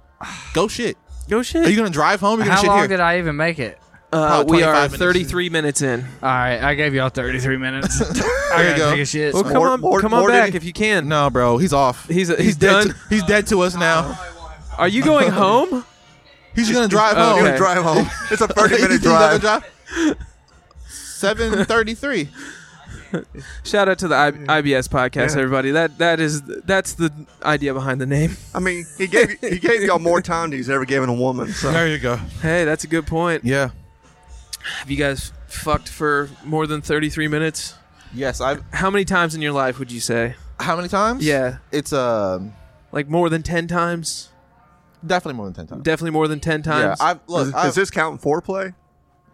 [SPEAKER 7] Go shit. Are
[SPEAKER 6] Go
[SPEAKER 7] you
[SPEAKER 6] shit.
[SPEAKER 7] gonna drive home? You're gonna
[SPEAKER 8] How
[SPEAKER 7] shit
[SPEAKER 8] long
[SPEAKER 7] here.
[SPEAKER 8] did I even make it?
[SPEAKER 6] Uh,
[SPEAKER 7] Probably
[SPEAKER 6] we
[SPEAKER 7] 25
[SPEAKER 6] are
[SPEAKER 7] minutes in.
[SPEAKER 6] 33 minutes in.
[SPEAKER 8] All right, I gave y'all 33 minutes. I
[SPEAKER 7] There
[SPEAKER 8] gotta
[SPEAKER 7] you go.
[SPEAKER 8] take a shit.
[SPEAKER 6] Well, come
[SPEAKER 7] Mort-
[SPEAKER 6] on,
[SPEAKER 7] Mort-
[SPEAKER 6] come on
[SPEAKER 7] Morty.
[SPEAKER 6] back if you can.
[SPEAKER 7] No, bro, he's off.
[SPEAKER 6] He's- he's
[SPEAKER 7] dead.
[SPEAKER 6] done.
[SPEAKER 7] To, he's dead to us now.
[SPEAKER 6] Are you going home?
[SPEAKER 7] He's gonna drive
[SPEAKER 6] Oh,
[SPEAKER 7] home.
[SPEAKER 6] okay.
[SPEAKER 9] Drive home. It's a
[SPEAKER 7] You
[SPEAKER 9] 30
[SPEAKER 7] think
[SPEAKER 9] minute
[SPEAKER 7] he's gonna
[SPEAKER 9] drive.
[SPEAKER 7] drive. Seven thirty-three.
[SPEAKER 6] Shout out to the I- IBS podcast,
[SPEAKER 9] Yeah.
[SPEAKER 6] everybody. That that is that's the idea behind the name.
[SPEAKER 9] I mean, he gave he gave y'all more time than he's ever given a woman. So
[SPEAKER 7] you go.
[SPEAKER 6] Hey, that's a good point.
[SPEAKER 7] Yeah.
[SPEAKER 6] Have you guys fucked for more than 33 minutes?
[SPEAKER 7] Yes. I.
[SPEAKER 6] How many times in your life would you say?
[SPEAKER 7] How many times?
[SPEAKER 6] Yeah.
[SPEAKER 7] It's um
[SPEAKER 6] Like more than 10 times?
[SPEAKER 7] definitely more than ten times.
[SPEAKER 6] Definitely more than 10
[SPEAKER 7] yeah.
[SPEAKER 6] times.
[SPEAKER 7] I've look.
[SPEAKER 9] is,
[SPEAKER 7] I've,
[SPEAKER 9] is this counting foreplay?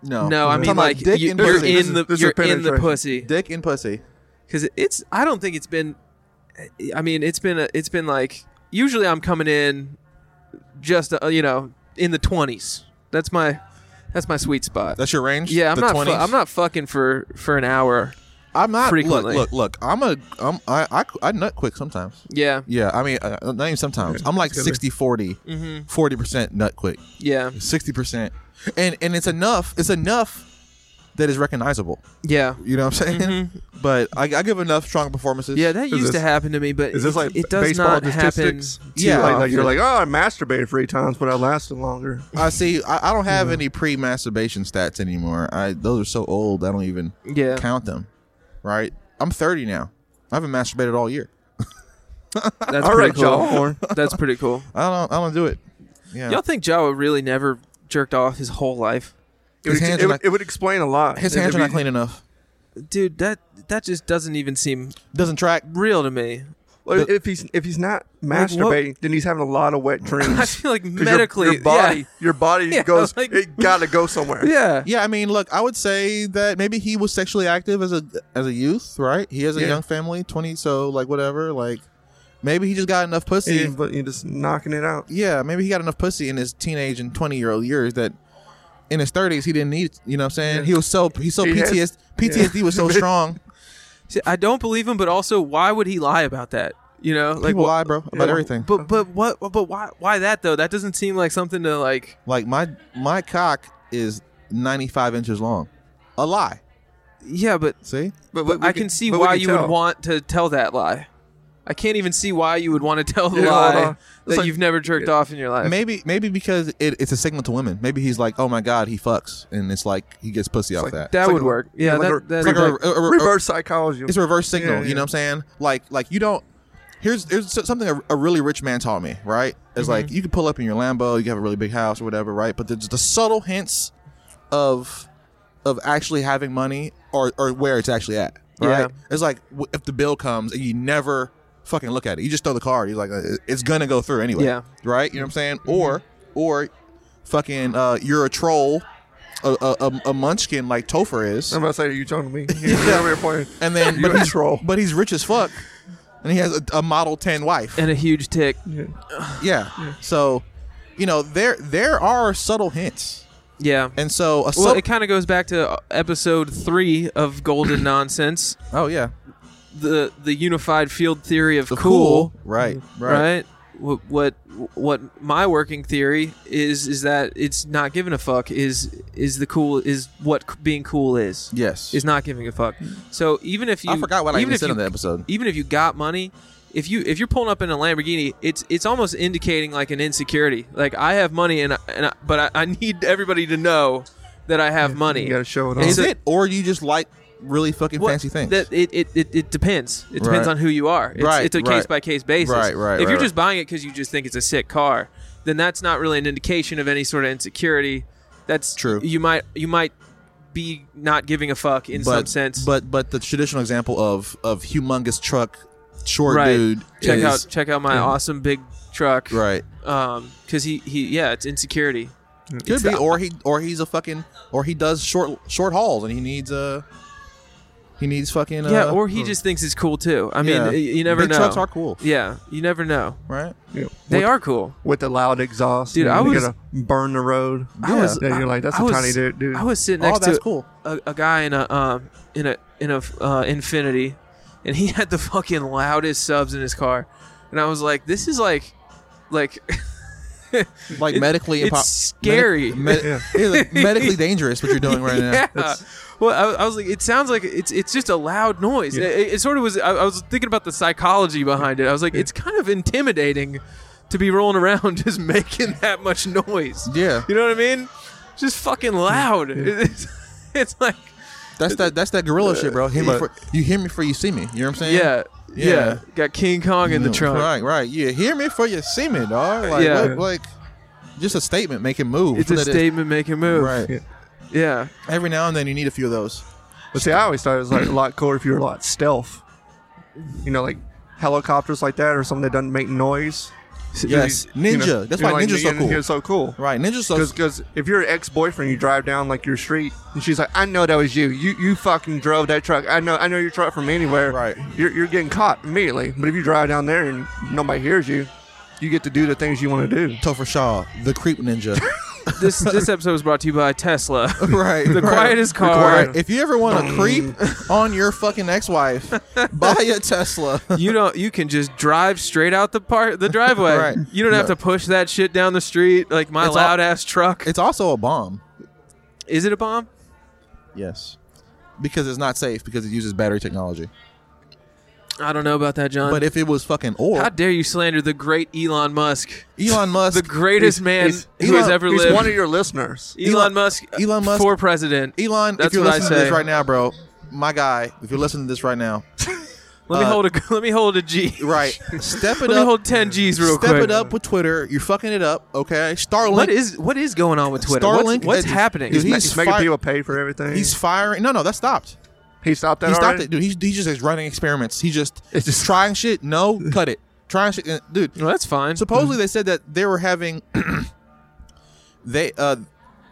[SPEAKER 7] no?
[SPEAKER 6] no, I
[SPEAKER 7] I'm
[SPEAKER 6] mean
[SPEAKER 7] talking
[SPEAKER 6] like
[SPEAKER 7] about dick
[SPEAKER 6] you,
[SPEAKER 7] and
[SPEAKER 6] are
[SPEAKER 7] pussy.
[SPEAKER 9] This is-
[SPEAKER 6] in the
[SPEAKER 9] this is
[SPEAKER 6] you're in the
[SPEAKER 9] penetration.
[SPEAKER 6] pussy
[SPEAKER 7] dick and pussy.
[SPEAKER 6] because it's. I don't think it's been. I mean, it's been a, it's been like usually I'm coming in just uh, you know in the 20s. That's my that's my sweet spot.
[SPEAKER 7] That's your range.
[SPEAKER 6] yeah, I'm
[SPEAKER 7] The
[SPEAKER 6] not fu-
[SPEAKER 7] 20s?
[SPEAKER 6] I'm not fucking for for an hour.
[SPEAKER 7] I'm not.
[SPEAKER 6] frequently.
[SPEAKER 7] Look, look, look. I'm a. I'm, I, I I nut quick sometimes.
[SPEAKER 6] Yeah,
[SPEAKER 7] Yeah, I mean, uh, not even sometimes. I'm like 60 40
[SPEAKER 6] Mm-hmm.
[SPEAKER 7] 40 percent nut quick,
[SPEAKER 6] yeah,
[SPEAKER 7] sixty percent, and and it's enough. It's enough that is recognizable.
[SPEAKER 6] yeah,
[SPEAKER 7] You know what I'm saying? But I, I give enough strong performances.
[SPEAKER 6] Mm-hmm. yeah. That
[SPEAKER 9] Is
[SPEAKER 6] used to
[SPEAKER 9] this-
[SPEAKER 6] happen to me, but
[SPEAKER 9] Is this
[SPEAKER 6] it-
[SPEAKER 9] like
[SPEAKER 6] it, does
[SPEAKER 9] baseball
[SPEAKER 6] not happen.
[SPEAKER 9] statistics?
[SPEAKER 7] Yeah.
[SPEAKER 9] like, like, you're
[SPEAKER 6] often.
[SPEAKER 9] like, oh, I masturbated three times, but I lasted longer.
[SPEAKER 7] I see. I, I don't have any pre-masturbation stats anymore. I those are so old. I don't even
[SPEAKER 6] Yeah.
[SPEAKER 7] count them. Right? I'm 30 now. I haven't masturbated all year.
[SPEAKER 6] That's
[SPEAKER 9] All
[SPEAKER 6] pretty
[SPEAKER 9] right, y'all.
[SPEAKER 6] cool. That's pretty cool.
[SPEAKER 7] I don't. I don't do it. Yeah.
[SPEAKER 6] Y'all think Jawa really never jerked off his whole life?
[SPEAKER 9] It would,
[SPEAKER 7] His hands
[SPEAKER 9] it
[SPEAKER 7] are
[SPEAKER 9] would-
[SPEAKER 7] not-
[SPEAKER 9] it would explain a lot.
[SPEAKER 7] His hands
[SPEAKER 9] If
[SPEAKER 7] are not
[SPEAKER 9] you-
[SPEAKER 7] clean enough.
[SPEAKER 6] Dude, that that just doesn't even seem
[SPEAKER 7] Doesn't track.
[SPEAKER 6] real to me.
[SPEAKER 9] Well, if he's if he's not
[SPEAKER 6] what-
[SPEAKER 9] masturbating, then he's having a lot of wet dreams.
[SPEAKER 6] I feel like
[SPEAKER 9] 'Cause your-
[SPEAKER 6] medically,
[SPEAKER 9] your, body, your body
[SPEAKER 6] Yeah,
[SPEAKER 9] goes,
[SPEAKER 6] like-
[SPEAKER 9] it gotta go somewhere.
[SPEAKER 6] yeah, yeah,
[SPEAKER 7] Yeah, I mean, look, I would say that maybe he was sexually active as a as a youth, right? He has a
[SPEAKER 9] Yeah.
[SPEAKER 7] young family, twenty, so like whatever, like maybe he just got enough pussy.
[SPEAKER 9] See, but you're just knocking it out.
[SPEAKER 7] yeah, maybe he got enough pussy in his teenage and twenty year old years that in his thirties he didn't need. You know, what I'm saying he was so he's so
[SPEAKER 9] He has-
[SPEAKER 7] PTSD PTSD was so strong.
[SPEAKER 6] See, I don't believe him, but also, why would he lie about that? You know, like
[SPEAKER 7] People
[SPEAKER 6] wh-
[SPEAKER 7] lie, bro, about
[SPEAKER 9] yeah.
[SPEAKER 7] everything.
[SPEAKER 6] But but what? But why? Why that though? That doesn't seem like something to like.
[SPEAKER 7] like my my cock is ninety five inches long. A lie.
[SPEAKER 6] Yeah, but,
[SPEAKER 7] See,
[SPEAKER 9] But,
[SPEAKER 6] but I can see
[SPEAKER 9] but we
[SPEAKER 6] why you
[SPEAKER 9] tell.
[SPEAKER 6] would want to tell that lie. I can't even see why you would want to tell the
[SPEAKER 9] Yeah, hold on.
[SPEAKER 6] lie
[SPEAKER 9] It's
[SPEAKER 6] that
[SPEAKER 9] like-
[SPEAKER 6] you've never jerked off in your life.
[SPEAKER 7] maybe maybe because it, it's a signal to women. Maybe he's like, oh my god, he fucks, and it's like he gets pussy off
[SPEAKER 9] like
[SPEAKER 7] that.
[SPEAKER 6] that
[SPEAKER 9] like
[SPEAKER 6] would
[SPEAKER 9] a-
[SPEAKER 6] work. Yeah,
[SPEAKER 9] like a-
[SPEAKER 6] that, that,
[SPEAKER 7] It's like
[SPEAKER 6] that-
[SPEAKER 7] a- a- a-
[SPEAKER 9] reverse psychology.
[SPEAKER 7] it's a reverse signal.
[SPEAKER 9] Yeah, yeah.
[SPEAKER 7] You know what I'm saying? Like like you don't. Here's here's so- something a, a really rich man taught me. Right? It's like
[SPEAKER 6] Mm-hmm.
[SPEAKER 7] you can pull up in your Lambo, you have a really big house or whatever. Right? But there's the subtle hints of of actually having money or or where it's actually at. Right?
[SPEAKER 6] Yeah.
[SPEAKER 7] It's like w- if the bill comes and you never fucking look at it, you just throw the card. You're like, "Uh, it's gonna go through anyway.
[SPEAKER 6] Yeah. Mm-hmm.
[SPEAKER 7] Right? You know what I'm saying? Or or fucking uh, you're a troll. A, a, a, a munchkin like Topher is
[SPEAKER 9] I'm about to say, are you talking to me? Yeah, we're playing.
[SPEAKER 7] and then
[SPEAKER 9] You
[SPEAKER 7] but
[SPEAKER 9] a
[SPEAKER 7] he's,
[SPEAKER 9] troll.
[SPEAKER 7] but he's rich as fuck, and he has a, a Model Ten wife.
[SPEAKER 6] and a huge tick.
[SPEAKER 7] yeah. so you know there there are subtle hints,
[SPEAKER 6] Yeah.
[SPEAKER 7] and so a
[SPEAKER 6] Well,
[SPEAKER 7] sub-
[SPEAKER 6] it kind of goes back to uh, episode three of Golden Nonsense,
[SPEAKER 7] oh yeah,
[SPEAKER 6] the the unified field theory of
[SPEAKER 7] the
[SPEAKER 6] cool,
[SPEAKER 7] right, right,
[SPEAKER 6] right? What, what what my working theory is is that it's not giving a fuck is is the cool is what c- being cool is
[SPEAKER 7] yes.
[SPEAKER 6] is not giving a fuck. So even if you
[SPEAKER 7] I forgot what I
[SPEAKER 6] even
[SPEAKER 7] even
[SPEAKER 6] if
[SPEAKER 7] said
[SPEAKER 6] you-
[SPEAKER 7] in the episode.
[SPEAKER 6] even if you got money if you if you're pulling up in a Lamborghini, it's it's almost indicating like an insecurity. Like I have money, and I, and I, but I, I need everybody to know that I have money.
[SPEAKER 9] You gotta show it
[SPEAKER 6] And
[SPEAKER 7] Is
[SPEAKER 9] off.
[SPEAKER 6] so-
[SPEAKER 7] it or you just like really fucking
[SPEAKER 6] Well,
[SPEAKER 7] fancy things?
[SPEAKER 6] That it, it, it, it depends. It depends
[SPEAKER 7] Right.
[SPEAKER 6] on who you are. It's,
[SPEAKER 7] Right,
[SPEAKER 6] it's a
[SPEAKER 7] right.
[SPEAKER 6] case by case basis.
[SPEAKER 7] Right, right,
[SPEAKER 6] If you're
[SPEAKER 7] right,
[SPEAKER 6] just buying it because you just think it's a sick car, then that's not really an indication of any sort of insecurity. That's
[SPEAKER 7] True.
[SPEAKER 6] You might you might be not giving a fuck in
[SPEAKER 7] but,
[SPEAKER 6] some sense.
[SPEAKER 7] but but the traditional example of of humongous truck, short
[SPEAKER 6] right.
[SPEAKER 7] dude.
[SPEAKER 6] check
[SPEAKER 7] is-
[SPEAKER 6] out check out my awesome big truck.
[SPEAKER 7] right.
[SPEAKER 6] Um, because he he yeah, it's insecurity.
[SPEAKER 7] Could be, or he, or he's a fucking, or he does short short hauls, and he needs uh he needs fucking uh,
[SPEAKER 6] yeah, or
[SPEAKER 9] Hmm.
[SPEAKER 6] he just thinks it's cool too. I mean,
[SPEAKER 7] Yeah.
[SPEAKER 6] y- you never
[SPEAKER 7] Big
[SPEAKER 6] know.
[SPEAKER 7] trucks are cool.
[SPEAKER 6] Yeah, you never know.
[SPEAKER 7] right?
[SPEAKER 9] Yeah.
[SPEAKER 6] They
[SPEAKER 9] with,
[SPEAKER 6] are cool.
[SPEAKER 9] with the loud exhaust.
[SPEAKER 6] Dude,
[SPEAKER 9] and
[SPEAKER 6] I
[SPEAKER 9] you
[SPEAKER 6] was-
[SPEAKER 9] gotta burn the road.
[SPEAKER 6] I was.
[SPEAKER 9] Yeah, you're like that's
[SPEAKER 6] a
[SPEAKER 9] a tiny dude. dude.
[SPEAKER 6] I was sitting next
[SPEAKER 7] oh, that's
[SPEAKER 6] to
[SPEAKER 7] cool.
[SPEAKER 6] a, a guy in a um in a in a uh, Infinity, and he had the fucking loudest subs in his car, and I was like, this is like, like,
[SPEAKER 7] like medically
[SPEAKER 6] it's
[SPEAKER 7] impo-
[SPEAKER 6] scary.
[SPEAKER 7] medic- med- it's, like, medically dangerous what you're doing right
[SPEAKER 6] Yeah.
[SPEAKER 7] now.
[SPEAKER 6] Well, I, I was like, it sounds like it's it's just a loud noise. It, it- it sort of was. I, I was thinking about the psychology behind it. I was like, it's kind of intimidating to be rolling around just making that much noise.
[SPEAKER 7] Yeah.
[SPEAKER 6] you know what I mean? Just fucking loud. It's, it's like,
[SPEAKER 7] That's that that's that gorilla shit, bro. Hear me
[SPEAKER 9] Look.
[SPEAKER 7] for, you hear me before you see me. You know what I'm saying?
[SPEAKER 6] yeah, yeah.
[SPEAKER 7] Yeah.
[SPEAKER 6] Got King Kong in the trunk.
[SPEAKER 7] Right, right. Yeah, hear me before you see me, dog. Like,
[SPEAKER 6] Yeah.
[SPEAKER 7] what- like just a statement, make him move.
[SPEAKER 6] It's a
[SPEAKER 7] That is-
[SPEAKER 6] statement making move.
[SPEAKER 7] Right.
[SPEAKER 9] Yeah.
[SPEAKER 6] Yeah.
[SPEAKER 7] Every now and then you need a few of those.
[SPEAKER 9] But see, I always thought it was like a lot cooler if you were a lot stealth. You know, like helicopters like that or something that doesn't make noise.
[SPEAKER 7] Yes,
[SPEAKER 9] You
[SPEAKER 7] ninja.
[SPEAKER 9] know,
[SPEAKER 7] That's
[SPEAKER 9] you
[SPEAKER 7] why
[SPEAKER 9] know, like,
[SPEAKER 7] ninja's so
[SPEAKER 9] and
[SPEAKER 7] cool.
[SPEAKER 9] It's so cool.
[SPEAKER 7] Right, ninja's so.
[SPEAKER 9] Because if your ex boyfriend, you drive down like your street, and she's like, "I know that was you. You you fucking drove that truck. I know I know your truck from anywhere.
[SPEAKER 7] Right.
[SPEAKER 9] You're, you're getting caught immediately. But if you drive down there and nobody hears you, you get to do the things you want to do.
[SPEAKER 7] Topher Shaw, the creep ninja.
[SPEAKER 6] This this episode was brought to you by Tesla.
[SPEAKER 7] right.
[SPEAKER 6] The quietest car.
[SPEAKER 7] Right. If you ever want to creep on your fucking ex-wife, buy a Tesla.
[SPEAKER 6] you don't you can just drive straight out the part the driveway.
[SPEAKER 7] Right.
[SPEAKER 6] You don't have
[SPEAKER 7] No.
[SPEAKER 6] to push that shit down the street like my
[SPEAKER 7] It's all-
[SPEAKER 6] loud ass truck.
[SPEAKER 7] It's also a bomb.
[SPEAKER 6] Is it a bomb?
[SPEAKER 7] Yes. Because it's not safe because it uses battery technology.
[SPEAKER 6] I don't know about that, John.
[SPEAKER 7] But if it was fucking or
[SPEAKER 6] how dare you slander the great Elon Musk,
[SPEAKER 7] Elon Musk,
[SPEAKER 6] the greatest man
[SPEAKER 7] he's-
[SPEAKER 6] who has
[SPEAKER 7] Elon-
[SPEAKER 6] ever
[SPEAKER 9] He's
[SPEAKER 6] lived?
[SPEAKER 9] one of your listeners.
[SPEAKER 6] Elon,
[SPEAKER 7] Elon-
[SPEAKER 6] Musk,
[SPEAKER 7] Elon Musk-
[SPEAKER 6] for president.
[SPEAKER 7] Elon,
[SPEAKER 6] That's
[SPEAKER 7] if you're
[SPEAKER 6] what I
[SPEAKER 7] listening to this
[SPEAKER 6] say.
[SPEAKER 7] right now, bro, my guy, if you're listening to this right now,
[SPEAKER 6] let me
[SPEAKER 7] uh,
[SPEAKER 6] hold a let me hold a G.
[SPEAKER 7] right, step it
[SPEAKER 6] Let me
[SPEAKER 7] up.
[SPEAKER 6] hold ten G's real
[SPEAKER 7] step
[SPEAKER 6] quick.
[SPEAKER 7] it up with Twitter. You're fucking it up, okay? Starlink.
[SPEAKER 6] What is what is going on with Twitter?
[SPEAKER 7] Starlink-
[SPEAKER 6] what's what's
[SPEAKER 7] uh,
[SPEAKER 6] happening?
[SPEAKER 7] dude,
[SPEAKER 9] He's,
[SPEAKER 7] he's
[SPEAKER 9] making
[SPEAKER 7] fi-
[SPEAKER 9] people pay for everything.
[SPEAKER 7] He's firing. No, no, that stopped.
[SPEAKER 9] he stopped that.
[SPEAKER 7] He stopped
[SPEAKER 9] already?
[SPEAKER 7] it, dude. He's, he just is running experiments. He just it's just trying shit. No, cut it. Trying shit, uh, dude.
[SPEAKER 6] well, that's fine.
[SPEAKER 7] Supposedly they said that they were having they uh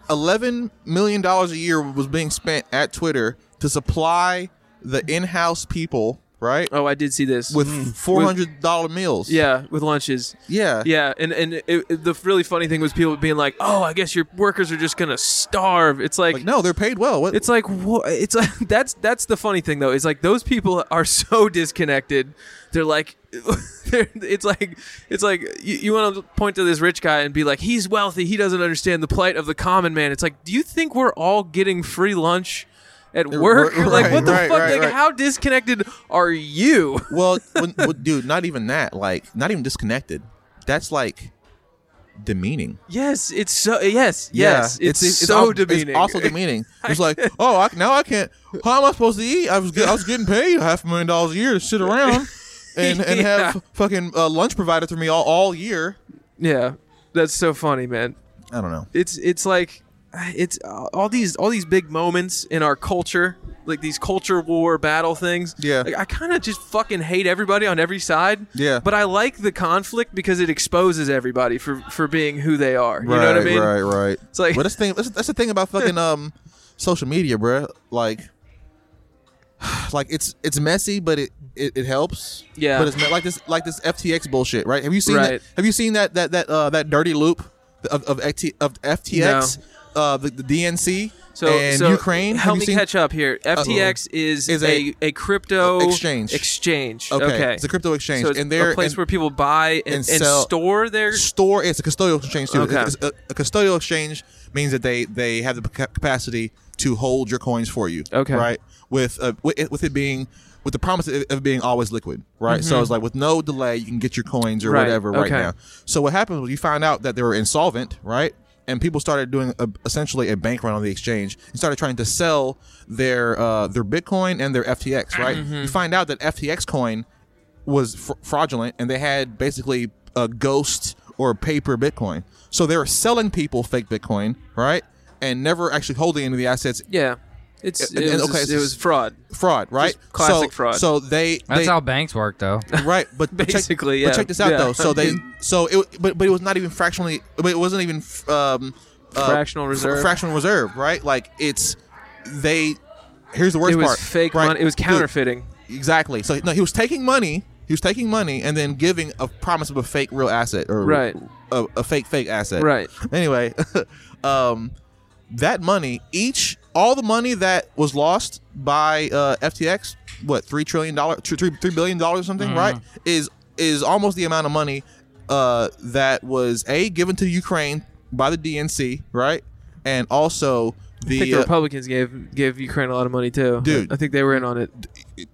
[SPEAKER 7] 11 million dollars a year was being spent at Twitter to supply the in-house people, right?
[SPEAKER 6] oh, I did see this.
[SPEAKER 7] With $400 meals.
[SPEAKER 6] yeah, with lunches.
[SPEAKER 7] Yeah.
[SPEAKER 6] Yeah, and and it, it- the really funny thing was people being like, "Oh, I guess your workers are just gonna starve." It's like,
[SPEAKER 7] Like no, they're paid well. What
[SPEAKER 6] it's like wha- it's like that's that's the funny thing though. It's like those people are so disconnected. They're like, they're, it's like it's like you, you want to point to this rich guy and be like, "He's wealthy. He doesn't understand the plight of the common man." It's like, do you think we're all getting free lunch? At work,
[SPEAKER 7] right,
[SPEAKER 6] like what the
[SPEAKER 7] right,
[SPEAKER 6] fuck?
[SPEAKER 7] right,
[SPEAKER 6] like
[SPEAKER 7] right.
[SPEAKER 6] how disconnected are you?
[SPEAKER 7] well, when, well, dude, not even that. Like not even disconnected. That's like demeaning.
[SPEAKER 6] Yes, it's so. Yes, yes, it's, so
[SPEAKER 7] al-
[SPEAKER 6] demeaning.
[SPEAKER 7] It's also demeaning. It's like, oh, I, now I can't. How am I supposed to eat? I was get, I was getting paid half a million dollars a year to sit around and and
[SPEAKER 6] Yeah.
[SPEAKER 7] have fucking uh, lunch provided for me all, all year.
[SPEAKER 6] Yeah, that's so funny, man.
[SPEAKER 7] I don't know.
[SPEAKER 6] It's it's like it's uh, all these all these big moments in our culture, like these culture war battle things.
[SPEAKER 7] Yeah.
[SPEAKER 6] like, I kind of just fucking hate everybody on every side.
[SPEAKER 7] Yeah.
[SPEAKER 6] but I like the conflict because it exposes everybody for for being who they are. you know what I mean?
[SPEAKER 7] right.
[SPEAKER 6] It's like-
[SPEAKER 7] but that's thing. That's, that's the thing about fucking um social media, bruh. Like, like it's it's messy, but it it, it helps.
[SPEAKER 6] Yeah.
[SPEAKER 7] But it's me- like this like this FTX bullshit, right? Have you seen
[SPEAKER 6] Right.
[SPEAKER 7] that? Have you seen that that that uh, that dirty loop of of, FT, of FTX? Uh, the, the DNC
[SPEAKER 6] So,
[SPEAKER 7] and
[SPEAKER 6] so
[SPEAKER 7] Ukraine.
[SPEAKER 6] Help
[SPEAKER 7] have you
[SPEAKER 6] me
[SPEAKER 7] seen?
[SPEAKER 6] catch up here. FTX is,
[SPEAKER 7] Is
[SPEAKER 6] a,
[SPEAKER 7] a-
[SPEAKER 6] a, crypto
[SPEAKER 7] exchange.
[SPEAKER 6] Exchange.
[SPEAKER 7] Okay,
[SPEAKER 6] Okay.
[SPEAKER 7] it's a crypto exchange,
[SPEAKER 6] So it's
[SPEAKER 7] and they're
[SPEAKER 6] a place
[SPEAKER 7] and
[SPEAKER 6] where people buy
[SPEAKER 7] and
[SPEAKER 6] and, and,
[SPEAKER 7] sell-
[SPEAKER 6] store their
[SPEAKER 7] store. It's a custodial exchange too.
[SPEAKER 6] Okay.
[SPEAKER 7] It's- a, a custodial exchange means that they they have the ca- capacity to hold your coins for you.
[SPEAKER 6] Okay.
[SPEAKER 7] Right. With uh, with, it, with it being with the promise of of being always liquid. Right. So
[SPEAKER 6] Mm-hmm.
[SPEAKER 7] it's like with no delay, you can get your coins or
[SPEAKER 6] Right.
[SPEAKER 7] whatever right
[SPEAKER 6] Okay.
[SPEAKER 7] now. So what happened was you found out that they were insolvent. Right. And people started doing a, essentially a bank run on the exchange and started trying to sell their uh, their Bitcoin and their FTX. Right.
[SPEAKER 6] Mm-hmm.
[SPEAKER 7] You find out that FTX coin was fr- fraudulent and they had basically a ghost or paper Bitcoin. So they were selling people fake Bitcoin, right? And never actually holding any of the assets.
[SPEAKER 6] Yeah, it's
[SPEAKER 7] And-
[SPEAKER 6] it,
[SPEAKER 7] and-
[SPEAKER 6] was,
[SPEAKER 7] okay, so
[SPEAKER 6] it
[SPEAKER 7] it's-
[SPEAKER 6] was fraud.
[SPEAKER 7] Fraud, right?
[SPEAKER 6] classic
[SPEAKER 7] so,
[SPEAKER 6] fraud.
[SPEAKER 7] So they,
[SPEAKER 8] That's
[SPEAKER 7] they
[SPEAKER 8] how banks work, though.
[SPEAKER 7] right, but but check-
[SPEAKER 6] Basically,
[SPEAKER 7] but
[SPEAKER 6] yeah.
[SPEAKER 7] check this out
[SPEAKER 6] Yeah.
[SPEAKER 7] though. So they, so it, but but it was not even fractionally. But it wasn't even um, uh,
[SPEAKER 6] Fractional
[SPEAKER 7] fr-
[SPEAKER 6] reserve.
[SPEAKER 7] fractional reserve, right? Like it's they. Here's the worst
[SPEAKER 6] It was
[SPEAKER 7] part.
[SPEAKER 6] fake
[SPEAKER 7] right?
[SPEAKER 6] money. It was
[SPEAKER 7] Dude,
[SPEAKER 6] counterfeiting.
[SPEAKER 7] Exactly. So no, he was taking money. He was taking money and then giving a promise of a fake real asset or
[SPEAKER 6] Right.
[SPEAKER 7] a, a fake fake asset.
[SPEAKER 6] Right.
[SPEAKER 7] Anyway, um, that money, each all the money that was lost by uh, FTX,
[SPEAKER 6] Mm-hmm.
[SPEAKER 7] what three trillion dollar, three three billion dollars or something, right? Is is almost the amount of money. uh, that was a given to Ukraine by the DNC, right? And also
[SPEAKER 6] I think
[SPEAKER 7] the
[SPEAKER 6] the
[SPEAKER 7] uh,
[SPEAKER 6] Republicans gave gave Ukraine a lot of money too.
[SPEAKER 7] Dude.
[SPEAKER 6] I think they were in on it.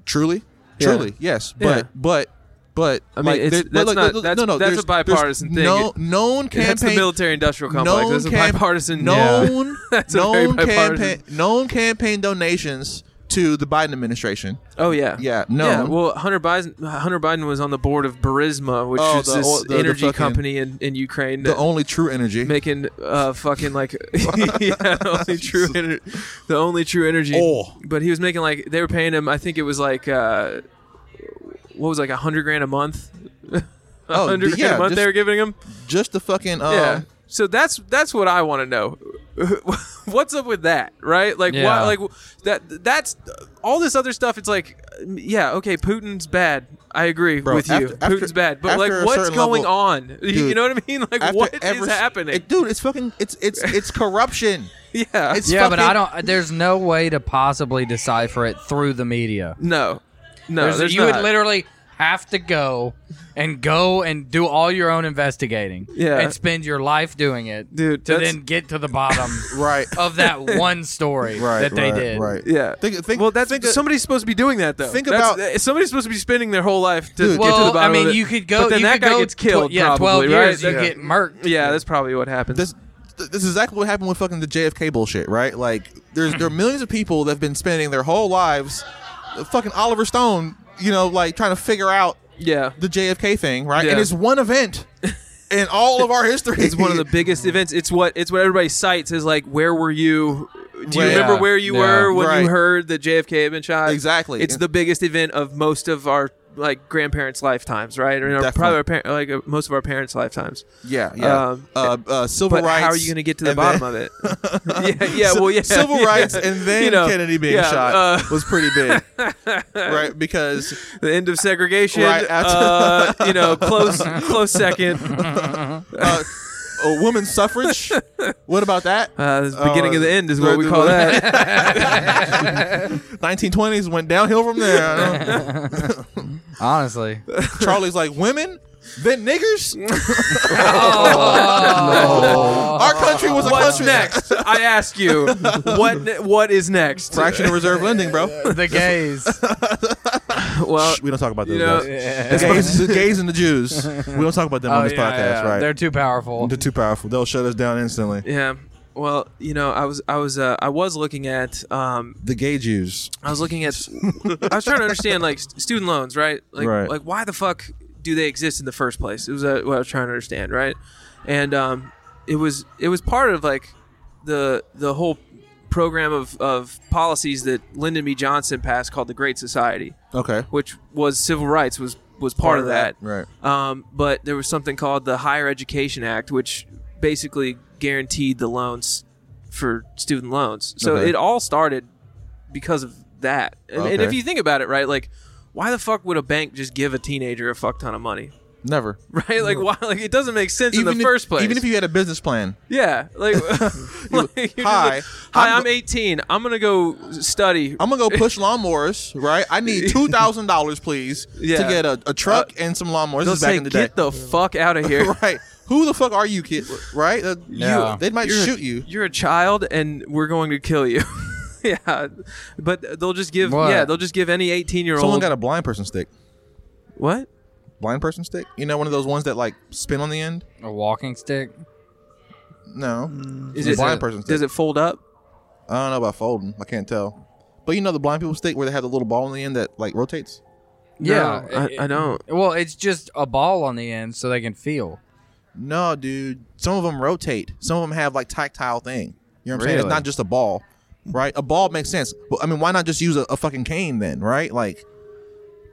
[SPEAKER 7] truly,
[SPEAKER 6] Yeah.
[SPEAKER 7] truly, yes, but
[SPEAKER 6] Yeah.
[SPEAKER 7] but. But
[SPEAKER 6] I mean,
[SPEAKER 7] like,
[SPEAKER 6] it's-
[SPEAKER 7] there-
[SPEAKER 6] that's
[SPEAKER 7] look,
[SPEAKER 6] not-
[SPEAKER 7] look,
[SPEAKER 6] that's-
[SPEAKER 7] no, no,
[SPEAKER 6] that's
[SPEAKER 7] there's-
[SPEAKER 6] a bipartisan
[SPEAKER 7] there's
[SPEAKER 6] thing.
[SPEAKER 7] No,
[SPEAKER 6] It-
[SPEAKER 7] known campaign.
[SPEAKER 6] That's the military-industrial complex. That's a
[SPEAKER 7] camp-
[SPEAKER 6] bipartisan.
[SPEAKER 7] known,
[SPEAKER 6] That's a very
[SPEAKER 7] known
[SPEAKER 6] bipartisan-
[SPEAKER 7] campaign, known campaign donations to the Biden administration.
[SPEAKER 6] Oh yeah,
[SPEAKER 7] Yeah, no.
[SPEAKER 6] Yeah, well, Hunter Biden, Hunter Biden was on the board of Burisma, which
[SPEAKER 7] Oh,
[SPEAKER 6] is
[SPEAKER 7] the-
[SPEAKER 6] this
[SPEAKER 7] oh, the- the
[SPEAKER 6] energy
[SPEAKER 7] fucking-
[SPEAKER 6] company in, in Ukraine
[SPEAKER 7] The
[SPEAKER 6] that
[SPEAKER 7] only true energy.
[SPEAKER 6] making uh fucking like yeah, the only true ener- the only true energy.
[SPEAKER 7] Oh.
[SPEAKER 6] But he was making like they were paying him. I think it was like uh, what was it, like a hundred grand a month.
[SPEAKER 7] Oh,
[SPEAKER 6] hundred grand
[SPEAKER 7] yeah,
[SPEAKER 6] a month
[SPEAKER 7] just-
[SPEAKER 6] they were giving him.
[SPEAKER 7] just the fucking um,
[SPEAKER 6] yeah. So that's that's what I want to know. What's up with that, right? Like,
[SPEAKER 8] Yeah.
[SPEAKER 6] why? Like that. That's all this other stuff. It's like, yeah, okay, Putin's bad. I agree
[SPEAKER 7] Bro,
[SPEAKER 6] with you.
[SPEAKER 7] after- after-
[SPEAKER 6] Putin's bad, but
[SPEAKER 7] after
[SPEAKER 6] like,
[SPEAKER 7] a
[SPEAKER 6] what's
[SPEAKER 7] certain
[SPEAKER 6] going
[SPEAKER 7] level-
[SPEAKER 6] on? You- you
[SPEAKER 7] Dude,
[SPEAKER 6] know what I mean? Like, what is
[SPEAKER 7] every-
[SPEAKER 6] happening?
[SPEAKER 7] It- dude, it's fucking it's it's it's corruption.
[SPEAKER 6] yeah.
[SPEAKER 7] It's
[SPEAKER 8] Yeah, but I
[SPEAKER 7] fucking-
[SPEAKER 8] don't. There's no way to possibly decipher it through the media.
[SPEAKER 6] no, no. There's,
[SPEAKER 8] There's- you
[SPEAKER 6] not.
[SPEAKER 8] would literally have to go and go and do all your own investigating.
[SPEAKER 6] Yeah.
[SPEAKER 8] And spend your life doing it.
[SPEAKER 6] Dude,
[SPEAKER 8] To
[SPEAKER 6] that's-
[SPEAKER 8] then get to the bottom
[SPEAKER 7] Right.
[SPEAKER 8] of that one story
[SPEAKER 7] Right.
[SPEAKER 8] that they
[SPEAKER 7] right,
[SPEAKER 8] did.
[SPEAKER 7] Right.
[SPEAKER 6] Yeah.
[SPEAKER 7] Think think
[SPEAKER 6] well, that's
[SPEAKER 7] think of-
[SPEAKER 6] somebody's supposed to be doing that though.
[SPEAKER 7] think
[SPEAKER 6] That's-
[SPEAKER 7] about-
[SPEAKER 6] uh, somebody's supposed to be spending their whole life to
[SPEAKER 7] Dude,
[SPEAKER 6] get to the
[SPEAKER 8] Well, I
[SPEAKER 6] bottom
[SPEAKER 8] mean,
[SPEAKER 6] of it.
[SPEAKER 8] you could go.
[SPEAKER 6] But then
[SPEAKER 8] you
[SPEAKER 6] that
[SPEAKER 8] could
[SPEAKER 6] guy
[SPEAKER 8] go
[SPEAKER 6] gets
[SPEAKER 8] tw-
[SPEAKER 6] killed.
[SPEAKER 8] yeah, twelve
[SPEAKER 6] probably,
[SPEAKER 8] years.
[SPEAKER 6] right?
[SPEAKER 8] You
[SPEAKER 6] That-
[SPEAKER 8] get murked.
[SPEAKER 6] Yeah, that's probably what happens.
[SPEAKER 7] this th- this is exactly what happened with fucking the JFK bullshit, right? Like there's there are millions of people that've been spending their whole lives uh, fucking Oliver Stone, you know, like trying to figure out
[SPEAKER 6] yeah,
[SPEAKER 7] the JFK thing, right?
[SPEAKER 6] Yeah.
[SPEAKER 7] And it's one event in all of our history.
[SPEAKER 6] It's one of the biggest events. It's what it's what everybody cites as like, where were you? Do you
[SPEAKER 7] Yeah.
[SPEAKER 6] remember where you
[SPEAKER 8] Yeah.
[SPEAKER 6] were when
[SPEAKER 7] Right.
[SPEAKER 6] you heard that JFK had been shot?
[SPEAKER 7] Exactly.
[SPEAKER 6] It's the biggest event of most of our like grandparents' lifetimes, right? Or you know,
[SPEAKER 7] Definitely.
[SPEAKER 6] probably our par- like uh, most of our parents' lifetimes.
[SPEAKER 7] Yeah, yeah.
[SPEAKER 6] Um,
[SPEAKER 7] uh, uh, civil
[SPEAKER 6] But
[SPEAKER 7] rights.
[SPEAKER 6] how are you going to get to the
[SPEAKER 7] and
[SPEAKER 6] bottom
[SPEAKER 7] then-
[SPEAKER 6] of it? yeah, yeah, well, yeah,
[SPEAKER 7] Civil
[SPEAKER 6] yeah.
[SPEAKER 7] rights and then
[SPEAKER 6] You know,
[SPEAKER 7] Kennedy being
[SPEAKER 6] yeah,
[SPEAKER 7] shot
[SPEAKER 6] uh,
[SPEAKER 7] was pretty big, right? Because
[SPEAKER 6] the end of segregation.
[SPEAKER 7] Right after-
[SPEAKER 6] uh, you know, close, close second.
[SPEAKER 7] uh, a woman's suffrage. What about that?
[SPEAKER 6] Uh, the beginning
[SPEAKER 7] Uh,
[SPEAKER 6] of the end is what we
[SPEAKER 7] the-
[SPEAKER 6] call
[SPEAKER 7] the-
[SPEAKER 6] that.
[SPEAKER 7] 1920s went downhill from there. I don't know.
[SPEAKER 8] Honestly.
[SPEAKER 7] Charlie's like women, then niggers.
[SPEAKER 8] Oh.
[SPEAKER 7] Our country was a
[SPEAKER 6] What's
[SPEAKER 7] country.
[SPEAKER 6] next? I ask you, what ne- what is next?
[SPEAKER 7] Fraction of reserve lending, bro.
[SPEAKER 8] The gays.
[SPEAKER 6] Well,
[SPEAKER 7] Shh, we don't talk about those.
[SPEAKER 6] you know,
[SPEAKER 7] guys. It's the gays and the Jews. We don't talk about them
[SPEAKER 8] Oh,
[SPEAKER 7] on this
[SPEAKER 8] yeah,
[SPEAKER 7] podcast,
[SPEAKER 8] yeah.
[SPEAKER 7] right?
[SPEAKER 8] They're too powerful.
[SPEAKER 7] They're too powerful. They'll shut us down instantly.
[SPEAKER 6] yeah. Well, you know, I was I was uh, I was looking at um
[SPEAKER 7] The gay Jews.
[SPEAKER 6] I was looking at I was trying to understand like st- student loans, right? Like
[SPEAKER 7] Right.
[SPEAKER 6] like why the fuck do they exist in the first place? It was uh, what I was trying to understand, right? And um it was it was part of like the the whole program of of policies that Lyndon B Johnson passed called the Great Society,
[SPEAKER 7] Okay.
[SPEAKER 6] which was civil rights was was part, of that.
[SPEAKER 7] Right.
[SPEAKER 6] Um, but there was something called the Higher Education Act, which basically guaranteed the loans for student loans. So
[SPEAKER 7] Okay.
[SPEAKER 6] it all started because of that. And, and if
[SPEAKER 7] Okay.
[SPEAKER 6] you think about it, right, like why the fuck would a bank just give a teenager a fuck ton of money?
[SPEAKER 7] Never.
[SPEAKER 6] Right? Like why like it doesn't make sense in the
[SPEAKER 7] if,
[SPEAKER 6] first place.
[SPEAKER 7] Even if you had a business plan.
[SPEAKER 6] Yeah. Like, like, you're just
[SPEAKER 7] Hi,
[SPEAKER 6] like, Hi,
[SPEAKER 7] I'm-
[SPEAKER 6] I'm, 18. I'm gonna go study.
[SPEAKER 7] I'm gonna go push lawnmowers, right? I need two thousand dollars, please, to
[SPEAKER 6] Yeah.
[SPEAKER 7] get a, a truck and some lawnmowers. This
[SPEAKER 6] They'll
[SPEAKER 7] is back
[SPEAKER 6] say,
[SPEAKER 7] in the day,
[SPEAKER 6] get the fuck out of here.
[SPEAKER 7] right? Who the fuck are you, kid? Right? Uh, you-
[SPEAKER 8] Yeah.
[SPEAKER 7] they might
[SPEAKER 6] You're a-
[SPEAKER 7] shoot you.
[SPEAKER 6] you're a child and we're going to kill you yeah but they'll just give
[SPEAKER 8] What?
[SPEAKER 6] yeah they'll just give any 18 year
[SPEAKER 7] Someone
[SPEAKER 6] old
[SPEAKER 7] got a blind person stick.
[SPEAKER 6] what
[SPEAKER 7] Blind person stick? You know, one of those ones that like spin on the end?
[SPEAKER 8] A walking stick.
[SPEAKER 7] No,
[SPEAKER 6] is
[SPEAKER 7] a
[SPEAKER 6] it
[SPEAKER 7] blind person stick.
[SPEAKER 6] does it fold up
[SPEAKER 7] I don't know about folding. I can't tell. But you know the blind people stick where they have the little ball on the end that like rotates.
[SPEAKER 8] Yeah,
[SPEAKER 6] No, I-
[SPEAKER 8] it-
[SPEAKER 6] I don't.
[SPEAKER 8] Well, it's just a ball on the end, so they can feel.
[SPEAKER 7] No, dude. Some of them rotate. Some of them have like tactile thing. You know what I'm saying? It's
[SPEAKER 8] Really?
[SPEAKER 7] not just a ball, right? A ball makes sense. But I mean, why not just use a, a fucking cane then, right? Like,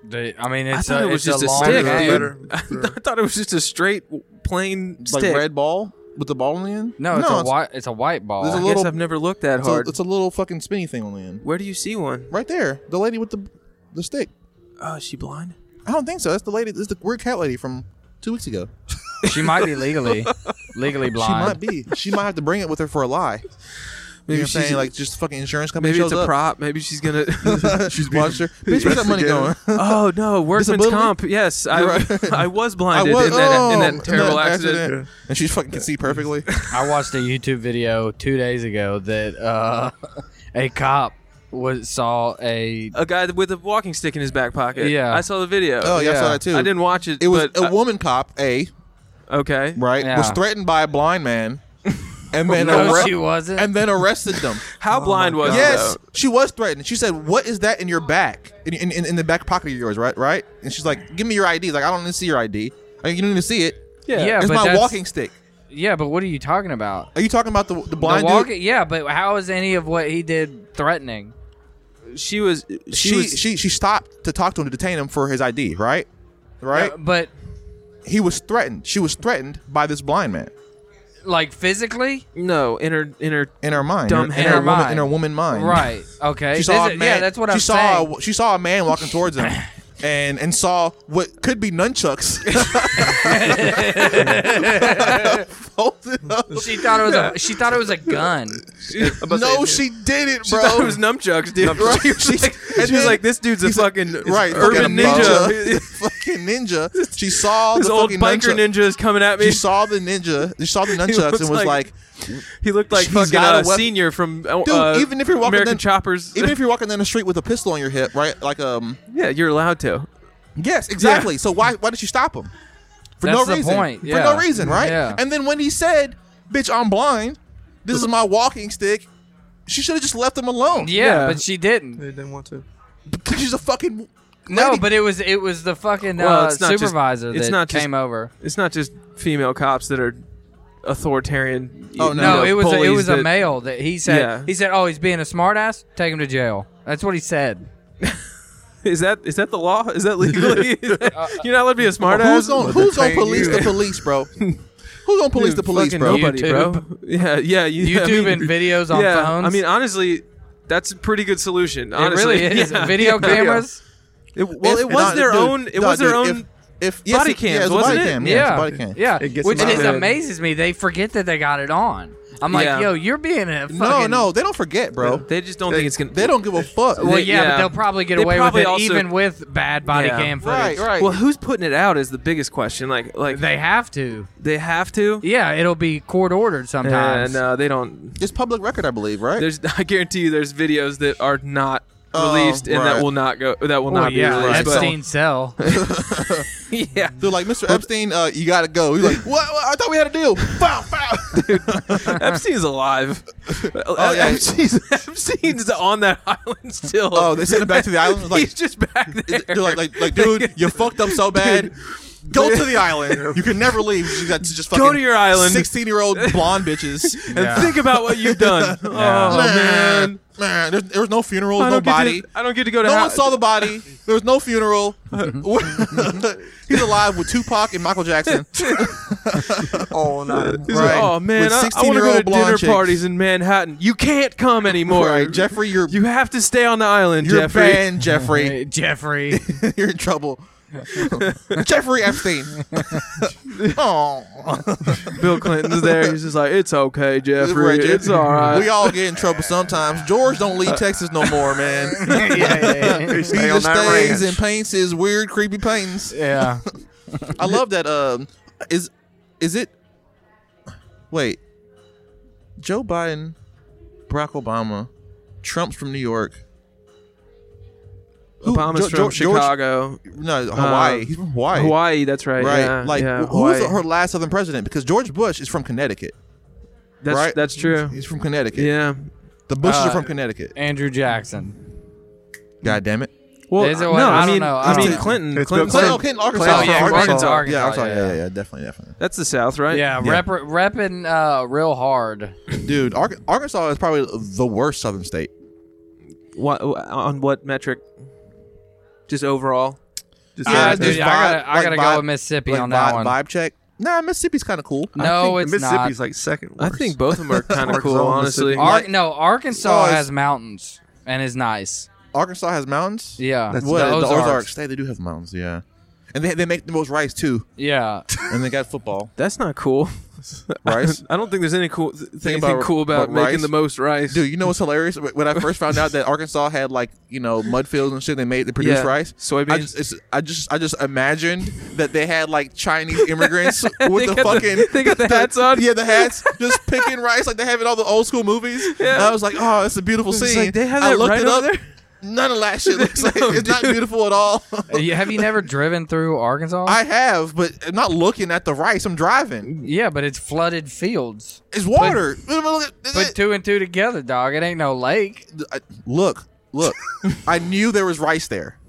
[SPEAKER 8] They, I mean,
[SPEAKER 6] i
[SPEAKER 8] it's
[SPEAKER 6] thought
[SPEAKER 8] a,
[SPEAKER 6] it was
[SPEAKER 8] it's
[SPEAKER 6] just a,
[SPEAKER 8] long
[SPEAKER 6] stick
[SPEAKER 8] game.
[SPEAKER 6] dude i thought it was just a straight plain
[SPEAKER 7] like
[SPEAKER 6] stick
[SPEAKER 7] red ball with the ball on the end?
[SPEAKER 8] No, it's a white. It's a white ball.
[SPEAKER 7] There's a
[SPEAKER 6] i
[SPEAKER 7] little-
[SPEAKER 6] guess i've never looked that
[SPEAKER 7] It's a,
[SPEAKER 6] hard
[SPEAKER 7] it's a little fucking spinny thing on the end.
[SPEAKER 6] where do you see one?
[SPEAKER 7] Right there. The lady with the the stick.
[SPEAKER 6] Oh, is she blind
[SPEAKER 7] I don't think so. That's the lady. That's the weird cat lady from two weeks ago.
[SPEAKER 8] she might be legally legally
[SPEAKER 7] She
[SPEAKER 8] blind.
[SPEAKER 7] might be. She might have to bring it with her for a lie. You know what I'm
[SPEAKER 6] she's-
[SPEAKER 7] saying? Like, just fucking insurance company
[SPEAKER 6] Maybe
[SPEAKER 7] shows
[SPEAKER 6] it's a
[SPEAKER 7] up.
[SPEAKER 6] prop. Maybe she's gonna.
[SPEAKER 7] She's watched her. Bitch, where's that money going?
[SPEAKER 9] Investigator.
[SPEAKER 6] oh no, workman's
[SPEAKER 7] Disability?
[SPEAKER 6] comp. Yes, I,
[SPEAKER 7] Right.
[SPEAKER 6] I was blinded in, that,
[SPEAKER 7] Oh,
[SPEAKER 6] in that terrible accident.
[SPEAKER 7] And she fucking can see perfectly.
[SPEAKER 8] I watched a YouTube video two days ago that uh, a cop was saw a
[SPEAKER 6] A guy with a walking stick in his back pocket.
[SPEAKER 8] Yeah.
[SPEAKER 6] I saw the video.
[SPEAKER 7] Oh, yeah, I saw
[SPEAKER 8] Yeah.
[SPEAKER 7] that too.
[SPEAKER 6] I didn't watch it.
[SPEAKER 7] It was
[SPEAKER 6] but
[SPEAKER 7] a
[SPEAKER 6] I-
[SPEAKER 7] woman cop, A,
[SPEAKER 6] okay.
[SPEAKER 7] right?
[SPEAKER 8] Yeah.
[SPEAKER 7] Was threatened by a blind man. And then,
[SPEAKER 8] no,
[SPEAKER 7] arre-
[SPEAKER 8] she wasn't.
[SPEAKER 7] and then arrested them.
[SPEAKER 6] How blind was
[SPEAKER 7] Yes,
[SPEAKER 6] it?
[SPEAKER 7] she was threatened. She said, "What is that in your back? In, in, in in the back pocket of yours, right? Right?" And she's like, "Give me your ID." Like, I don't even see your ID. Like, you don't even see it.
[SPEAKER 6] Yeah.
[SPEAKER 8] yeah,
[SPEAKER 7] it's
[SPEAKER 8] but
[SPEAKER 7] my
[SPEAKER 8] that's-
[SPEAKER 7] walking stick.
[SPEAKER 8] Yeah, but what are you talking about?
[SPEAKER 7] Are you talking about the the
[SPEAKER 8] The
[SPEAKER 7] blind
[SPEAKER 8] walk-
[SPEAKER 7] dude?
[SPEAKER 8] yeah, but how is any of what he did threatening?
[SPEAKER 6] She was. She,
[SPEAKER 7] She she,
[SPEAKER 6] was.
[SPEAKER 7] she stopped to talk to him to detain him for his ID, right? Right?
[SPEAKER 8] Uh, But
[SPEAKER 7] He was threatened. She was threatened by this blind man
[SPEAKER 8] like physically,
[SPEAKER 6] no, in her. In her.
[SPEAKER 7] in her mind.
[SPEAKER 6] Dumb
[SPEAKER 7] in,
[SPEAKER 6] head.
[SPEAKER 7] her
[SPEAKER 8] In her
[SPEAKER 7] woman
[SPEAKER 8] mind.
[SPEAKER 7] in her woman mind.
[SPEAKER 8] right? Okay,
[SPEAKER 7] She
[SPEAKER 8] This
[SPEAKER 7] saw
[SPEAKER 8] is-
[SPEAKER 7] a man,
[SPEAKER 8] yeah, that's what
[SPEAKER 7] she
[SPEAKER 8] I'm
[SPEAKER 7] saw
[SPEAKER 8] saying.
[SPEAKER 7] A, she saw a man walking towards him. And, and saw what could be nunchucks folded up.
[SPEAKER 8] she thought it was a she thought it was a gun.
[SPEAKER 7] No, she didn't,
[SPEAKER 6] She
[SPEAKER 7] bro.
[SPEAKER 6] thought it was nunchucks, dude.
[SPEAKER 7] Right?
[SPEAKER 6] She was
[SPEAKER 7] She's-
[SPEAKER 6] like,
[SPEAKER 7] and
[SPEAKER 6] she was
[SPEAKER 7] then-
[SPEAKER 6] like, "This dude's a
[SPEAKER 7] he's like,
[SPEAKER 6] fucking
[SPEAKER 7] right,
[SPEAKER 6] urban
[SPEAKER 7] fucking ninja.
[SPEAKER 6] ninja.
[SPEAKER 7] fucking ninja. She saw
[SPEAKER 6] this
[SPEAKER 7] the
[SPEAKER 6] old
[SPEAKER 7] fucking
[SPEAKER 6] biker ninja. is coming at me."
[SPEAKER 7] She saw the ninja. She saw the nunchucks
[SPEAKER 6] was
[SPEAKER 7] and was like,
[SPEAKER 6] like- He looked like
[SPEAKER 7] She's
[SPEAKER 6] fucking
[SPEAKER 7] got a
[SPEAKER 6] uh,
[SPEAKER 7] weapon.
[SPEAKER 6] senior from uh,
[SPEAKER 7] "Dude,
[SPEAKER 6] uh,
[SPEAKER 7] even if you're walking
[SPEAKER 6] American
[SPEAKER 7] down,
[SPEAKER 6] Choppers.
[SPEAKER 7] even if you're walking down the street with a pistol on your hip, right? Like, um,
[SPEAKER 6] yeah, you're allowed to.
[SPEAKER 7] yes, exactly. So why why did she stop him? For
[SPEAKER 8] That's
[SPEAKER 7] no
[SPEAKER 8] the
[SPEAKER 7] reason.
[SPEAKER 8] point,
[SPEAKER 7] For
[SPEAKER 8] yeah.
[SPEAKER 7] no reason, right?
[SPEAKER 8] Yeah.
[SPEAKER 7] And then when he said, "Bitch, I'm blind. This is my walking stick." She should have just left him alone.
[SPEAKER 8] Yeah,
[SPEAKER 6] Yeah.
[SPEAKER 8] but she didn't.
[SPEAKER 9] They didn't want to.
[SPEAKER 7] because she's a fucking.
[SPEAKER 8] No,
[SPEAKER 7] lady.
[SPEAKER 8] but it was it was the fucking
[SPEAKER 6] Well,
[SPEAKER 8] uh,
[SPEAKER 6] it's not just-
[SPEAKER 8] supervisor
[SPEAKER 6] it's
[SPEAKER 8] that
[SPEAKER 6] not just-
[SPEAKER 8] came over.
[SPEAKER 6] It's not just female cops that are authoritarian. you
[SPEAKER 7] Oh, no.
[SPEAKER 8] No,
[SPEAKER 6] know,
[SPEAKER 8] it was a, it
[SPEAKER 6] bullies
[SPEAKER 8] was a
[SPEAKER 6] that-
[SPEAKER 8] male that he said
[SPEAKER 6] Yeah.
[SPEAKER 8] he said, "Oh, he's being a smartass. Take him to jail." That's what he said.
[SPEAKER 6] Is that is that the law? Is that legally? Is that- you're not allowed to be a smart
[SPEAKER 7] who's
[SPEAKER 6] ass.
[SPEAKER 7] gonna who's gonna
[SPEAKER 9] detain
[SPEAKER 7] police
[SPEAKER 9] you.
[SPEAKER 7] the police, bro? Who's gonna police the police,
[SPEAKER 6] Fucking
[SPEAKER 7] bro?
[SPEAKER 6] Nobody, bro. Yeah, yeah. You, I
[SPEAKER 8] YouTube and
[SPEAKER 6] mean-
[SPEAKER 8] videos on
[SPEAKER 6] yeah,
[SPEAKER 8] phones.
[SPEAKER 6] I mean, honestly, that's a pretty good solution. Honestly,
[SPEAKER 8] it really is.
[SPEAKER 6] Yeah.
[SPEAKER 8] Video
[SPEAKER 6] Yeah.
[SPEAKER 8] cameras.
[SPEAKER 6] It- well,
[SPEAKER 7] If-
[SPEAKER 6] it was
[SPEAKER 7] nah,
[SPEAKER 6] their
[SPEAKER 7] dude,
[SPEAKER 6] own. It
[SPEAKER 7] nah,
[SPEAKER 6] was their
[SPEAKER 7] dude,
[SPEAKER 6] own.
[SPEAKER 7] If, if yes,
[SPEAKER 6] body
[SPEAKER 7] it- yeah,
[SPEAKER 6] cams,
[SPEAKER 7] a
[SPEAKER 6] wasn't
[SPEAKER 7] body
[SPEAKER 6] it?
[SPEAKER 7] Cam,
[SPEAKER 8] Yeah,
[SPEAKER 7] yeah, it's a body cam.
[SPEAKER 8] yeah.
[SPEAKER 9] It gets
[SPEAKER 8] Which
[SPEAKER 9] them out
[SPEAKER 8] is
[SPEAKER 9] of it.
[SPEAKER 8] amazes me. They forget that they got it on. I'm like,
[SPEAKER 6] Yeah.
[SPEAKER 8] yo, you're being a fucking
[SPEAKER 7] No, no, they don't forget, bro.
[SPEAKER 6] They just don't think it's gonna.
[SPEAKER 7] They don't give a fuck.
[SPEAKER 8] Well,
[SPEAKER 6] They-
[SPEAKER 8] yeah,
[SPEAKER 6] yeah.
[SPEAKER 8] but they'll probably get
[SPEAKER 6] They
[SPEAKER 8] away
[SPEAKER 6] probably
[SPEAKER 8] with it
[SPEAKER 6] also-
[SPEAKER 8] even with bad body
[SPEAKER 6] Yeah.
[SPEAKER 8] cam
[SPEAKER 7] right,
[SPEAKER 8] footage.
[SPEAKER 7] right.
[SPEAKER 6] Well, who's putting it out is the biggest question. Like, like
[SPEAKER 8] They
[SPEAKER 6] they
[SPEAKER 8] have to.
[SPEAKER 6] they have to.
[SPEAKER 8] Yeah, it'll be court ordered
[SPEAKER 6] Uh,
[SPEAKER 8] sometimes.
[SPEAKER 6] no, they don't.
[SPEAKER 7] it's public record, I believe, right?
[SPEAKER 6] There's, I guarantee you, there's videos that are not
[SPEAKER 7] Oh,
[SPEAKER 6] released and that
[SPEAKER 7] right.
[SPEAKER 6] will not go. That will
[SPEAKER 8] Well,
[SPEAKER 6] not be
[SPEAKER 8] Oh, yeah,
[SPEAKER 6] released. but-
[SPEAKER 8] Epstein cell.
[SPEAKER 6] yeah,
[SPEAKER 7] They're like, Mr. Epstein, uh, you gotta go. He's like, what? what? I thought we had a deal. Foul, foul.
[SPEAKER 6] Epstein's alive. oh
[SPEAKER 7] yeah.
[SPEAKER 6] Epstein's, Epstein's on that island still.
[SPEAKER 7] Oh, they sent him back to the island.
[SPEAKER 6] He's
[SPEAKER 7] Like,
[SPEAKER 6] just back there.
[SPEAKER 7] they're like, like, like, dude, you fucked up so bad. Go to the island. You can never leave. You got to just
[SPEAKER 6] Go
[SPEAKER 7] fucking
[SPEAKER 6] to your island.
[SPEAKER 7] Sixteen-year-old blonde bitches.
[SPEAKER 6] and think about what you've done. Oh man,
[SPEAKER 7] man, there's, there was no funeral,
[SPEAKER 6] I
[SPEAKER 7] no
[SPEAKER 6] don't,
[SPEAKER 7] body.
[SPEAKER 6] get to, I don't get to go to.
[SPEAKER 7] No
[SPEAKER 6] hou-
[SPEAKER 7] one saw the body. There was no funeral. He's alive with Tupac and Michael Jackson.
[SPEAKER 9] Oh no.
[SPEAKER 6] He's like,
[SPEAKER 7] Right.
[SPEAKER 6] oh man,
[SPEAKER 7] With
[SPEAKER 6] I, I want to
[SPEAKER 7] 16-year-old
[SPEAKER 6] go to
[SPEAKER 7] blonde
[SPEAKER 6] dinner
[SPEAKER 7] chicks.
[SPEAKER 6] parties in Manhattan. You can't come anymore,
[SPEAKER 7] All right, Jeffrey, you're
[SPEAKER 6] You have to stay on the island,
[SPEAKER 7] you're
[SPEAKER 6] Jeffrey.
[SPEAKER 7] banned, Jeffrey.
[SPEAKER 8] Jeffrey.
[SPEAKER 7] you're in trouble. Jeffrey Epstein. oh,
[SPEAKER 6] Bill Clinton's there. He's just like, it's okay, Jeffrey.
[SPEAKER 7] Right, Jeff-
[SPEAKER 6] It's all right. Uh,
[SPEAKER 7] We all get in trouble sometimes. George don't leave Texas no more, man.
[SPEAKER 8] yeah, yeah,
[SPEAKER 9] They
[SPEAKER 7] he
[SPEAKER 9] stay on
[SPEAKER 7] just
[SPEAKER 9] that
[SPEAKER 7] stays
[SPEAKER 9] ranch.
[SPEAKER 7] and paints his weird, creepy paintings.
[SPEAKER 8] yeah.
[SPEAKER 7] I love that. Um, is is it? Wait, Joe Biden, Barack Obama, Trump's from New York. Who-
[SPEAKER 6] Obama's
[SPEAKER 7] Jo-
[SPEAKER 6] from
[SPEAKER 7] Jo- George-
[SPEAKER 6] Chicago,
[SPEAKER 7] no, Hawaii.
[SPEAKER 6] Uh,
[SPEAKER 7] He's from Hawaii.
[SPEAKER 6] Hawaii. That's right.
[SPEAKER 7] Right,
[SPEAKER 6] Yeah,
[SPEAKER 7] like
[SPEAKER 6] yeah,
[SPEAKER 7] wh- who was
[SPEAKER 6] Hawaii.
[SPEAKER 7] her last Southern president? Because George Bush is from Connecticut,
[SPEAKER 6] That's
[SPEAKER 7] right?
[SPEAKER 6] that's true.
[SPEAKER 7] He's from Connecticut.
[SPEAKER 6] Yeah.
[SPEAKER 7] The Bushes
[SPEAKER 8] Uh,
[SPEAKER 7] are from Connecticut.
[SPEAKER 8] Andrew Jackson.
[SPEAKER 7] God damn it!
[SPEAKER 6] Well,
[SPEAKER 8] Is it
[SPEAKER 6] no,
[SPEAKER 8] what- I
[SPEAKER 6] I
[SPEAKER 8] don't
[SPEAKER 6] mean,
[SPEAKER 8] know.
[SPEAKER 6] I
[SPEAKER 8] Uh,
[SPEAKER 6] mean
[SPEAKER 7] it's-
[SPEAKER 6] Clinton.
[SPEAKER 9] it's
[SPEAKER 6] Clinton.
[SPEAKER 9] Bill
[SPEAKER 7] Clinton,
[SPEAKER 9] Clinton.
[SPEAKER 7] Clinton, Arkansas.
[SPEAKER 8] Oh, yeah,
[SPEAKER 7] Arkansas.
[SPEAKER 8] Arkansas,
[SPEAKER 7] Yeah,
[SPEAKER 8] Arkansas,
[SPEAKER 7] Arkansas. Yeah,
[SPEAKER 8] yeah.
[SPEAKER 7] yeah, yeah, definitely, definitely.
[SPEAKER 6] That's the South, right?
[SPEAKER 8] Yeah,
[SPEAKER 7] Yeah.
[SPEAKER 8] Rep- repping uh, real hard.
[SPEAKER 7] Dude, Ar- Arkansas is probably the worst Southern state.
[SPEAKER 6] What, on what metric? Just overall.
[SPEAKER 9] Just
[SPEAKER 8] Yeah,
[SPEAKER 9] everything.
[SPEAKER 8] dude, I gotta- I gotta go
[SPEAKER 7] vibe-
[SPEAKER 8] with Mississippi on
[SPEAKER 7] vibe,
[SPEAKER 8] that one.
[SPEAKER 7] Vibe check. Nah, Mississippi's kind of cool.
[SPEAKER 8] No,
[SPEAKER 9] I
[SPEAKER 8] it's
[SPEAKER 9] think Mississippi's
[SPEAKER 8] not.
[SPEAKER 9] like second.
[SPEAKER 6] I
[SPEAKER 9] Worst.
[SPEAKER 6] think both of them are kind of
[SPEAKER 9] Arkansas,
[SPEAKER 6] cool, honestly.
[SPEAKER 9] Mississippi.
[SPEAKER 8] Ar-
[SPEAKER 7] like-
[SPEAKER 8] no,
[SPEAKER 7] Oh,
[SPEAKER 8] Arkansas
[SPEAKER 7] it's-
[SPEAKER 8] has mountains and is nice.
[SPEAKER 7] Arkansas has mountains.
[SPEAKER 8] Yeah,
[SPEAKER 9] That's-
[SPEAKER 7] What,
[SPEAKER 8] the
[SPEAKER 7] the, Ozarks.
[SPEAKER 8] Ozarks.
[SPEAKER 7] They, they do have mountains. Yeah, and they they make the most rice too,
[SPEAKER 8] Yeah,
[SPEAKER 7] and they got football.
[SPEAKER 6] That's not cool.
[SPEAKER 7] rice. Rice.
[SPEAKER 6] I don't think there's any cool th-
[SPEAKER 7] Think
[SPEAKER 6] anything
[SPEAKER 7] about-
[SPEAKER 6] cool about,
[SPEAKER 7] about
[SPEAKER 6] making
[SPEAKER 7] rice?
[SPEAKER 6] the most rice.
[SPEAKER 7] Dude, you know what's hilarious? Wh- When I first found out that Arkansas had like you know mud fields and shit, they made they produced
[SPEAKER 6] Yeah.
[SPEAKER 7] rice.
[SPEAKER 6] Soybeans.
[SPEAKER 7] I just, it's, I just I just imagined that they had like Chinese immigrants with the
[SPEAKER 6] got the-
[SPEAKER 7] fucking
[SPEAKER 6] they got the hats on.
[SPEAKER 7] Yeah, the hats, just picking rice like they have in all the old school movies. And I was like, oh, that's a beautiful
[SPEAKER 6] like,
[SPEAKER 7] scene.
[SPEAKER 6] they have
[SPEAKER 7] I
[SPEAKER 6] that
[SPEAKER 7] looked
[SPEAKER 6] right
[SPEAKER 7] it up.
[SPEAKER 6] over there?
[SPEAKER 7] None of that shit looks like
[SPEAKER 6] No,
[SPEAKER 7] it's not
[SPEAKER 6] dude.
[SPEAKER 7] beautiful at all.
[SPEAKER 8] You- Have you never driven through Arkansas?
[SPEAKER 7] I have, but I'm not looking at the rice. I'm driving.
[SPEAKER 8] yeah, but it's flooded fields.
[SPEAKER 7] It's water. Look,
[SPEAKER 8] Put two and two together, dog. It ain't no lake.
[SPEAKER 7] look, look. I knew there was rice there.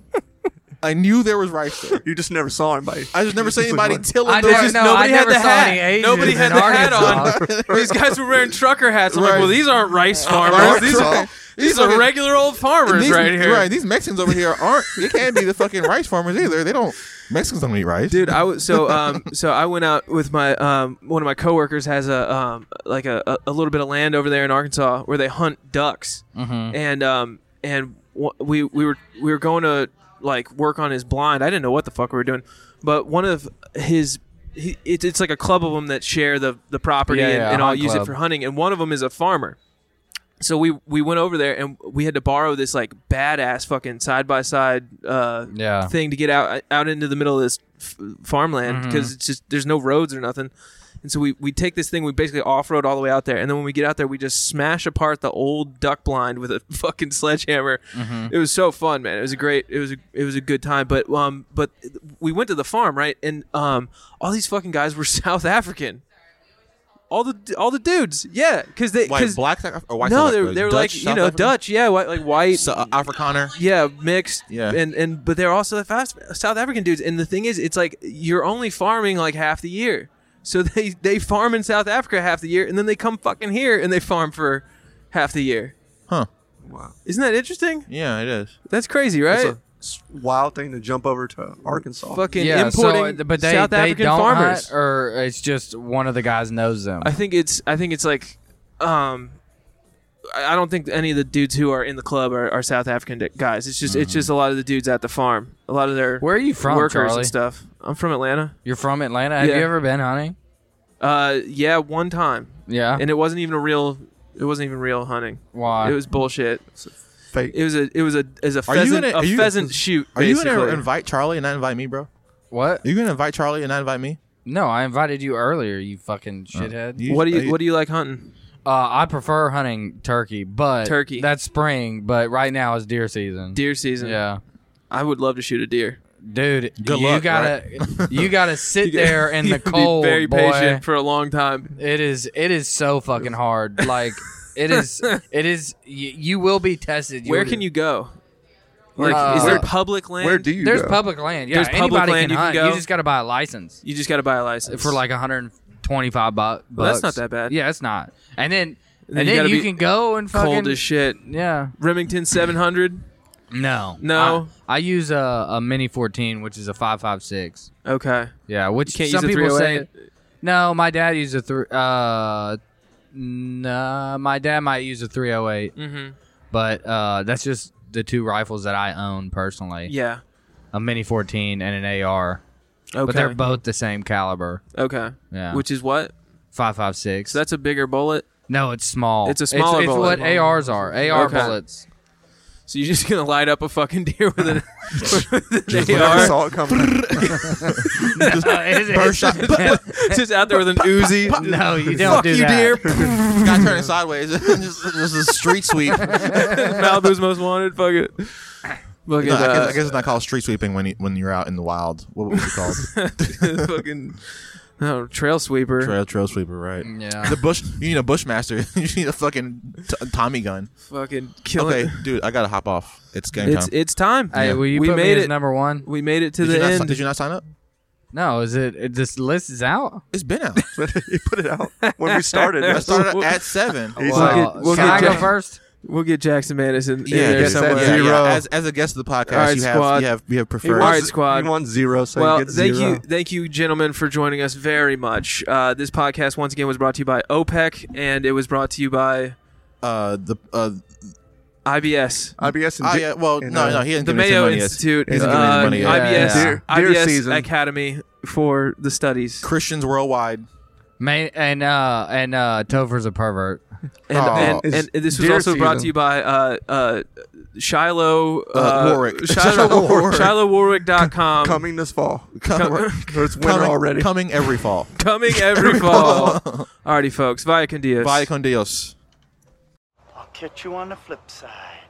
[SPEAKER 7] I knew there was rice there.
[SPEAKER 9] You just never saw anybody.
[SPEAKER 7] I just never seen anybody tilling
[SPEAKER 8] I
[SPEAKER 7] the
[SPEAKER 8] just
[SPEAKER 7] rice.
[SPEAKER 8] know
[SPEAKER 6] Nobody
[SPEAKER 8] I
[SPEAKER 6] had
[SPEAKER 8] never
[SPEAKER 6] the
[SPEAKER 8] saw any
[SPEAKER 6] hat.
[SPEAKER 8] Asians
[SPEAKER 6] Nobody had
[SPEAKER 8] in
[SPEAKER 6] the hat
[SPEAKER 8] Arkansas.
[SPEAKER 6] on. These guys were wearing trucker hats. I'm
[SPEAKER 7] Right.
[SPEAKER 6] like, well, these aren't rice farmers.
[SPEAKER 7] Right,
[SPEAKER 6] These
[SPEAKER 7] right.
[SPEAKER 6] are these
[SPEAKER 7] fucking-
[SPEAKER 6] are regular old farmers
[SPEAKER 7] these,
[SPEAKER 6] right here.
[SPEAKER 7] Right, these Mexicans over here aren't. They can't be the fucking rice farmers either. They don't. Mexicans don't eat rice.
[SPEAKER 6] dude i was so um so i went out with my um one of my coworkers has a um like a, a, a little bit of land over there in arkansas where they hunt ducks
[SPEAKER 8] Mm-hmm.
[SPEAKER 6] and um and w- we we were we were going to like work on his blind i didn't know what the fuck we were doing but one of his he, it, it's like a club of them that share the the property
[SPEAKER 8] Yeah,
[SPEAKER 6] and,
[SPEAKER 8] yeah, a
[SPEAKER 6] and i'll
[SPEAKER 8] hunt
[SPEAKER 6] use
[SPEAKER 8] club.
[SPEAKER 6] it for hunting and one of them is a farmer so we we went over there and we had to borrow this like badass fucking side by side uh
[SPEAKER 8] Yeah.
[SPEAKER 6] thing to get out out into the middle of this f- farmland because it's just there's no roads or nothing. And so we, we take this thing, we basically off road all the way out there, and then when we get out there, we just smash apart the old duck blind with a fucking sledgehammer. It was so fun, man. It was a great, it was a, it was a good time. But um, but we went to the farm, right? And um, all these fucking guys were South African. All the all the dudes, yeah, because they
[SPEAKER 7] White,
[SPEAKER 6] 'cause-
[SPEAKER 7] black South Af- or white
[SPEAKER 6] no,
[SPEAKER 7] South
[SPEAKER 6] they were,
[SPEAKER 7] Africa?
[SPEAKER 6] they were
[SPEAKER 7] Dutch
[SPEAKER 6] like you
[SPEAKER 7] South
[SPEAKER 6] know
[SPEAKER 7] Africa?
[SPEAKER 6] Dutch, yeah, white, like white
[SPEAKER 7] So, uh, Afrikaner.
[SPEAKER 6] yeah, mixed.
[SPEAKER 7] Yeah.
[SPEAKER 6] and and but they're also the fast South African dudes. And the thing is, it's like you're only farming like half the year, so they they farm in South Africa half the year, and then they come fucking here and they farm for half the year.
[SPEAKER 7] Huh.
[SPEAKER 9] Wow.
[SPEAKER 6] Isn't that interesting?
[SPEAKER 7] Yeah, it is.
[SPEAKER 6] That's crazy, right?
[SPEAKER 9] It's a s- wild thing to jump over to Arkansas.
[SPEAKER 6] fucking
[SPEAKER 8] Yeah, so, uh,
[SPEAKER 6] importing
[SPEAKER 8] but they,
[SPEAKER 6] South
[SPEAKER 8] they
[SPEAKER 6] African
[SPEAKER 8] don't
[SPEAKER 6] farmers.
[SPEAKER 8] hunt, or it's just one of the guys knows them.
[SPEAKER 6] I think it's I think it's like um I I don't think any of the dudes who are in the club are, are South African di- guys. It's just
[SPEAKER 7] Mm.
[SPEAKER 6] it's just a lot of the dudes at the farm. A lot of their
[SPEAKER 8] Where are you from,
[SPEAKER 6] workers
[SPEAKER 8] Charlie?
[SPEAKER 6] and stuff. I'm from Atlanta.
[SPEAKER 8] You're from Atlanta. Have
[SPEAKER 6] Yeah.
[SPEAKER 8] you ever been hunting?
[SPEAKER 6] Uh, yeah, one time,
[SPEAKER 8] Yeah.
[SPEAKER 6] and it wasn't even a real. It wasn't even real hunting.
[SPEAKER 8] Ah. Why?
[SPEAKER 6] It was bullshit.
[SPEAKER 9] Fake.
[SPEAKER 6] It was a. It was a. As a
[SPEAKER 7] Are you
[SPEAKER 6] pheasant.
[SPEAKER 7] gonna- are
[SPEAKER 6] a
[SPEAKER 7] you-
[SPEAKER 6] pheasant shoot.
[SPEAKER 7] Are
[SPEAKER 6] basically.
[SPEAKER 7] you gonna invite Charlie and not invite me, bro? Are
[SPEAKER 8] what?
[SPEAKER 7] you gonna invite Charlie and not invite me?
[SPEAKER 8] No, I invited you earlier. You fucking shithead.
[SPEAKER 7] You-
[SPEAKER 6] What do
[SPEAKER 7] are
[SPEAKER 6] you What do you like hunting?
[SPEAKER 8] Uh, I prefer hunting turkey, but
[SPEAKER 6] Turkey.
[SPEAKER 8] That's spring, but right now is deer season.
[SPEAKER 6] Deer season.
[SPEAKER 8] Yeah,
[SPEAKER 6] I would love to shoot a deer.
[SPEAKER 8] dude.
[SPEAKER 7] Good
[SPEAKER 8] you
[SPEAKER 7] luck,
[SPEAKER 8] gotta you gotta sit there in
[SPEAKER 6] You
[SPEAKER 8] the
[SPEAKER 6] gotta be
[SPEAKER 8] cold,
[SPEAKER 6] very
[SPEAKER 8] boy.
[SPEAKER 6] patient for a long time.
[SPEAKER 8] It is it is so fucking hard. Like it is it is y- you will be tested.
[SPEAKER 6] Where can you go? Like, is
[SPEAKER 8] Uh,
[SPEAKER 6] there public land?
[SPEAKER 9] Where do you
[SPEAKER 8] There's
[SPEAKER 9] go?
[SPEAKER 8] public land. Yeah,
[SPEAKER 6] There's public
[SPEAKER 8] anybody
[SPEAKER 6] land
[SPEAKER 8] can
[SPEAKER 6] you can
[SPEAKER 8] hunt.
[SPEAKER 6] go.
[SPEAKER 8] You just gotta buy a license.
[SPEAKER 6] You just got to buy a license
[SPEAKER 8] for like 125 bu- bucks.
[SPEAKER 6] Well, that's not that bad.
[SPEAKER 8] Yeah, it's not. And then and,
[SPEAKER 6] then you
[SPEAKER 8] then
[SPEAKER 6] gotta
[SPEAKER 8] you
[SPEAKER 6] be
[SPEAKER 8] can go and fucking
[SPEAKER 6] cold as shit.
[SPEAKER 8] yeah.
[SPEAKER 6] Remington 700.
[SPEAKER 8] No,
[SPEAKER 6] No.
[SPEAKER 8] I, I use a, a mini 14, which is a 556.
[SPEAKER 6] Okay.
[SPEAKER 8] Yeah, which
[SPEAKER 6] Can't
[SPEAKER 8] some
[SPEAKER 6] use a
[SPEAKER 8] people say.
[SPEAKER 6] 308.
[SPEAKER 8] No, my dad used a three. Uh, nah, my dad might use a 308,
[SPEAKER 6] Mm-hmm.
[SPEAKER 8] but uh, that's just the two rifles that I own personally.
[SPEAKER 6] Yeah.
[SPEAKER 8] A mini 14 and an AR,
[SPEAKER 6] Okay.
[SPEAKER 8] but they're both the same caliber.
[SPEAKER 6] okay.
[SPEAKER 8] Yeah,
[SPEAKER 6] Which is what?
[SPEAKER 8] 556.
[SPEAKER 6] So that's a bigger bullet.
[SPEAKER 8] No, it's small.
[SPEAKER 6] It's a smaller
[SPEAKER 8] It's,
[SPEAKER 6] bullet.
[SPEAKER 8] what ARs are. AR
[SPEAKER 6] Okay.
[SPEAKER 8] bullets.
[SPEAKER 6] So you're just gonna light up a fucking deer with an, with an
[SPEAKER 9] Never
[SPEAKER 6] AR,
[SPEAKER 9] saw it coming.
[SPEAKER 8] Uh, it's- it's-
[SPEAKER 6] just out there with an Uzi.
[SPEAKER 8] no, you don't
[SPEAKER 6] Fuck
[SPEAKER 8] do
[SPEAKER 6] you,
[SPEAKER 8] that.
[SPEAKER 6] deer.
[SPEAKER 7] Guy turning sideways. just, just a street sweep.
[SPEAKER 6] Malibu's most wanted. Fuck it. Fuck it.
[SPEAKER 7] No, I, guess, I
[SPEAKER 6] uh,
[SPEAKER 7] guess it's not called street sweeping when you, when you're out in the wild. What was it called?
[SPEAKER 6] fucking no, trail sweeper.
[SPEAKER 7] trail trail sweeper, right?
[SPEAKER 8] Yeah.
[SPEAKER 7] The bush. You need a bushmaster. you need a fucking t- Tommy gun.
[SPEAKER 6] Fucking kill
[SPEAKER 7] Okay,
[SPEAKER 6] it.
[SPEAKER 7] dude, I gotta hop off. It's game
[SPEAKER 6] It's
[SPEAKER 7] time.
[SPEAKER 6] it's time.
[SPEAKER 8] Hey, will you
[SPEAKER 6] we
[SPEAKER 8] put
[SPEAKER 6] made
[SPEAKER 8] me as
[SPEAKER 6] it.
[SPEAKER 8] number one?
[SPEAKER 6] we made it to
[SPEAKER 7] did, you
[SPEAKER 6] the
[SPEAKER 7] not,
[SPEAKER 6] end.
[SPEAKER 7] si- did you not sign up?
[SPEAKER 8] No, is it, it? This list is out.
[SPEAKER 7] It's been out.
[SPEAKER 9] he put it out when we started.
[SPEAKER 7] I started at seven.
[SPEAKER 9] He's
[SPEAKER 8] Wow.
[SPEAKER 9] like,
[SPEAKER 6] get- we'll
[SPEAKER 8] Can
[SPEAKER 6] get
[SPEAKER 8] I go
[SPEAKER 6] Jack-
[SPEAKER 8] first?
[SPEAKER 6] we'll get Jackson Madison. in
[SPEAKER 7] Yeah,
[SPEAKER 6] there
[SPEAKER 7] yeah,
[SPEAKER 9] get that
[SPEAKER 6] somewhere.
[SPEAKER 7] yeah,
[SPEAKER 9] zero.
[SPEAKER 7] yeah. As, as a guest of the podcast,
[SPEAKER 6] All right,
[SPEAKER 7] you,
[SPEAKER 6] squad.
[SPEAKER 7] have, you have you have
[SPEAKER 9] he
[SPEAKER 7] preferred.
[SPEAKER 9] won,
[SPEAKER 6] All right, squad.
[SPEAKER 9] He won zero, so
[SPEAKER 6] well,
[SPEAKER 9] he gets
[SPEAKER 6] thank
[SPEAKER 9] zero.
[SPEAKER 6] you, thank you, gentlemen, for joining us very much. Uh, this podcast once again was brought to you by OPEC, and it was brought to you by
[SPEAKER 7] Uh, the uh,
[SPEAKER 6] IBS.
[SPEAKER 9] IBS and
[SPEAKER 7] oh,
[SPEAKER 9] J-
[SPEAKER 7] yeah, well,
[SPEAKER 9] and,
[SPEAKER 7] no,
[SPEAKER 9] uh,
[SPEAKER 7] no, he didn't
[SPEAKER 6] the
[SPEAKER 7] give us any
[SPEAKER 6] Mayo
[SPEAKER 7] money yet.
[SPEAKER 6] Institute,
[SPEAKER 7] He hasn't given us
[SPEAKER 6] uh,
[SPEAKER 7] money yet.
[SPEAKER 6] IBS,
[SPEAKER 9] Yeah. Deer- deer
[SPEAKER 6] IBS
[SPEAKER 9] season.
[SPEAKER 6] Academy for the studies.
[SPEAKER 7] Christians worldwide
[SPEAKER 8] Man, and uh, and uh, Topher's a pervert.
[SPEAKER 6] And,
[SPEAKER 7] Oh.
[SPEAKER 9] Aw.
[SPEAKER 6] and, and, and this was
[SPEAKER 9] Deer
[SPEAKER 6] also brought
[SPEAKER 9] season.
[SPEAKER 6] to you by uh, uh, Shiloh uh,
[SPEAKER 7] Warwick.
[SPEAKER 6] Shiloh,
[SPEAKER 9] Shiloh Warwick.
[SPEAKER 6] Shiloh Warwick.com.
[SPEAKER 9] coming this fall.
[SPEAKER 7] Coming-
[SPEAKER 9] Or it's winter
[SPEAKER 7] coming,
[SPEAKER 9] already.
[SPEAKER 7] coming every fall.
[SPEAKER 6] Coming every fall. Alrighty, folks. Via con Dios.
[SPEAKER 7] Vaya con Dios.
[SPEAKER 10] I'll catch you on the flip side.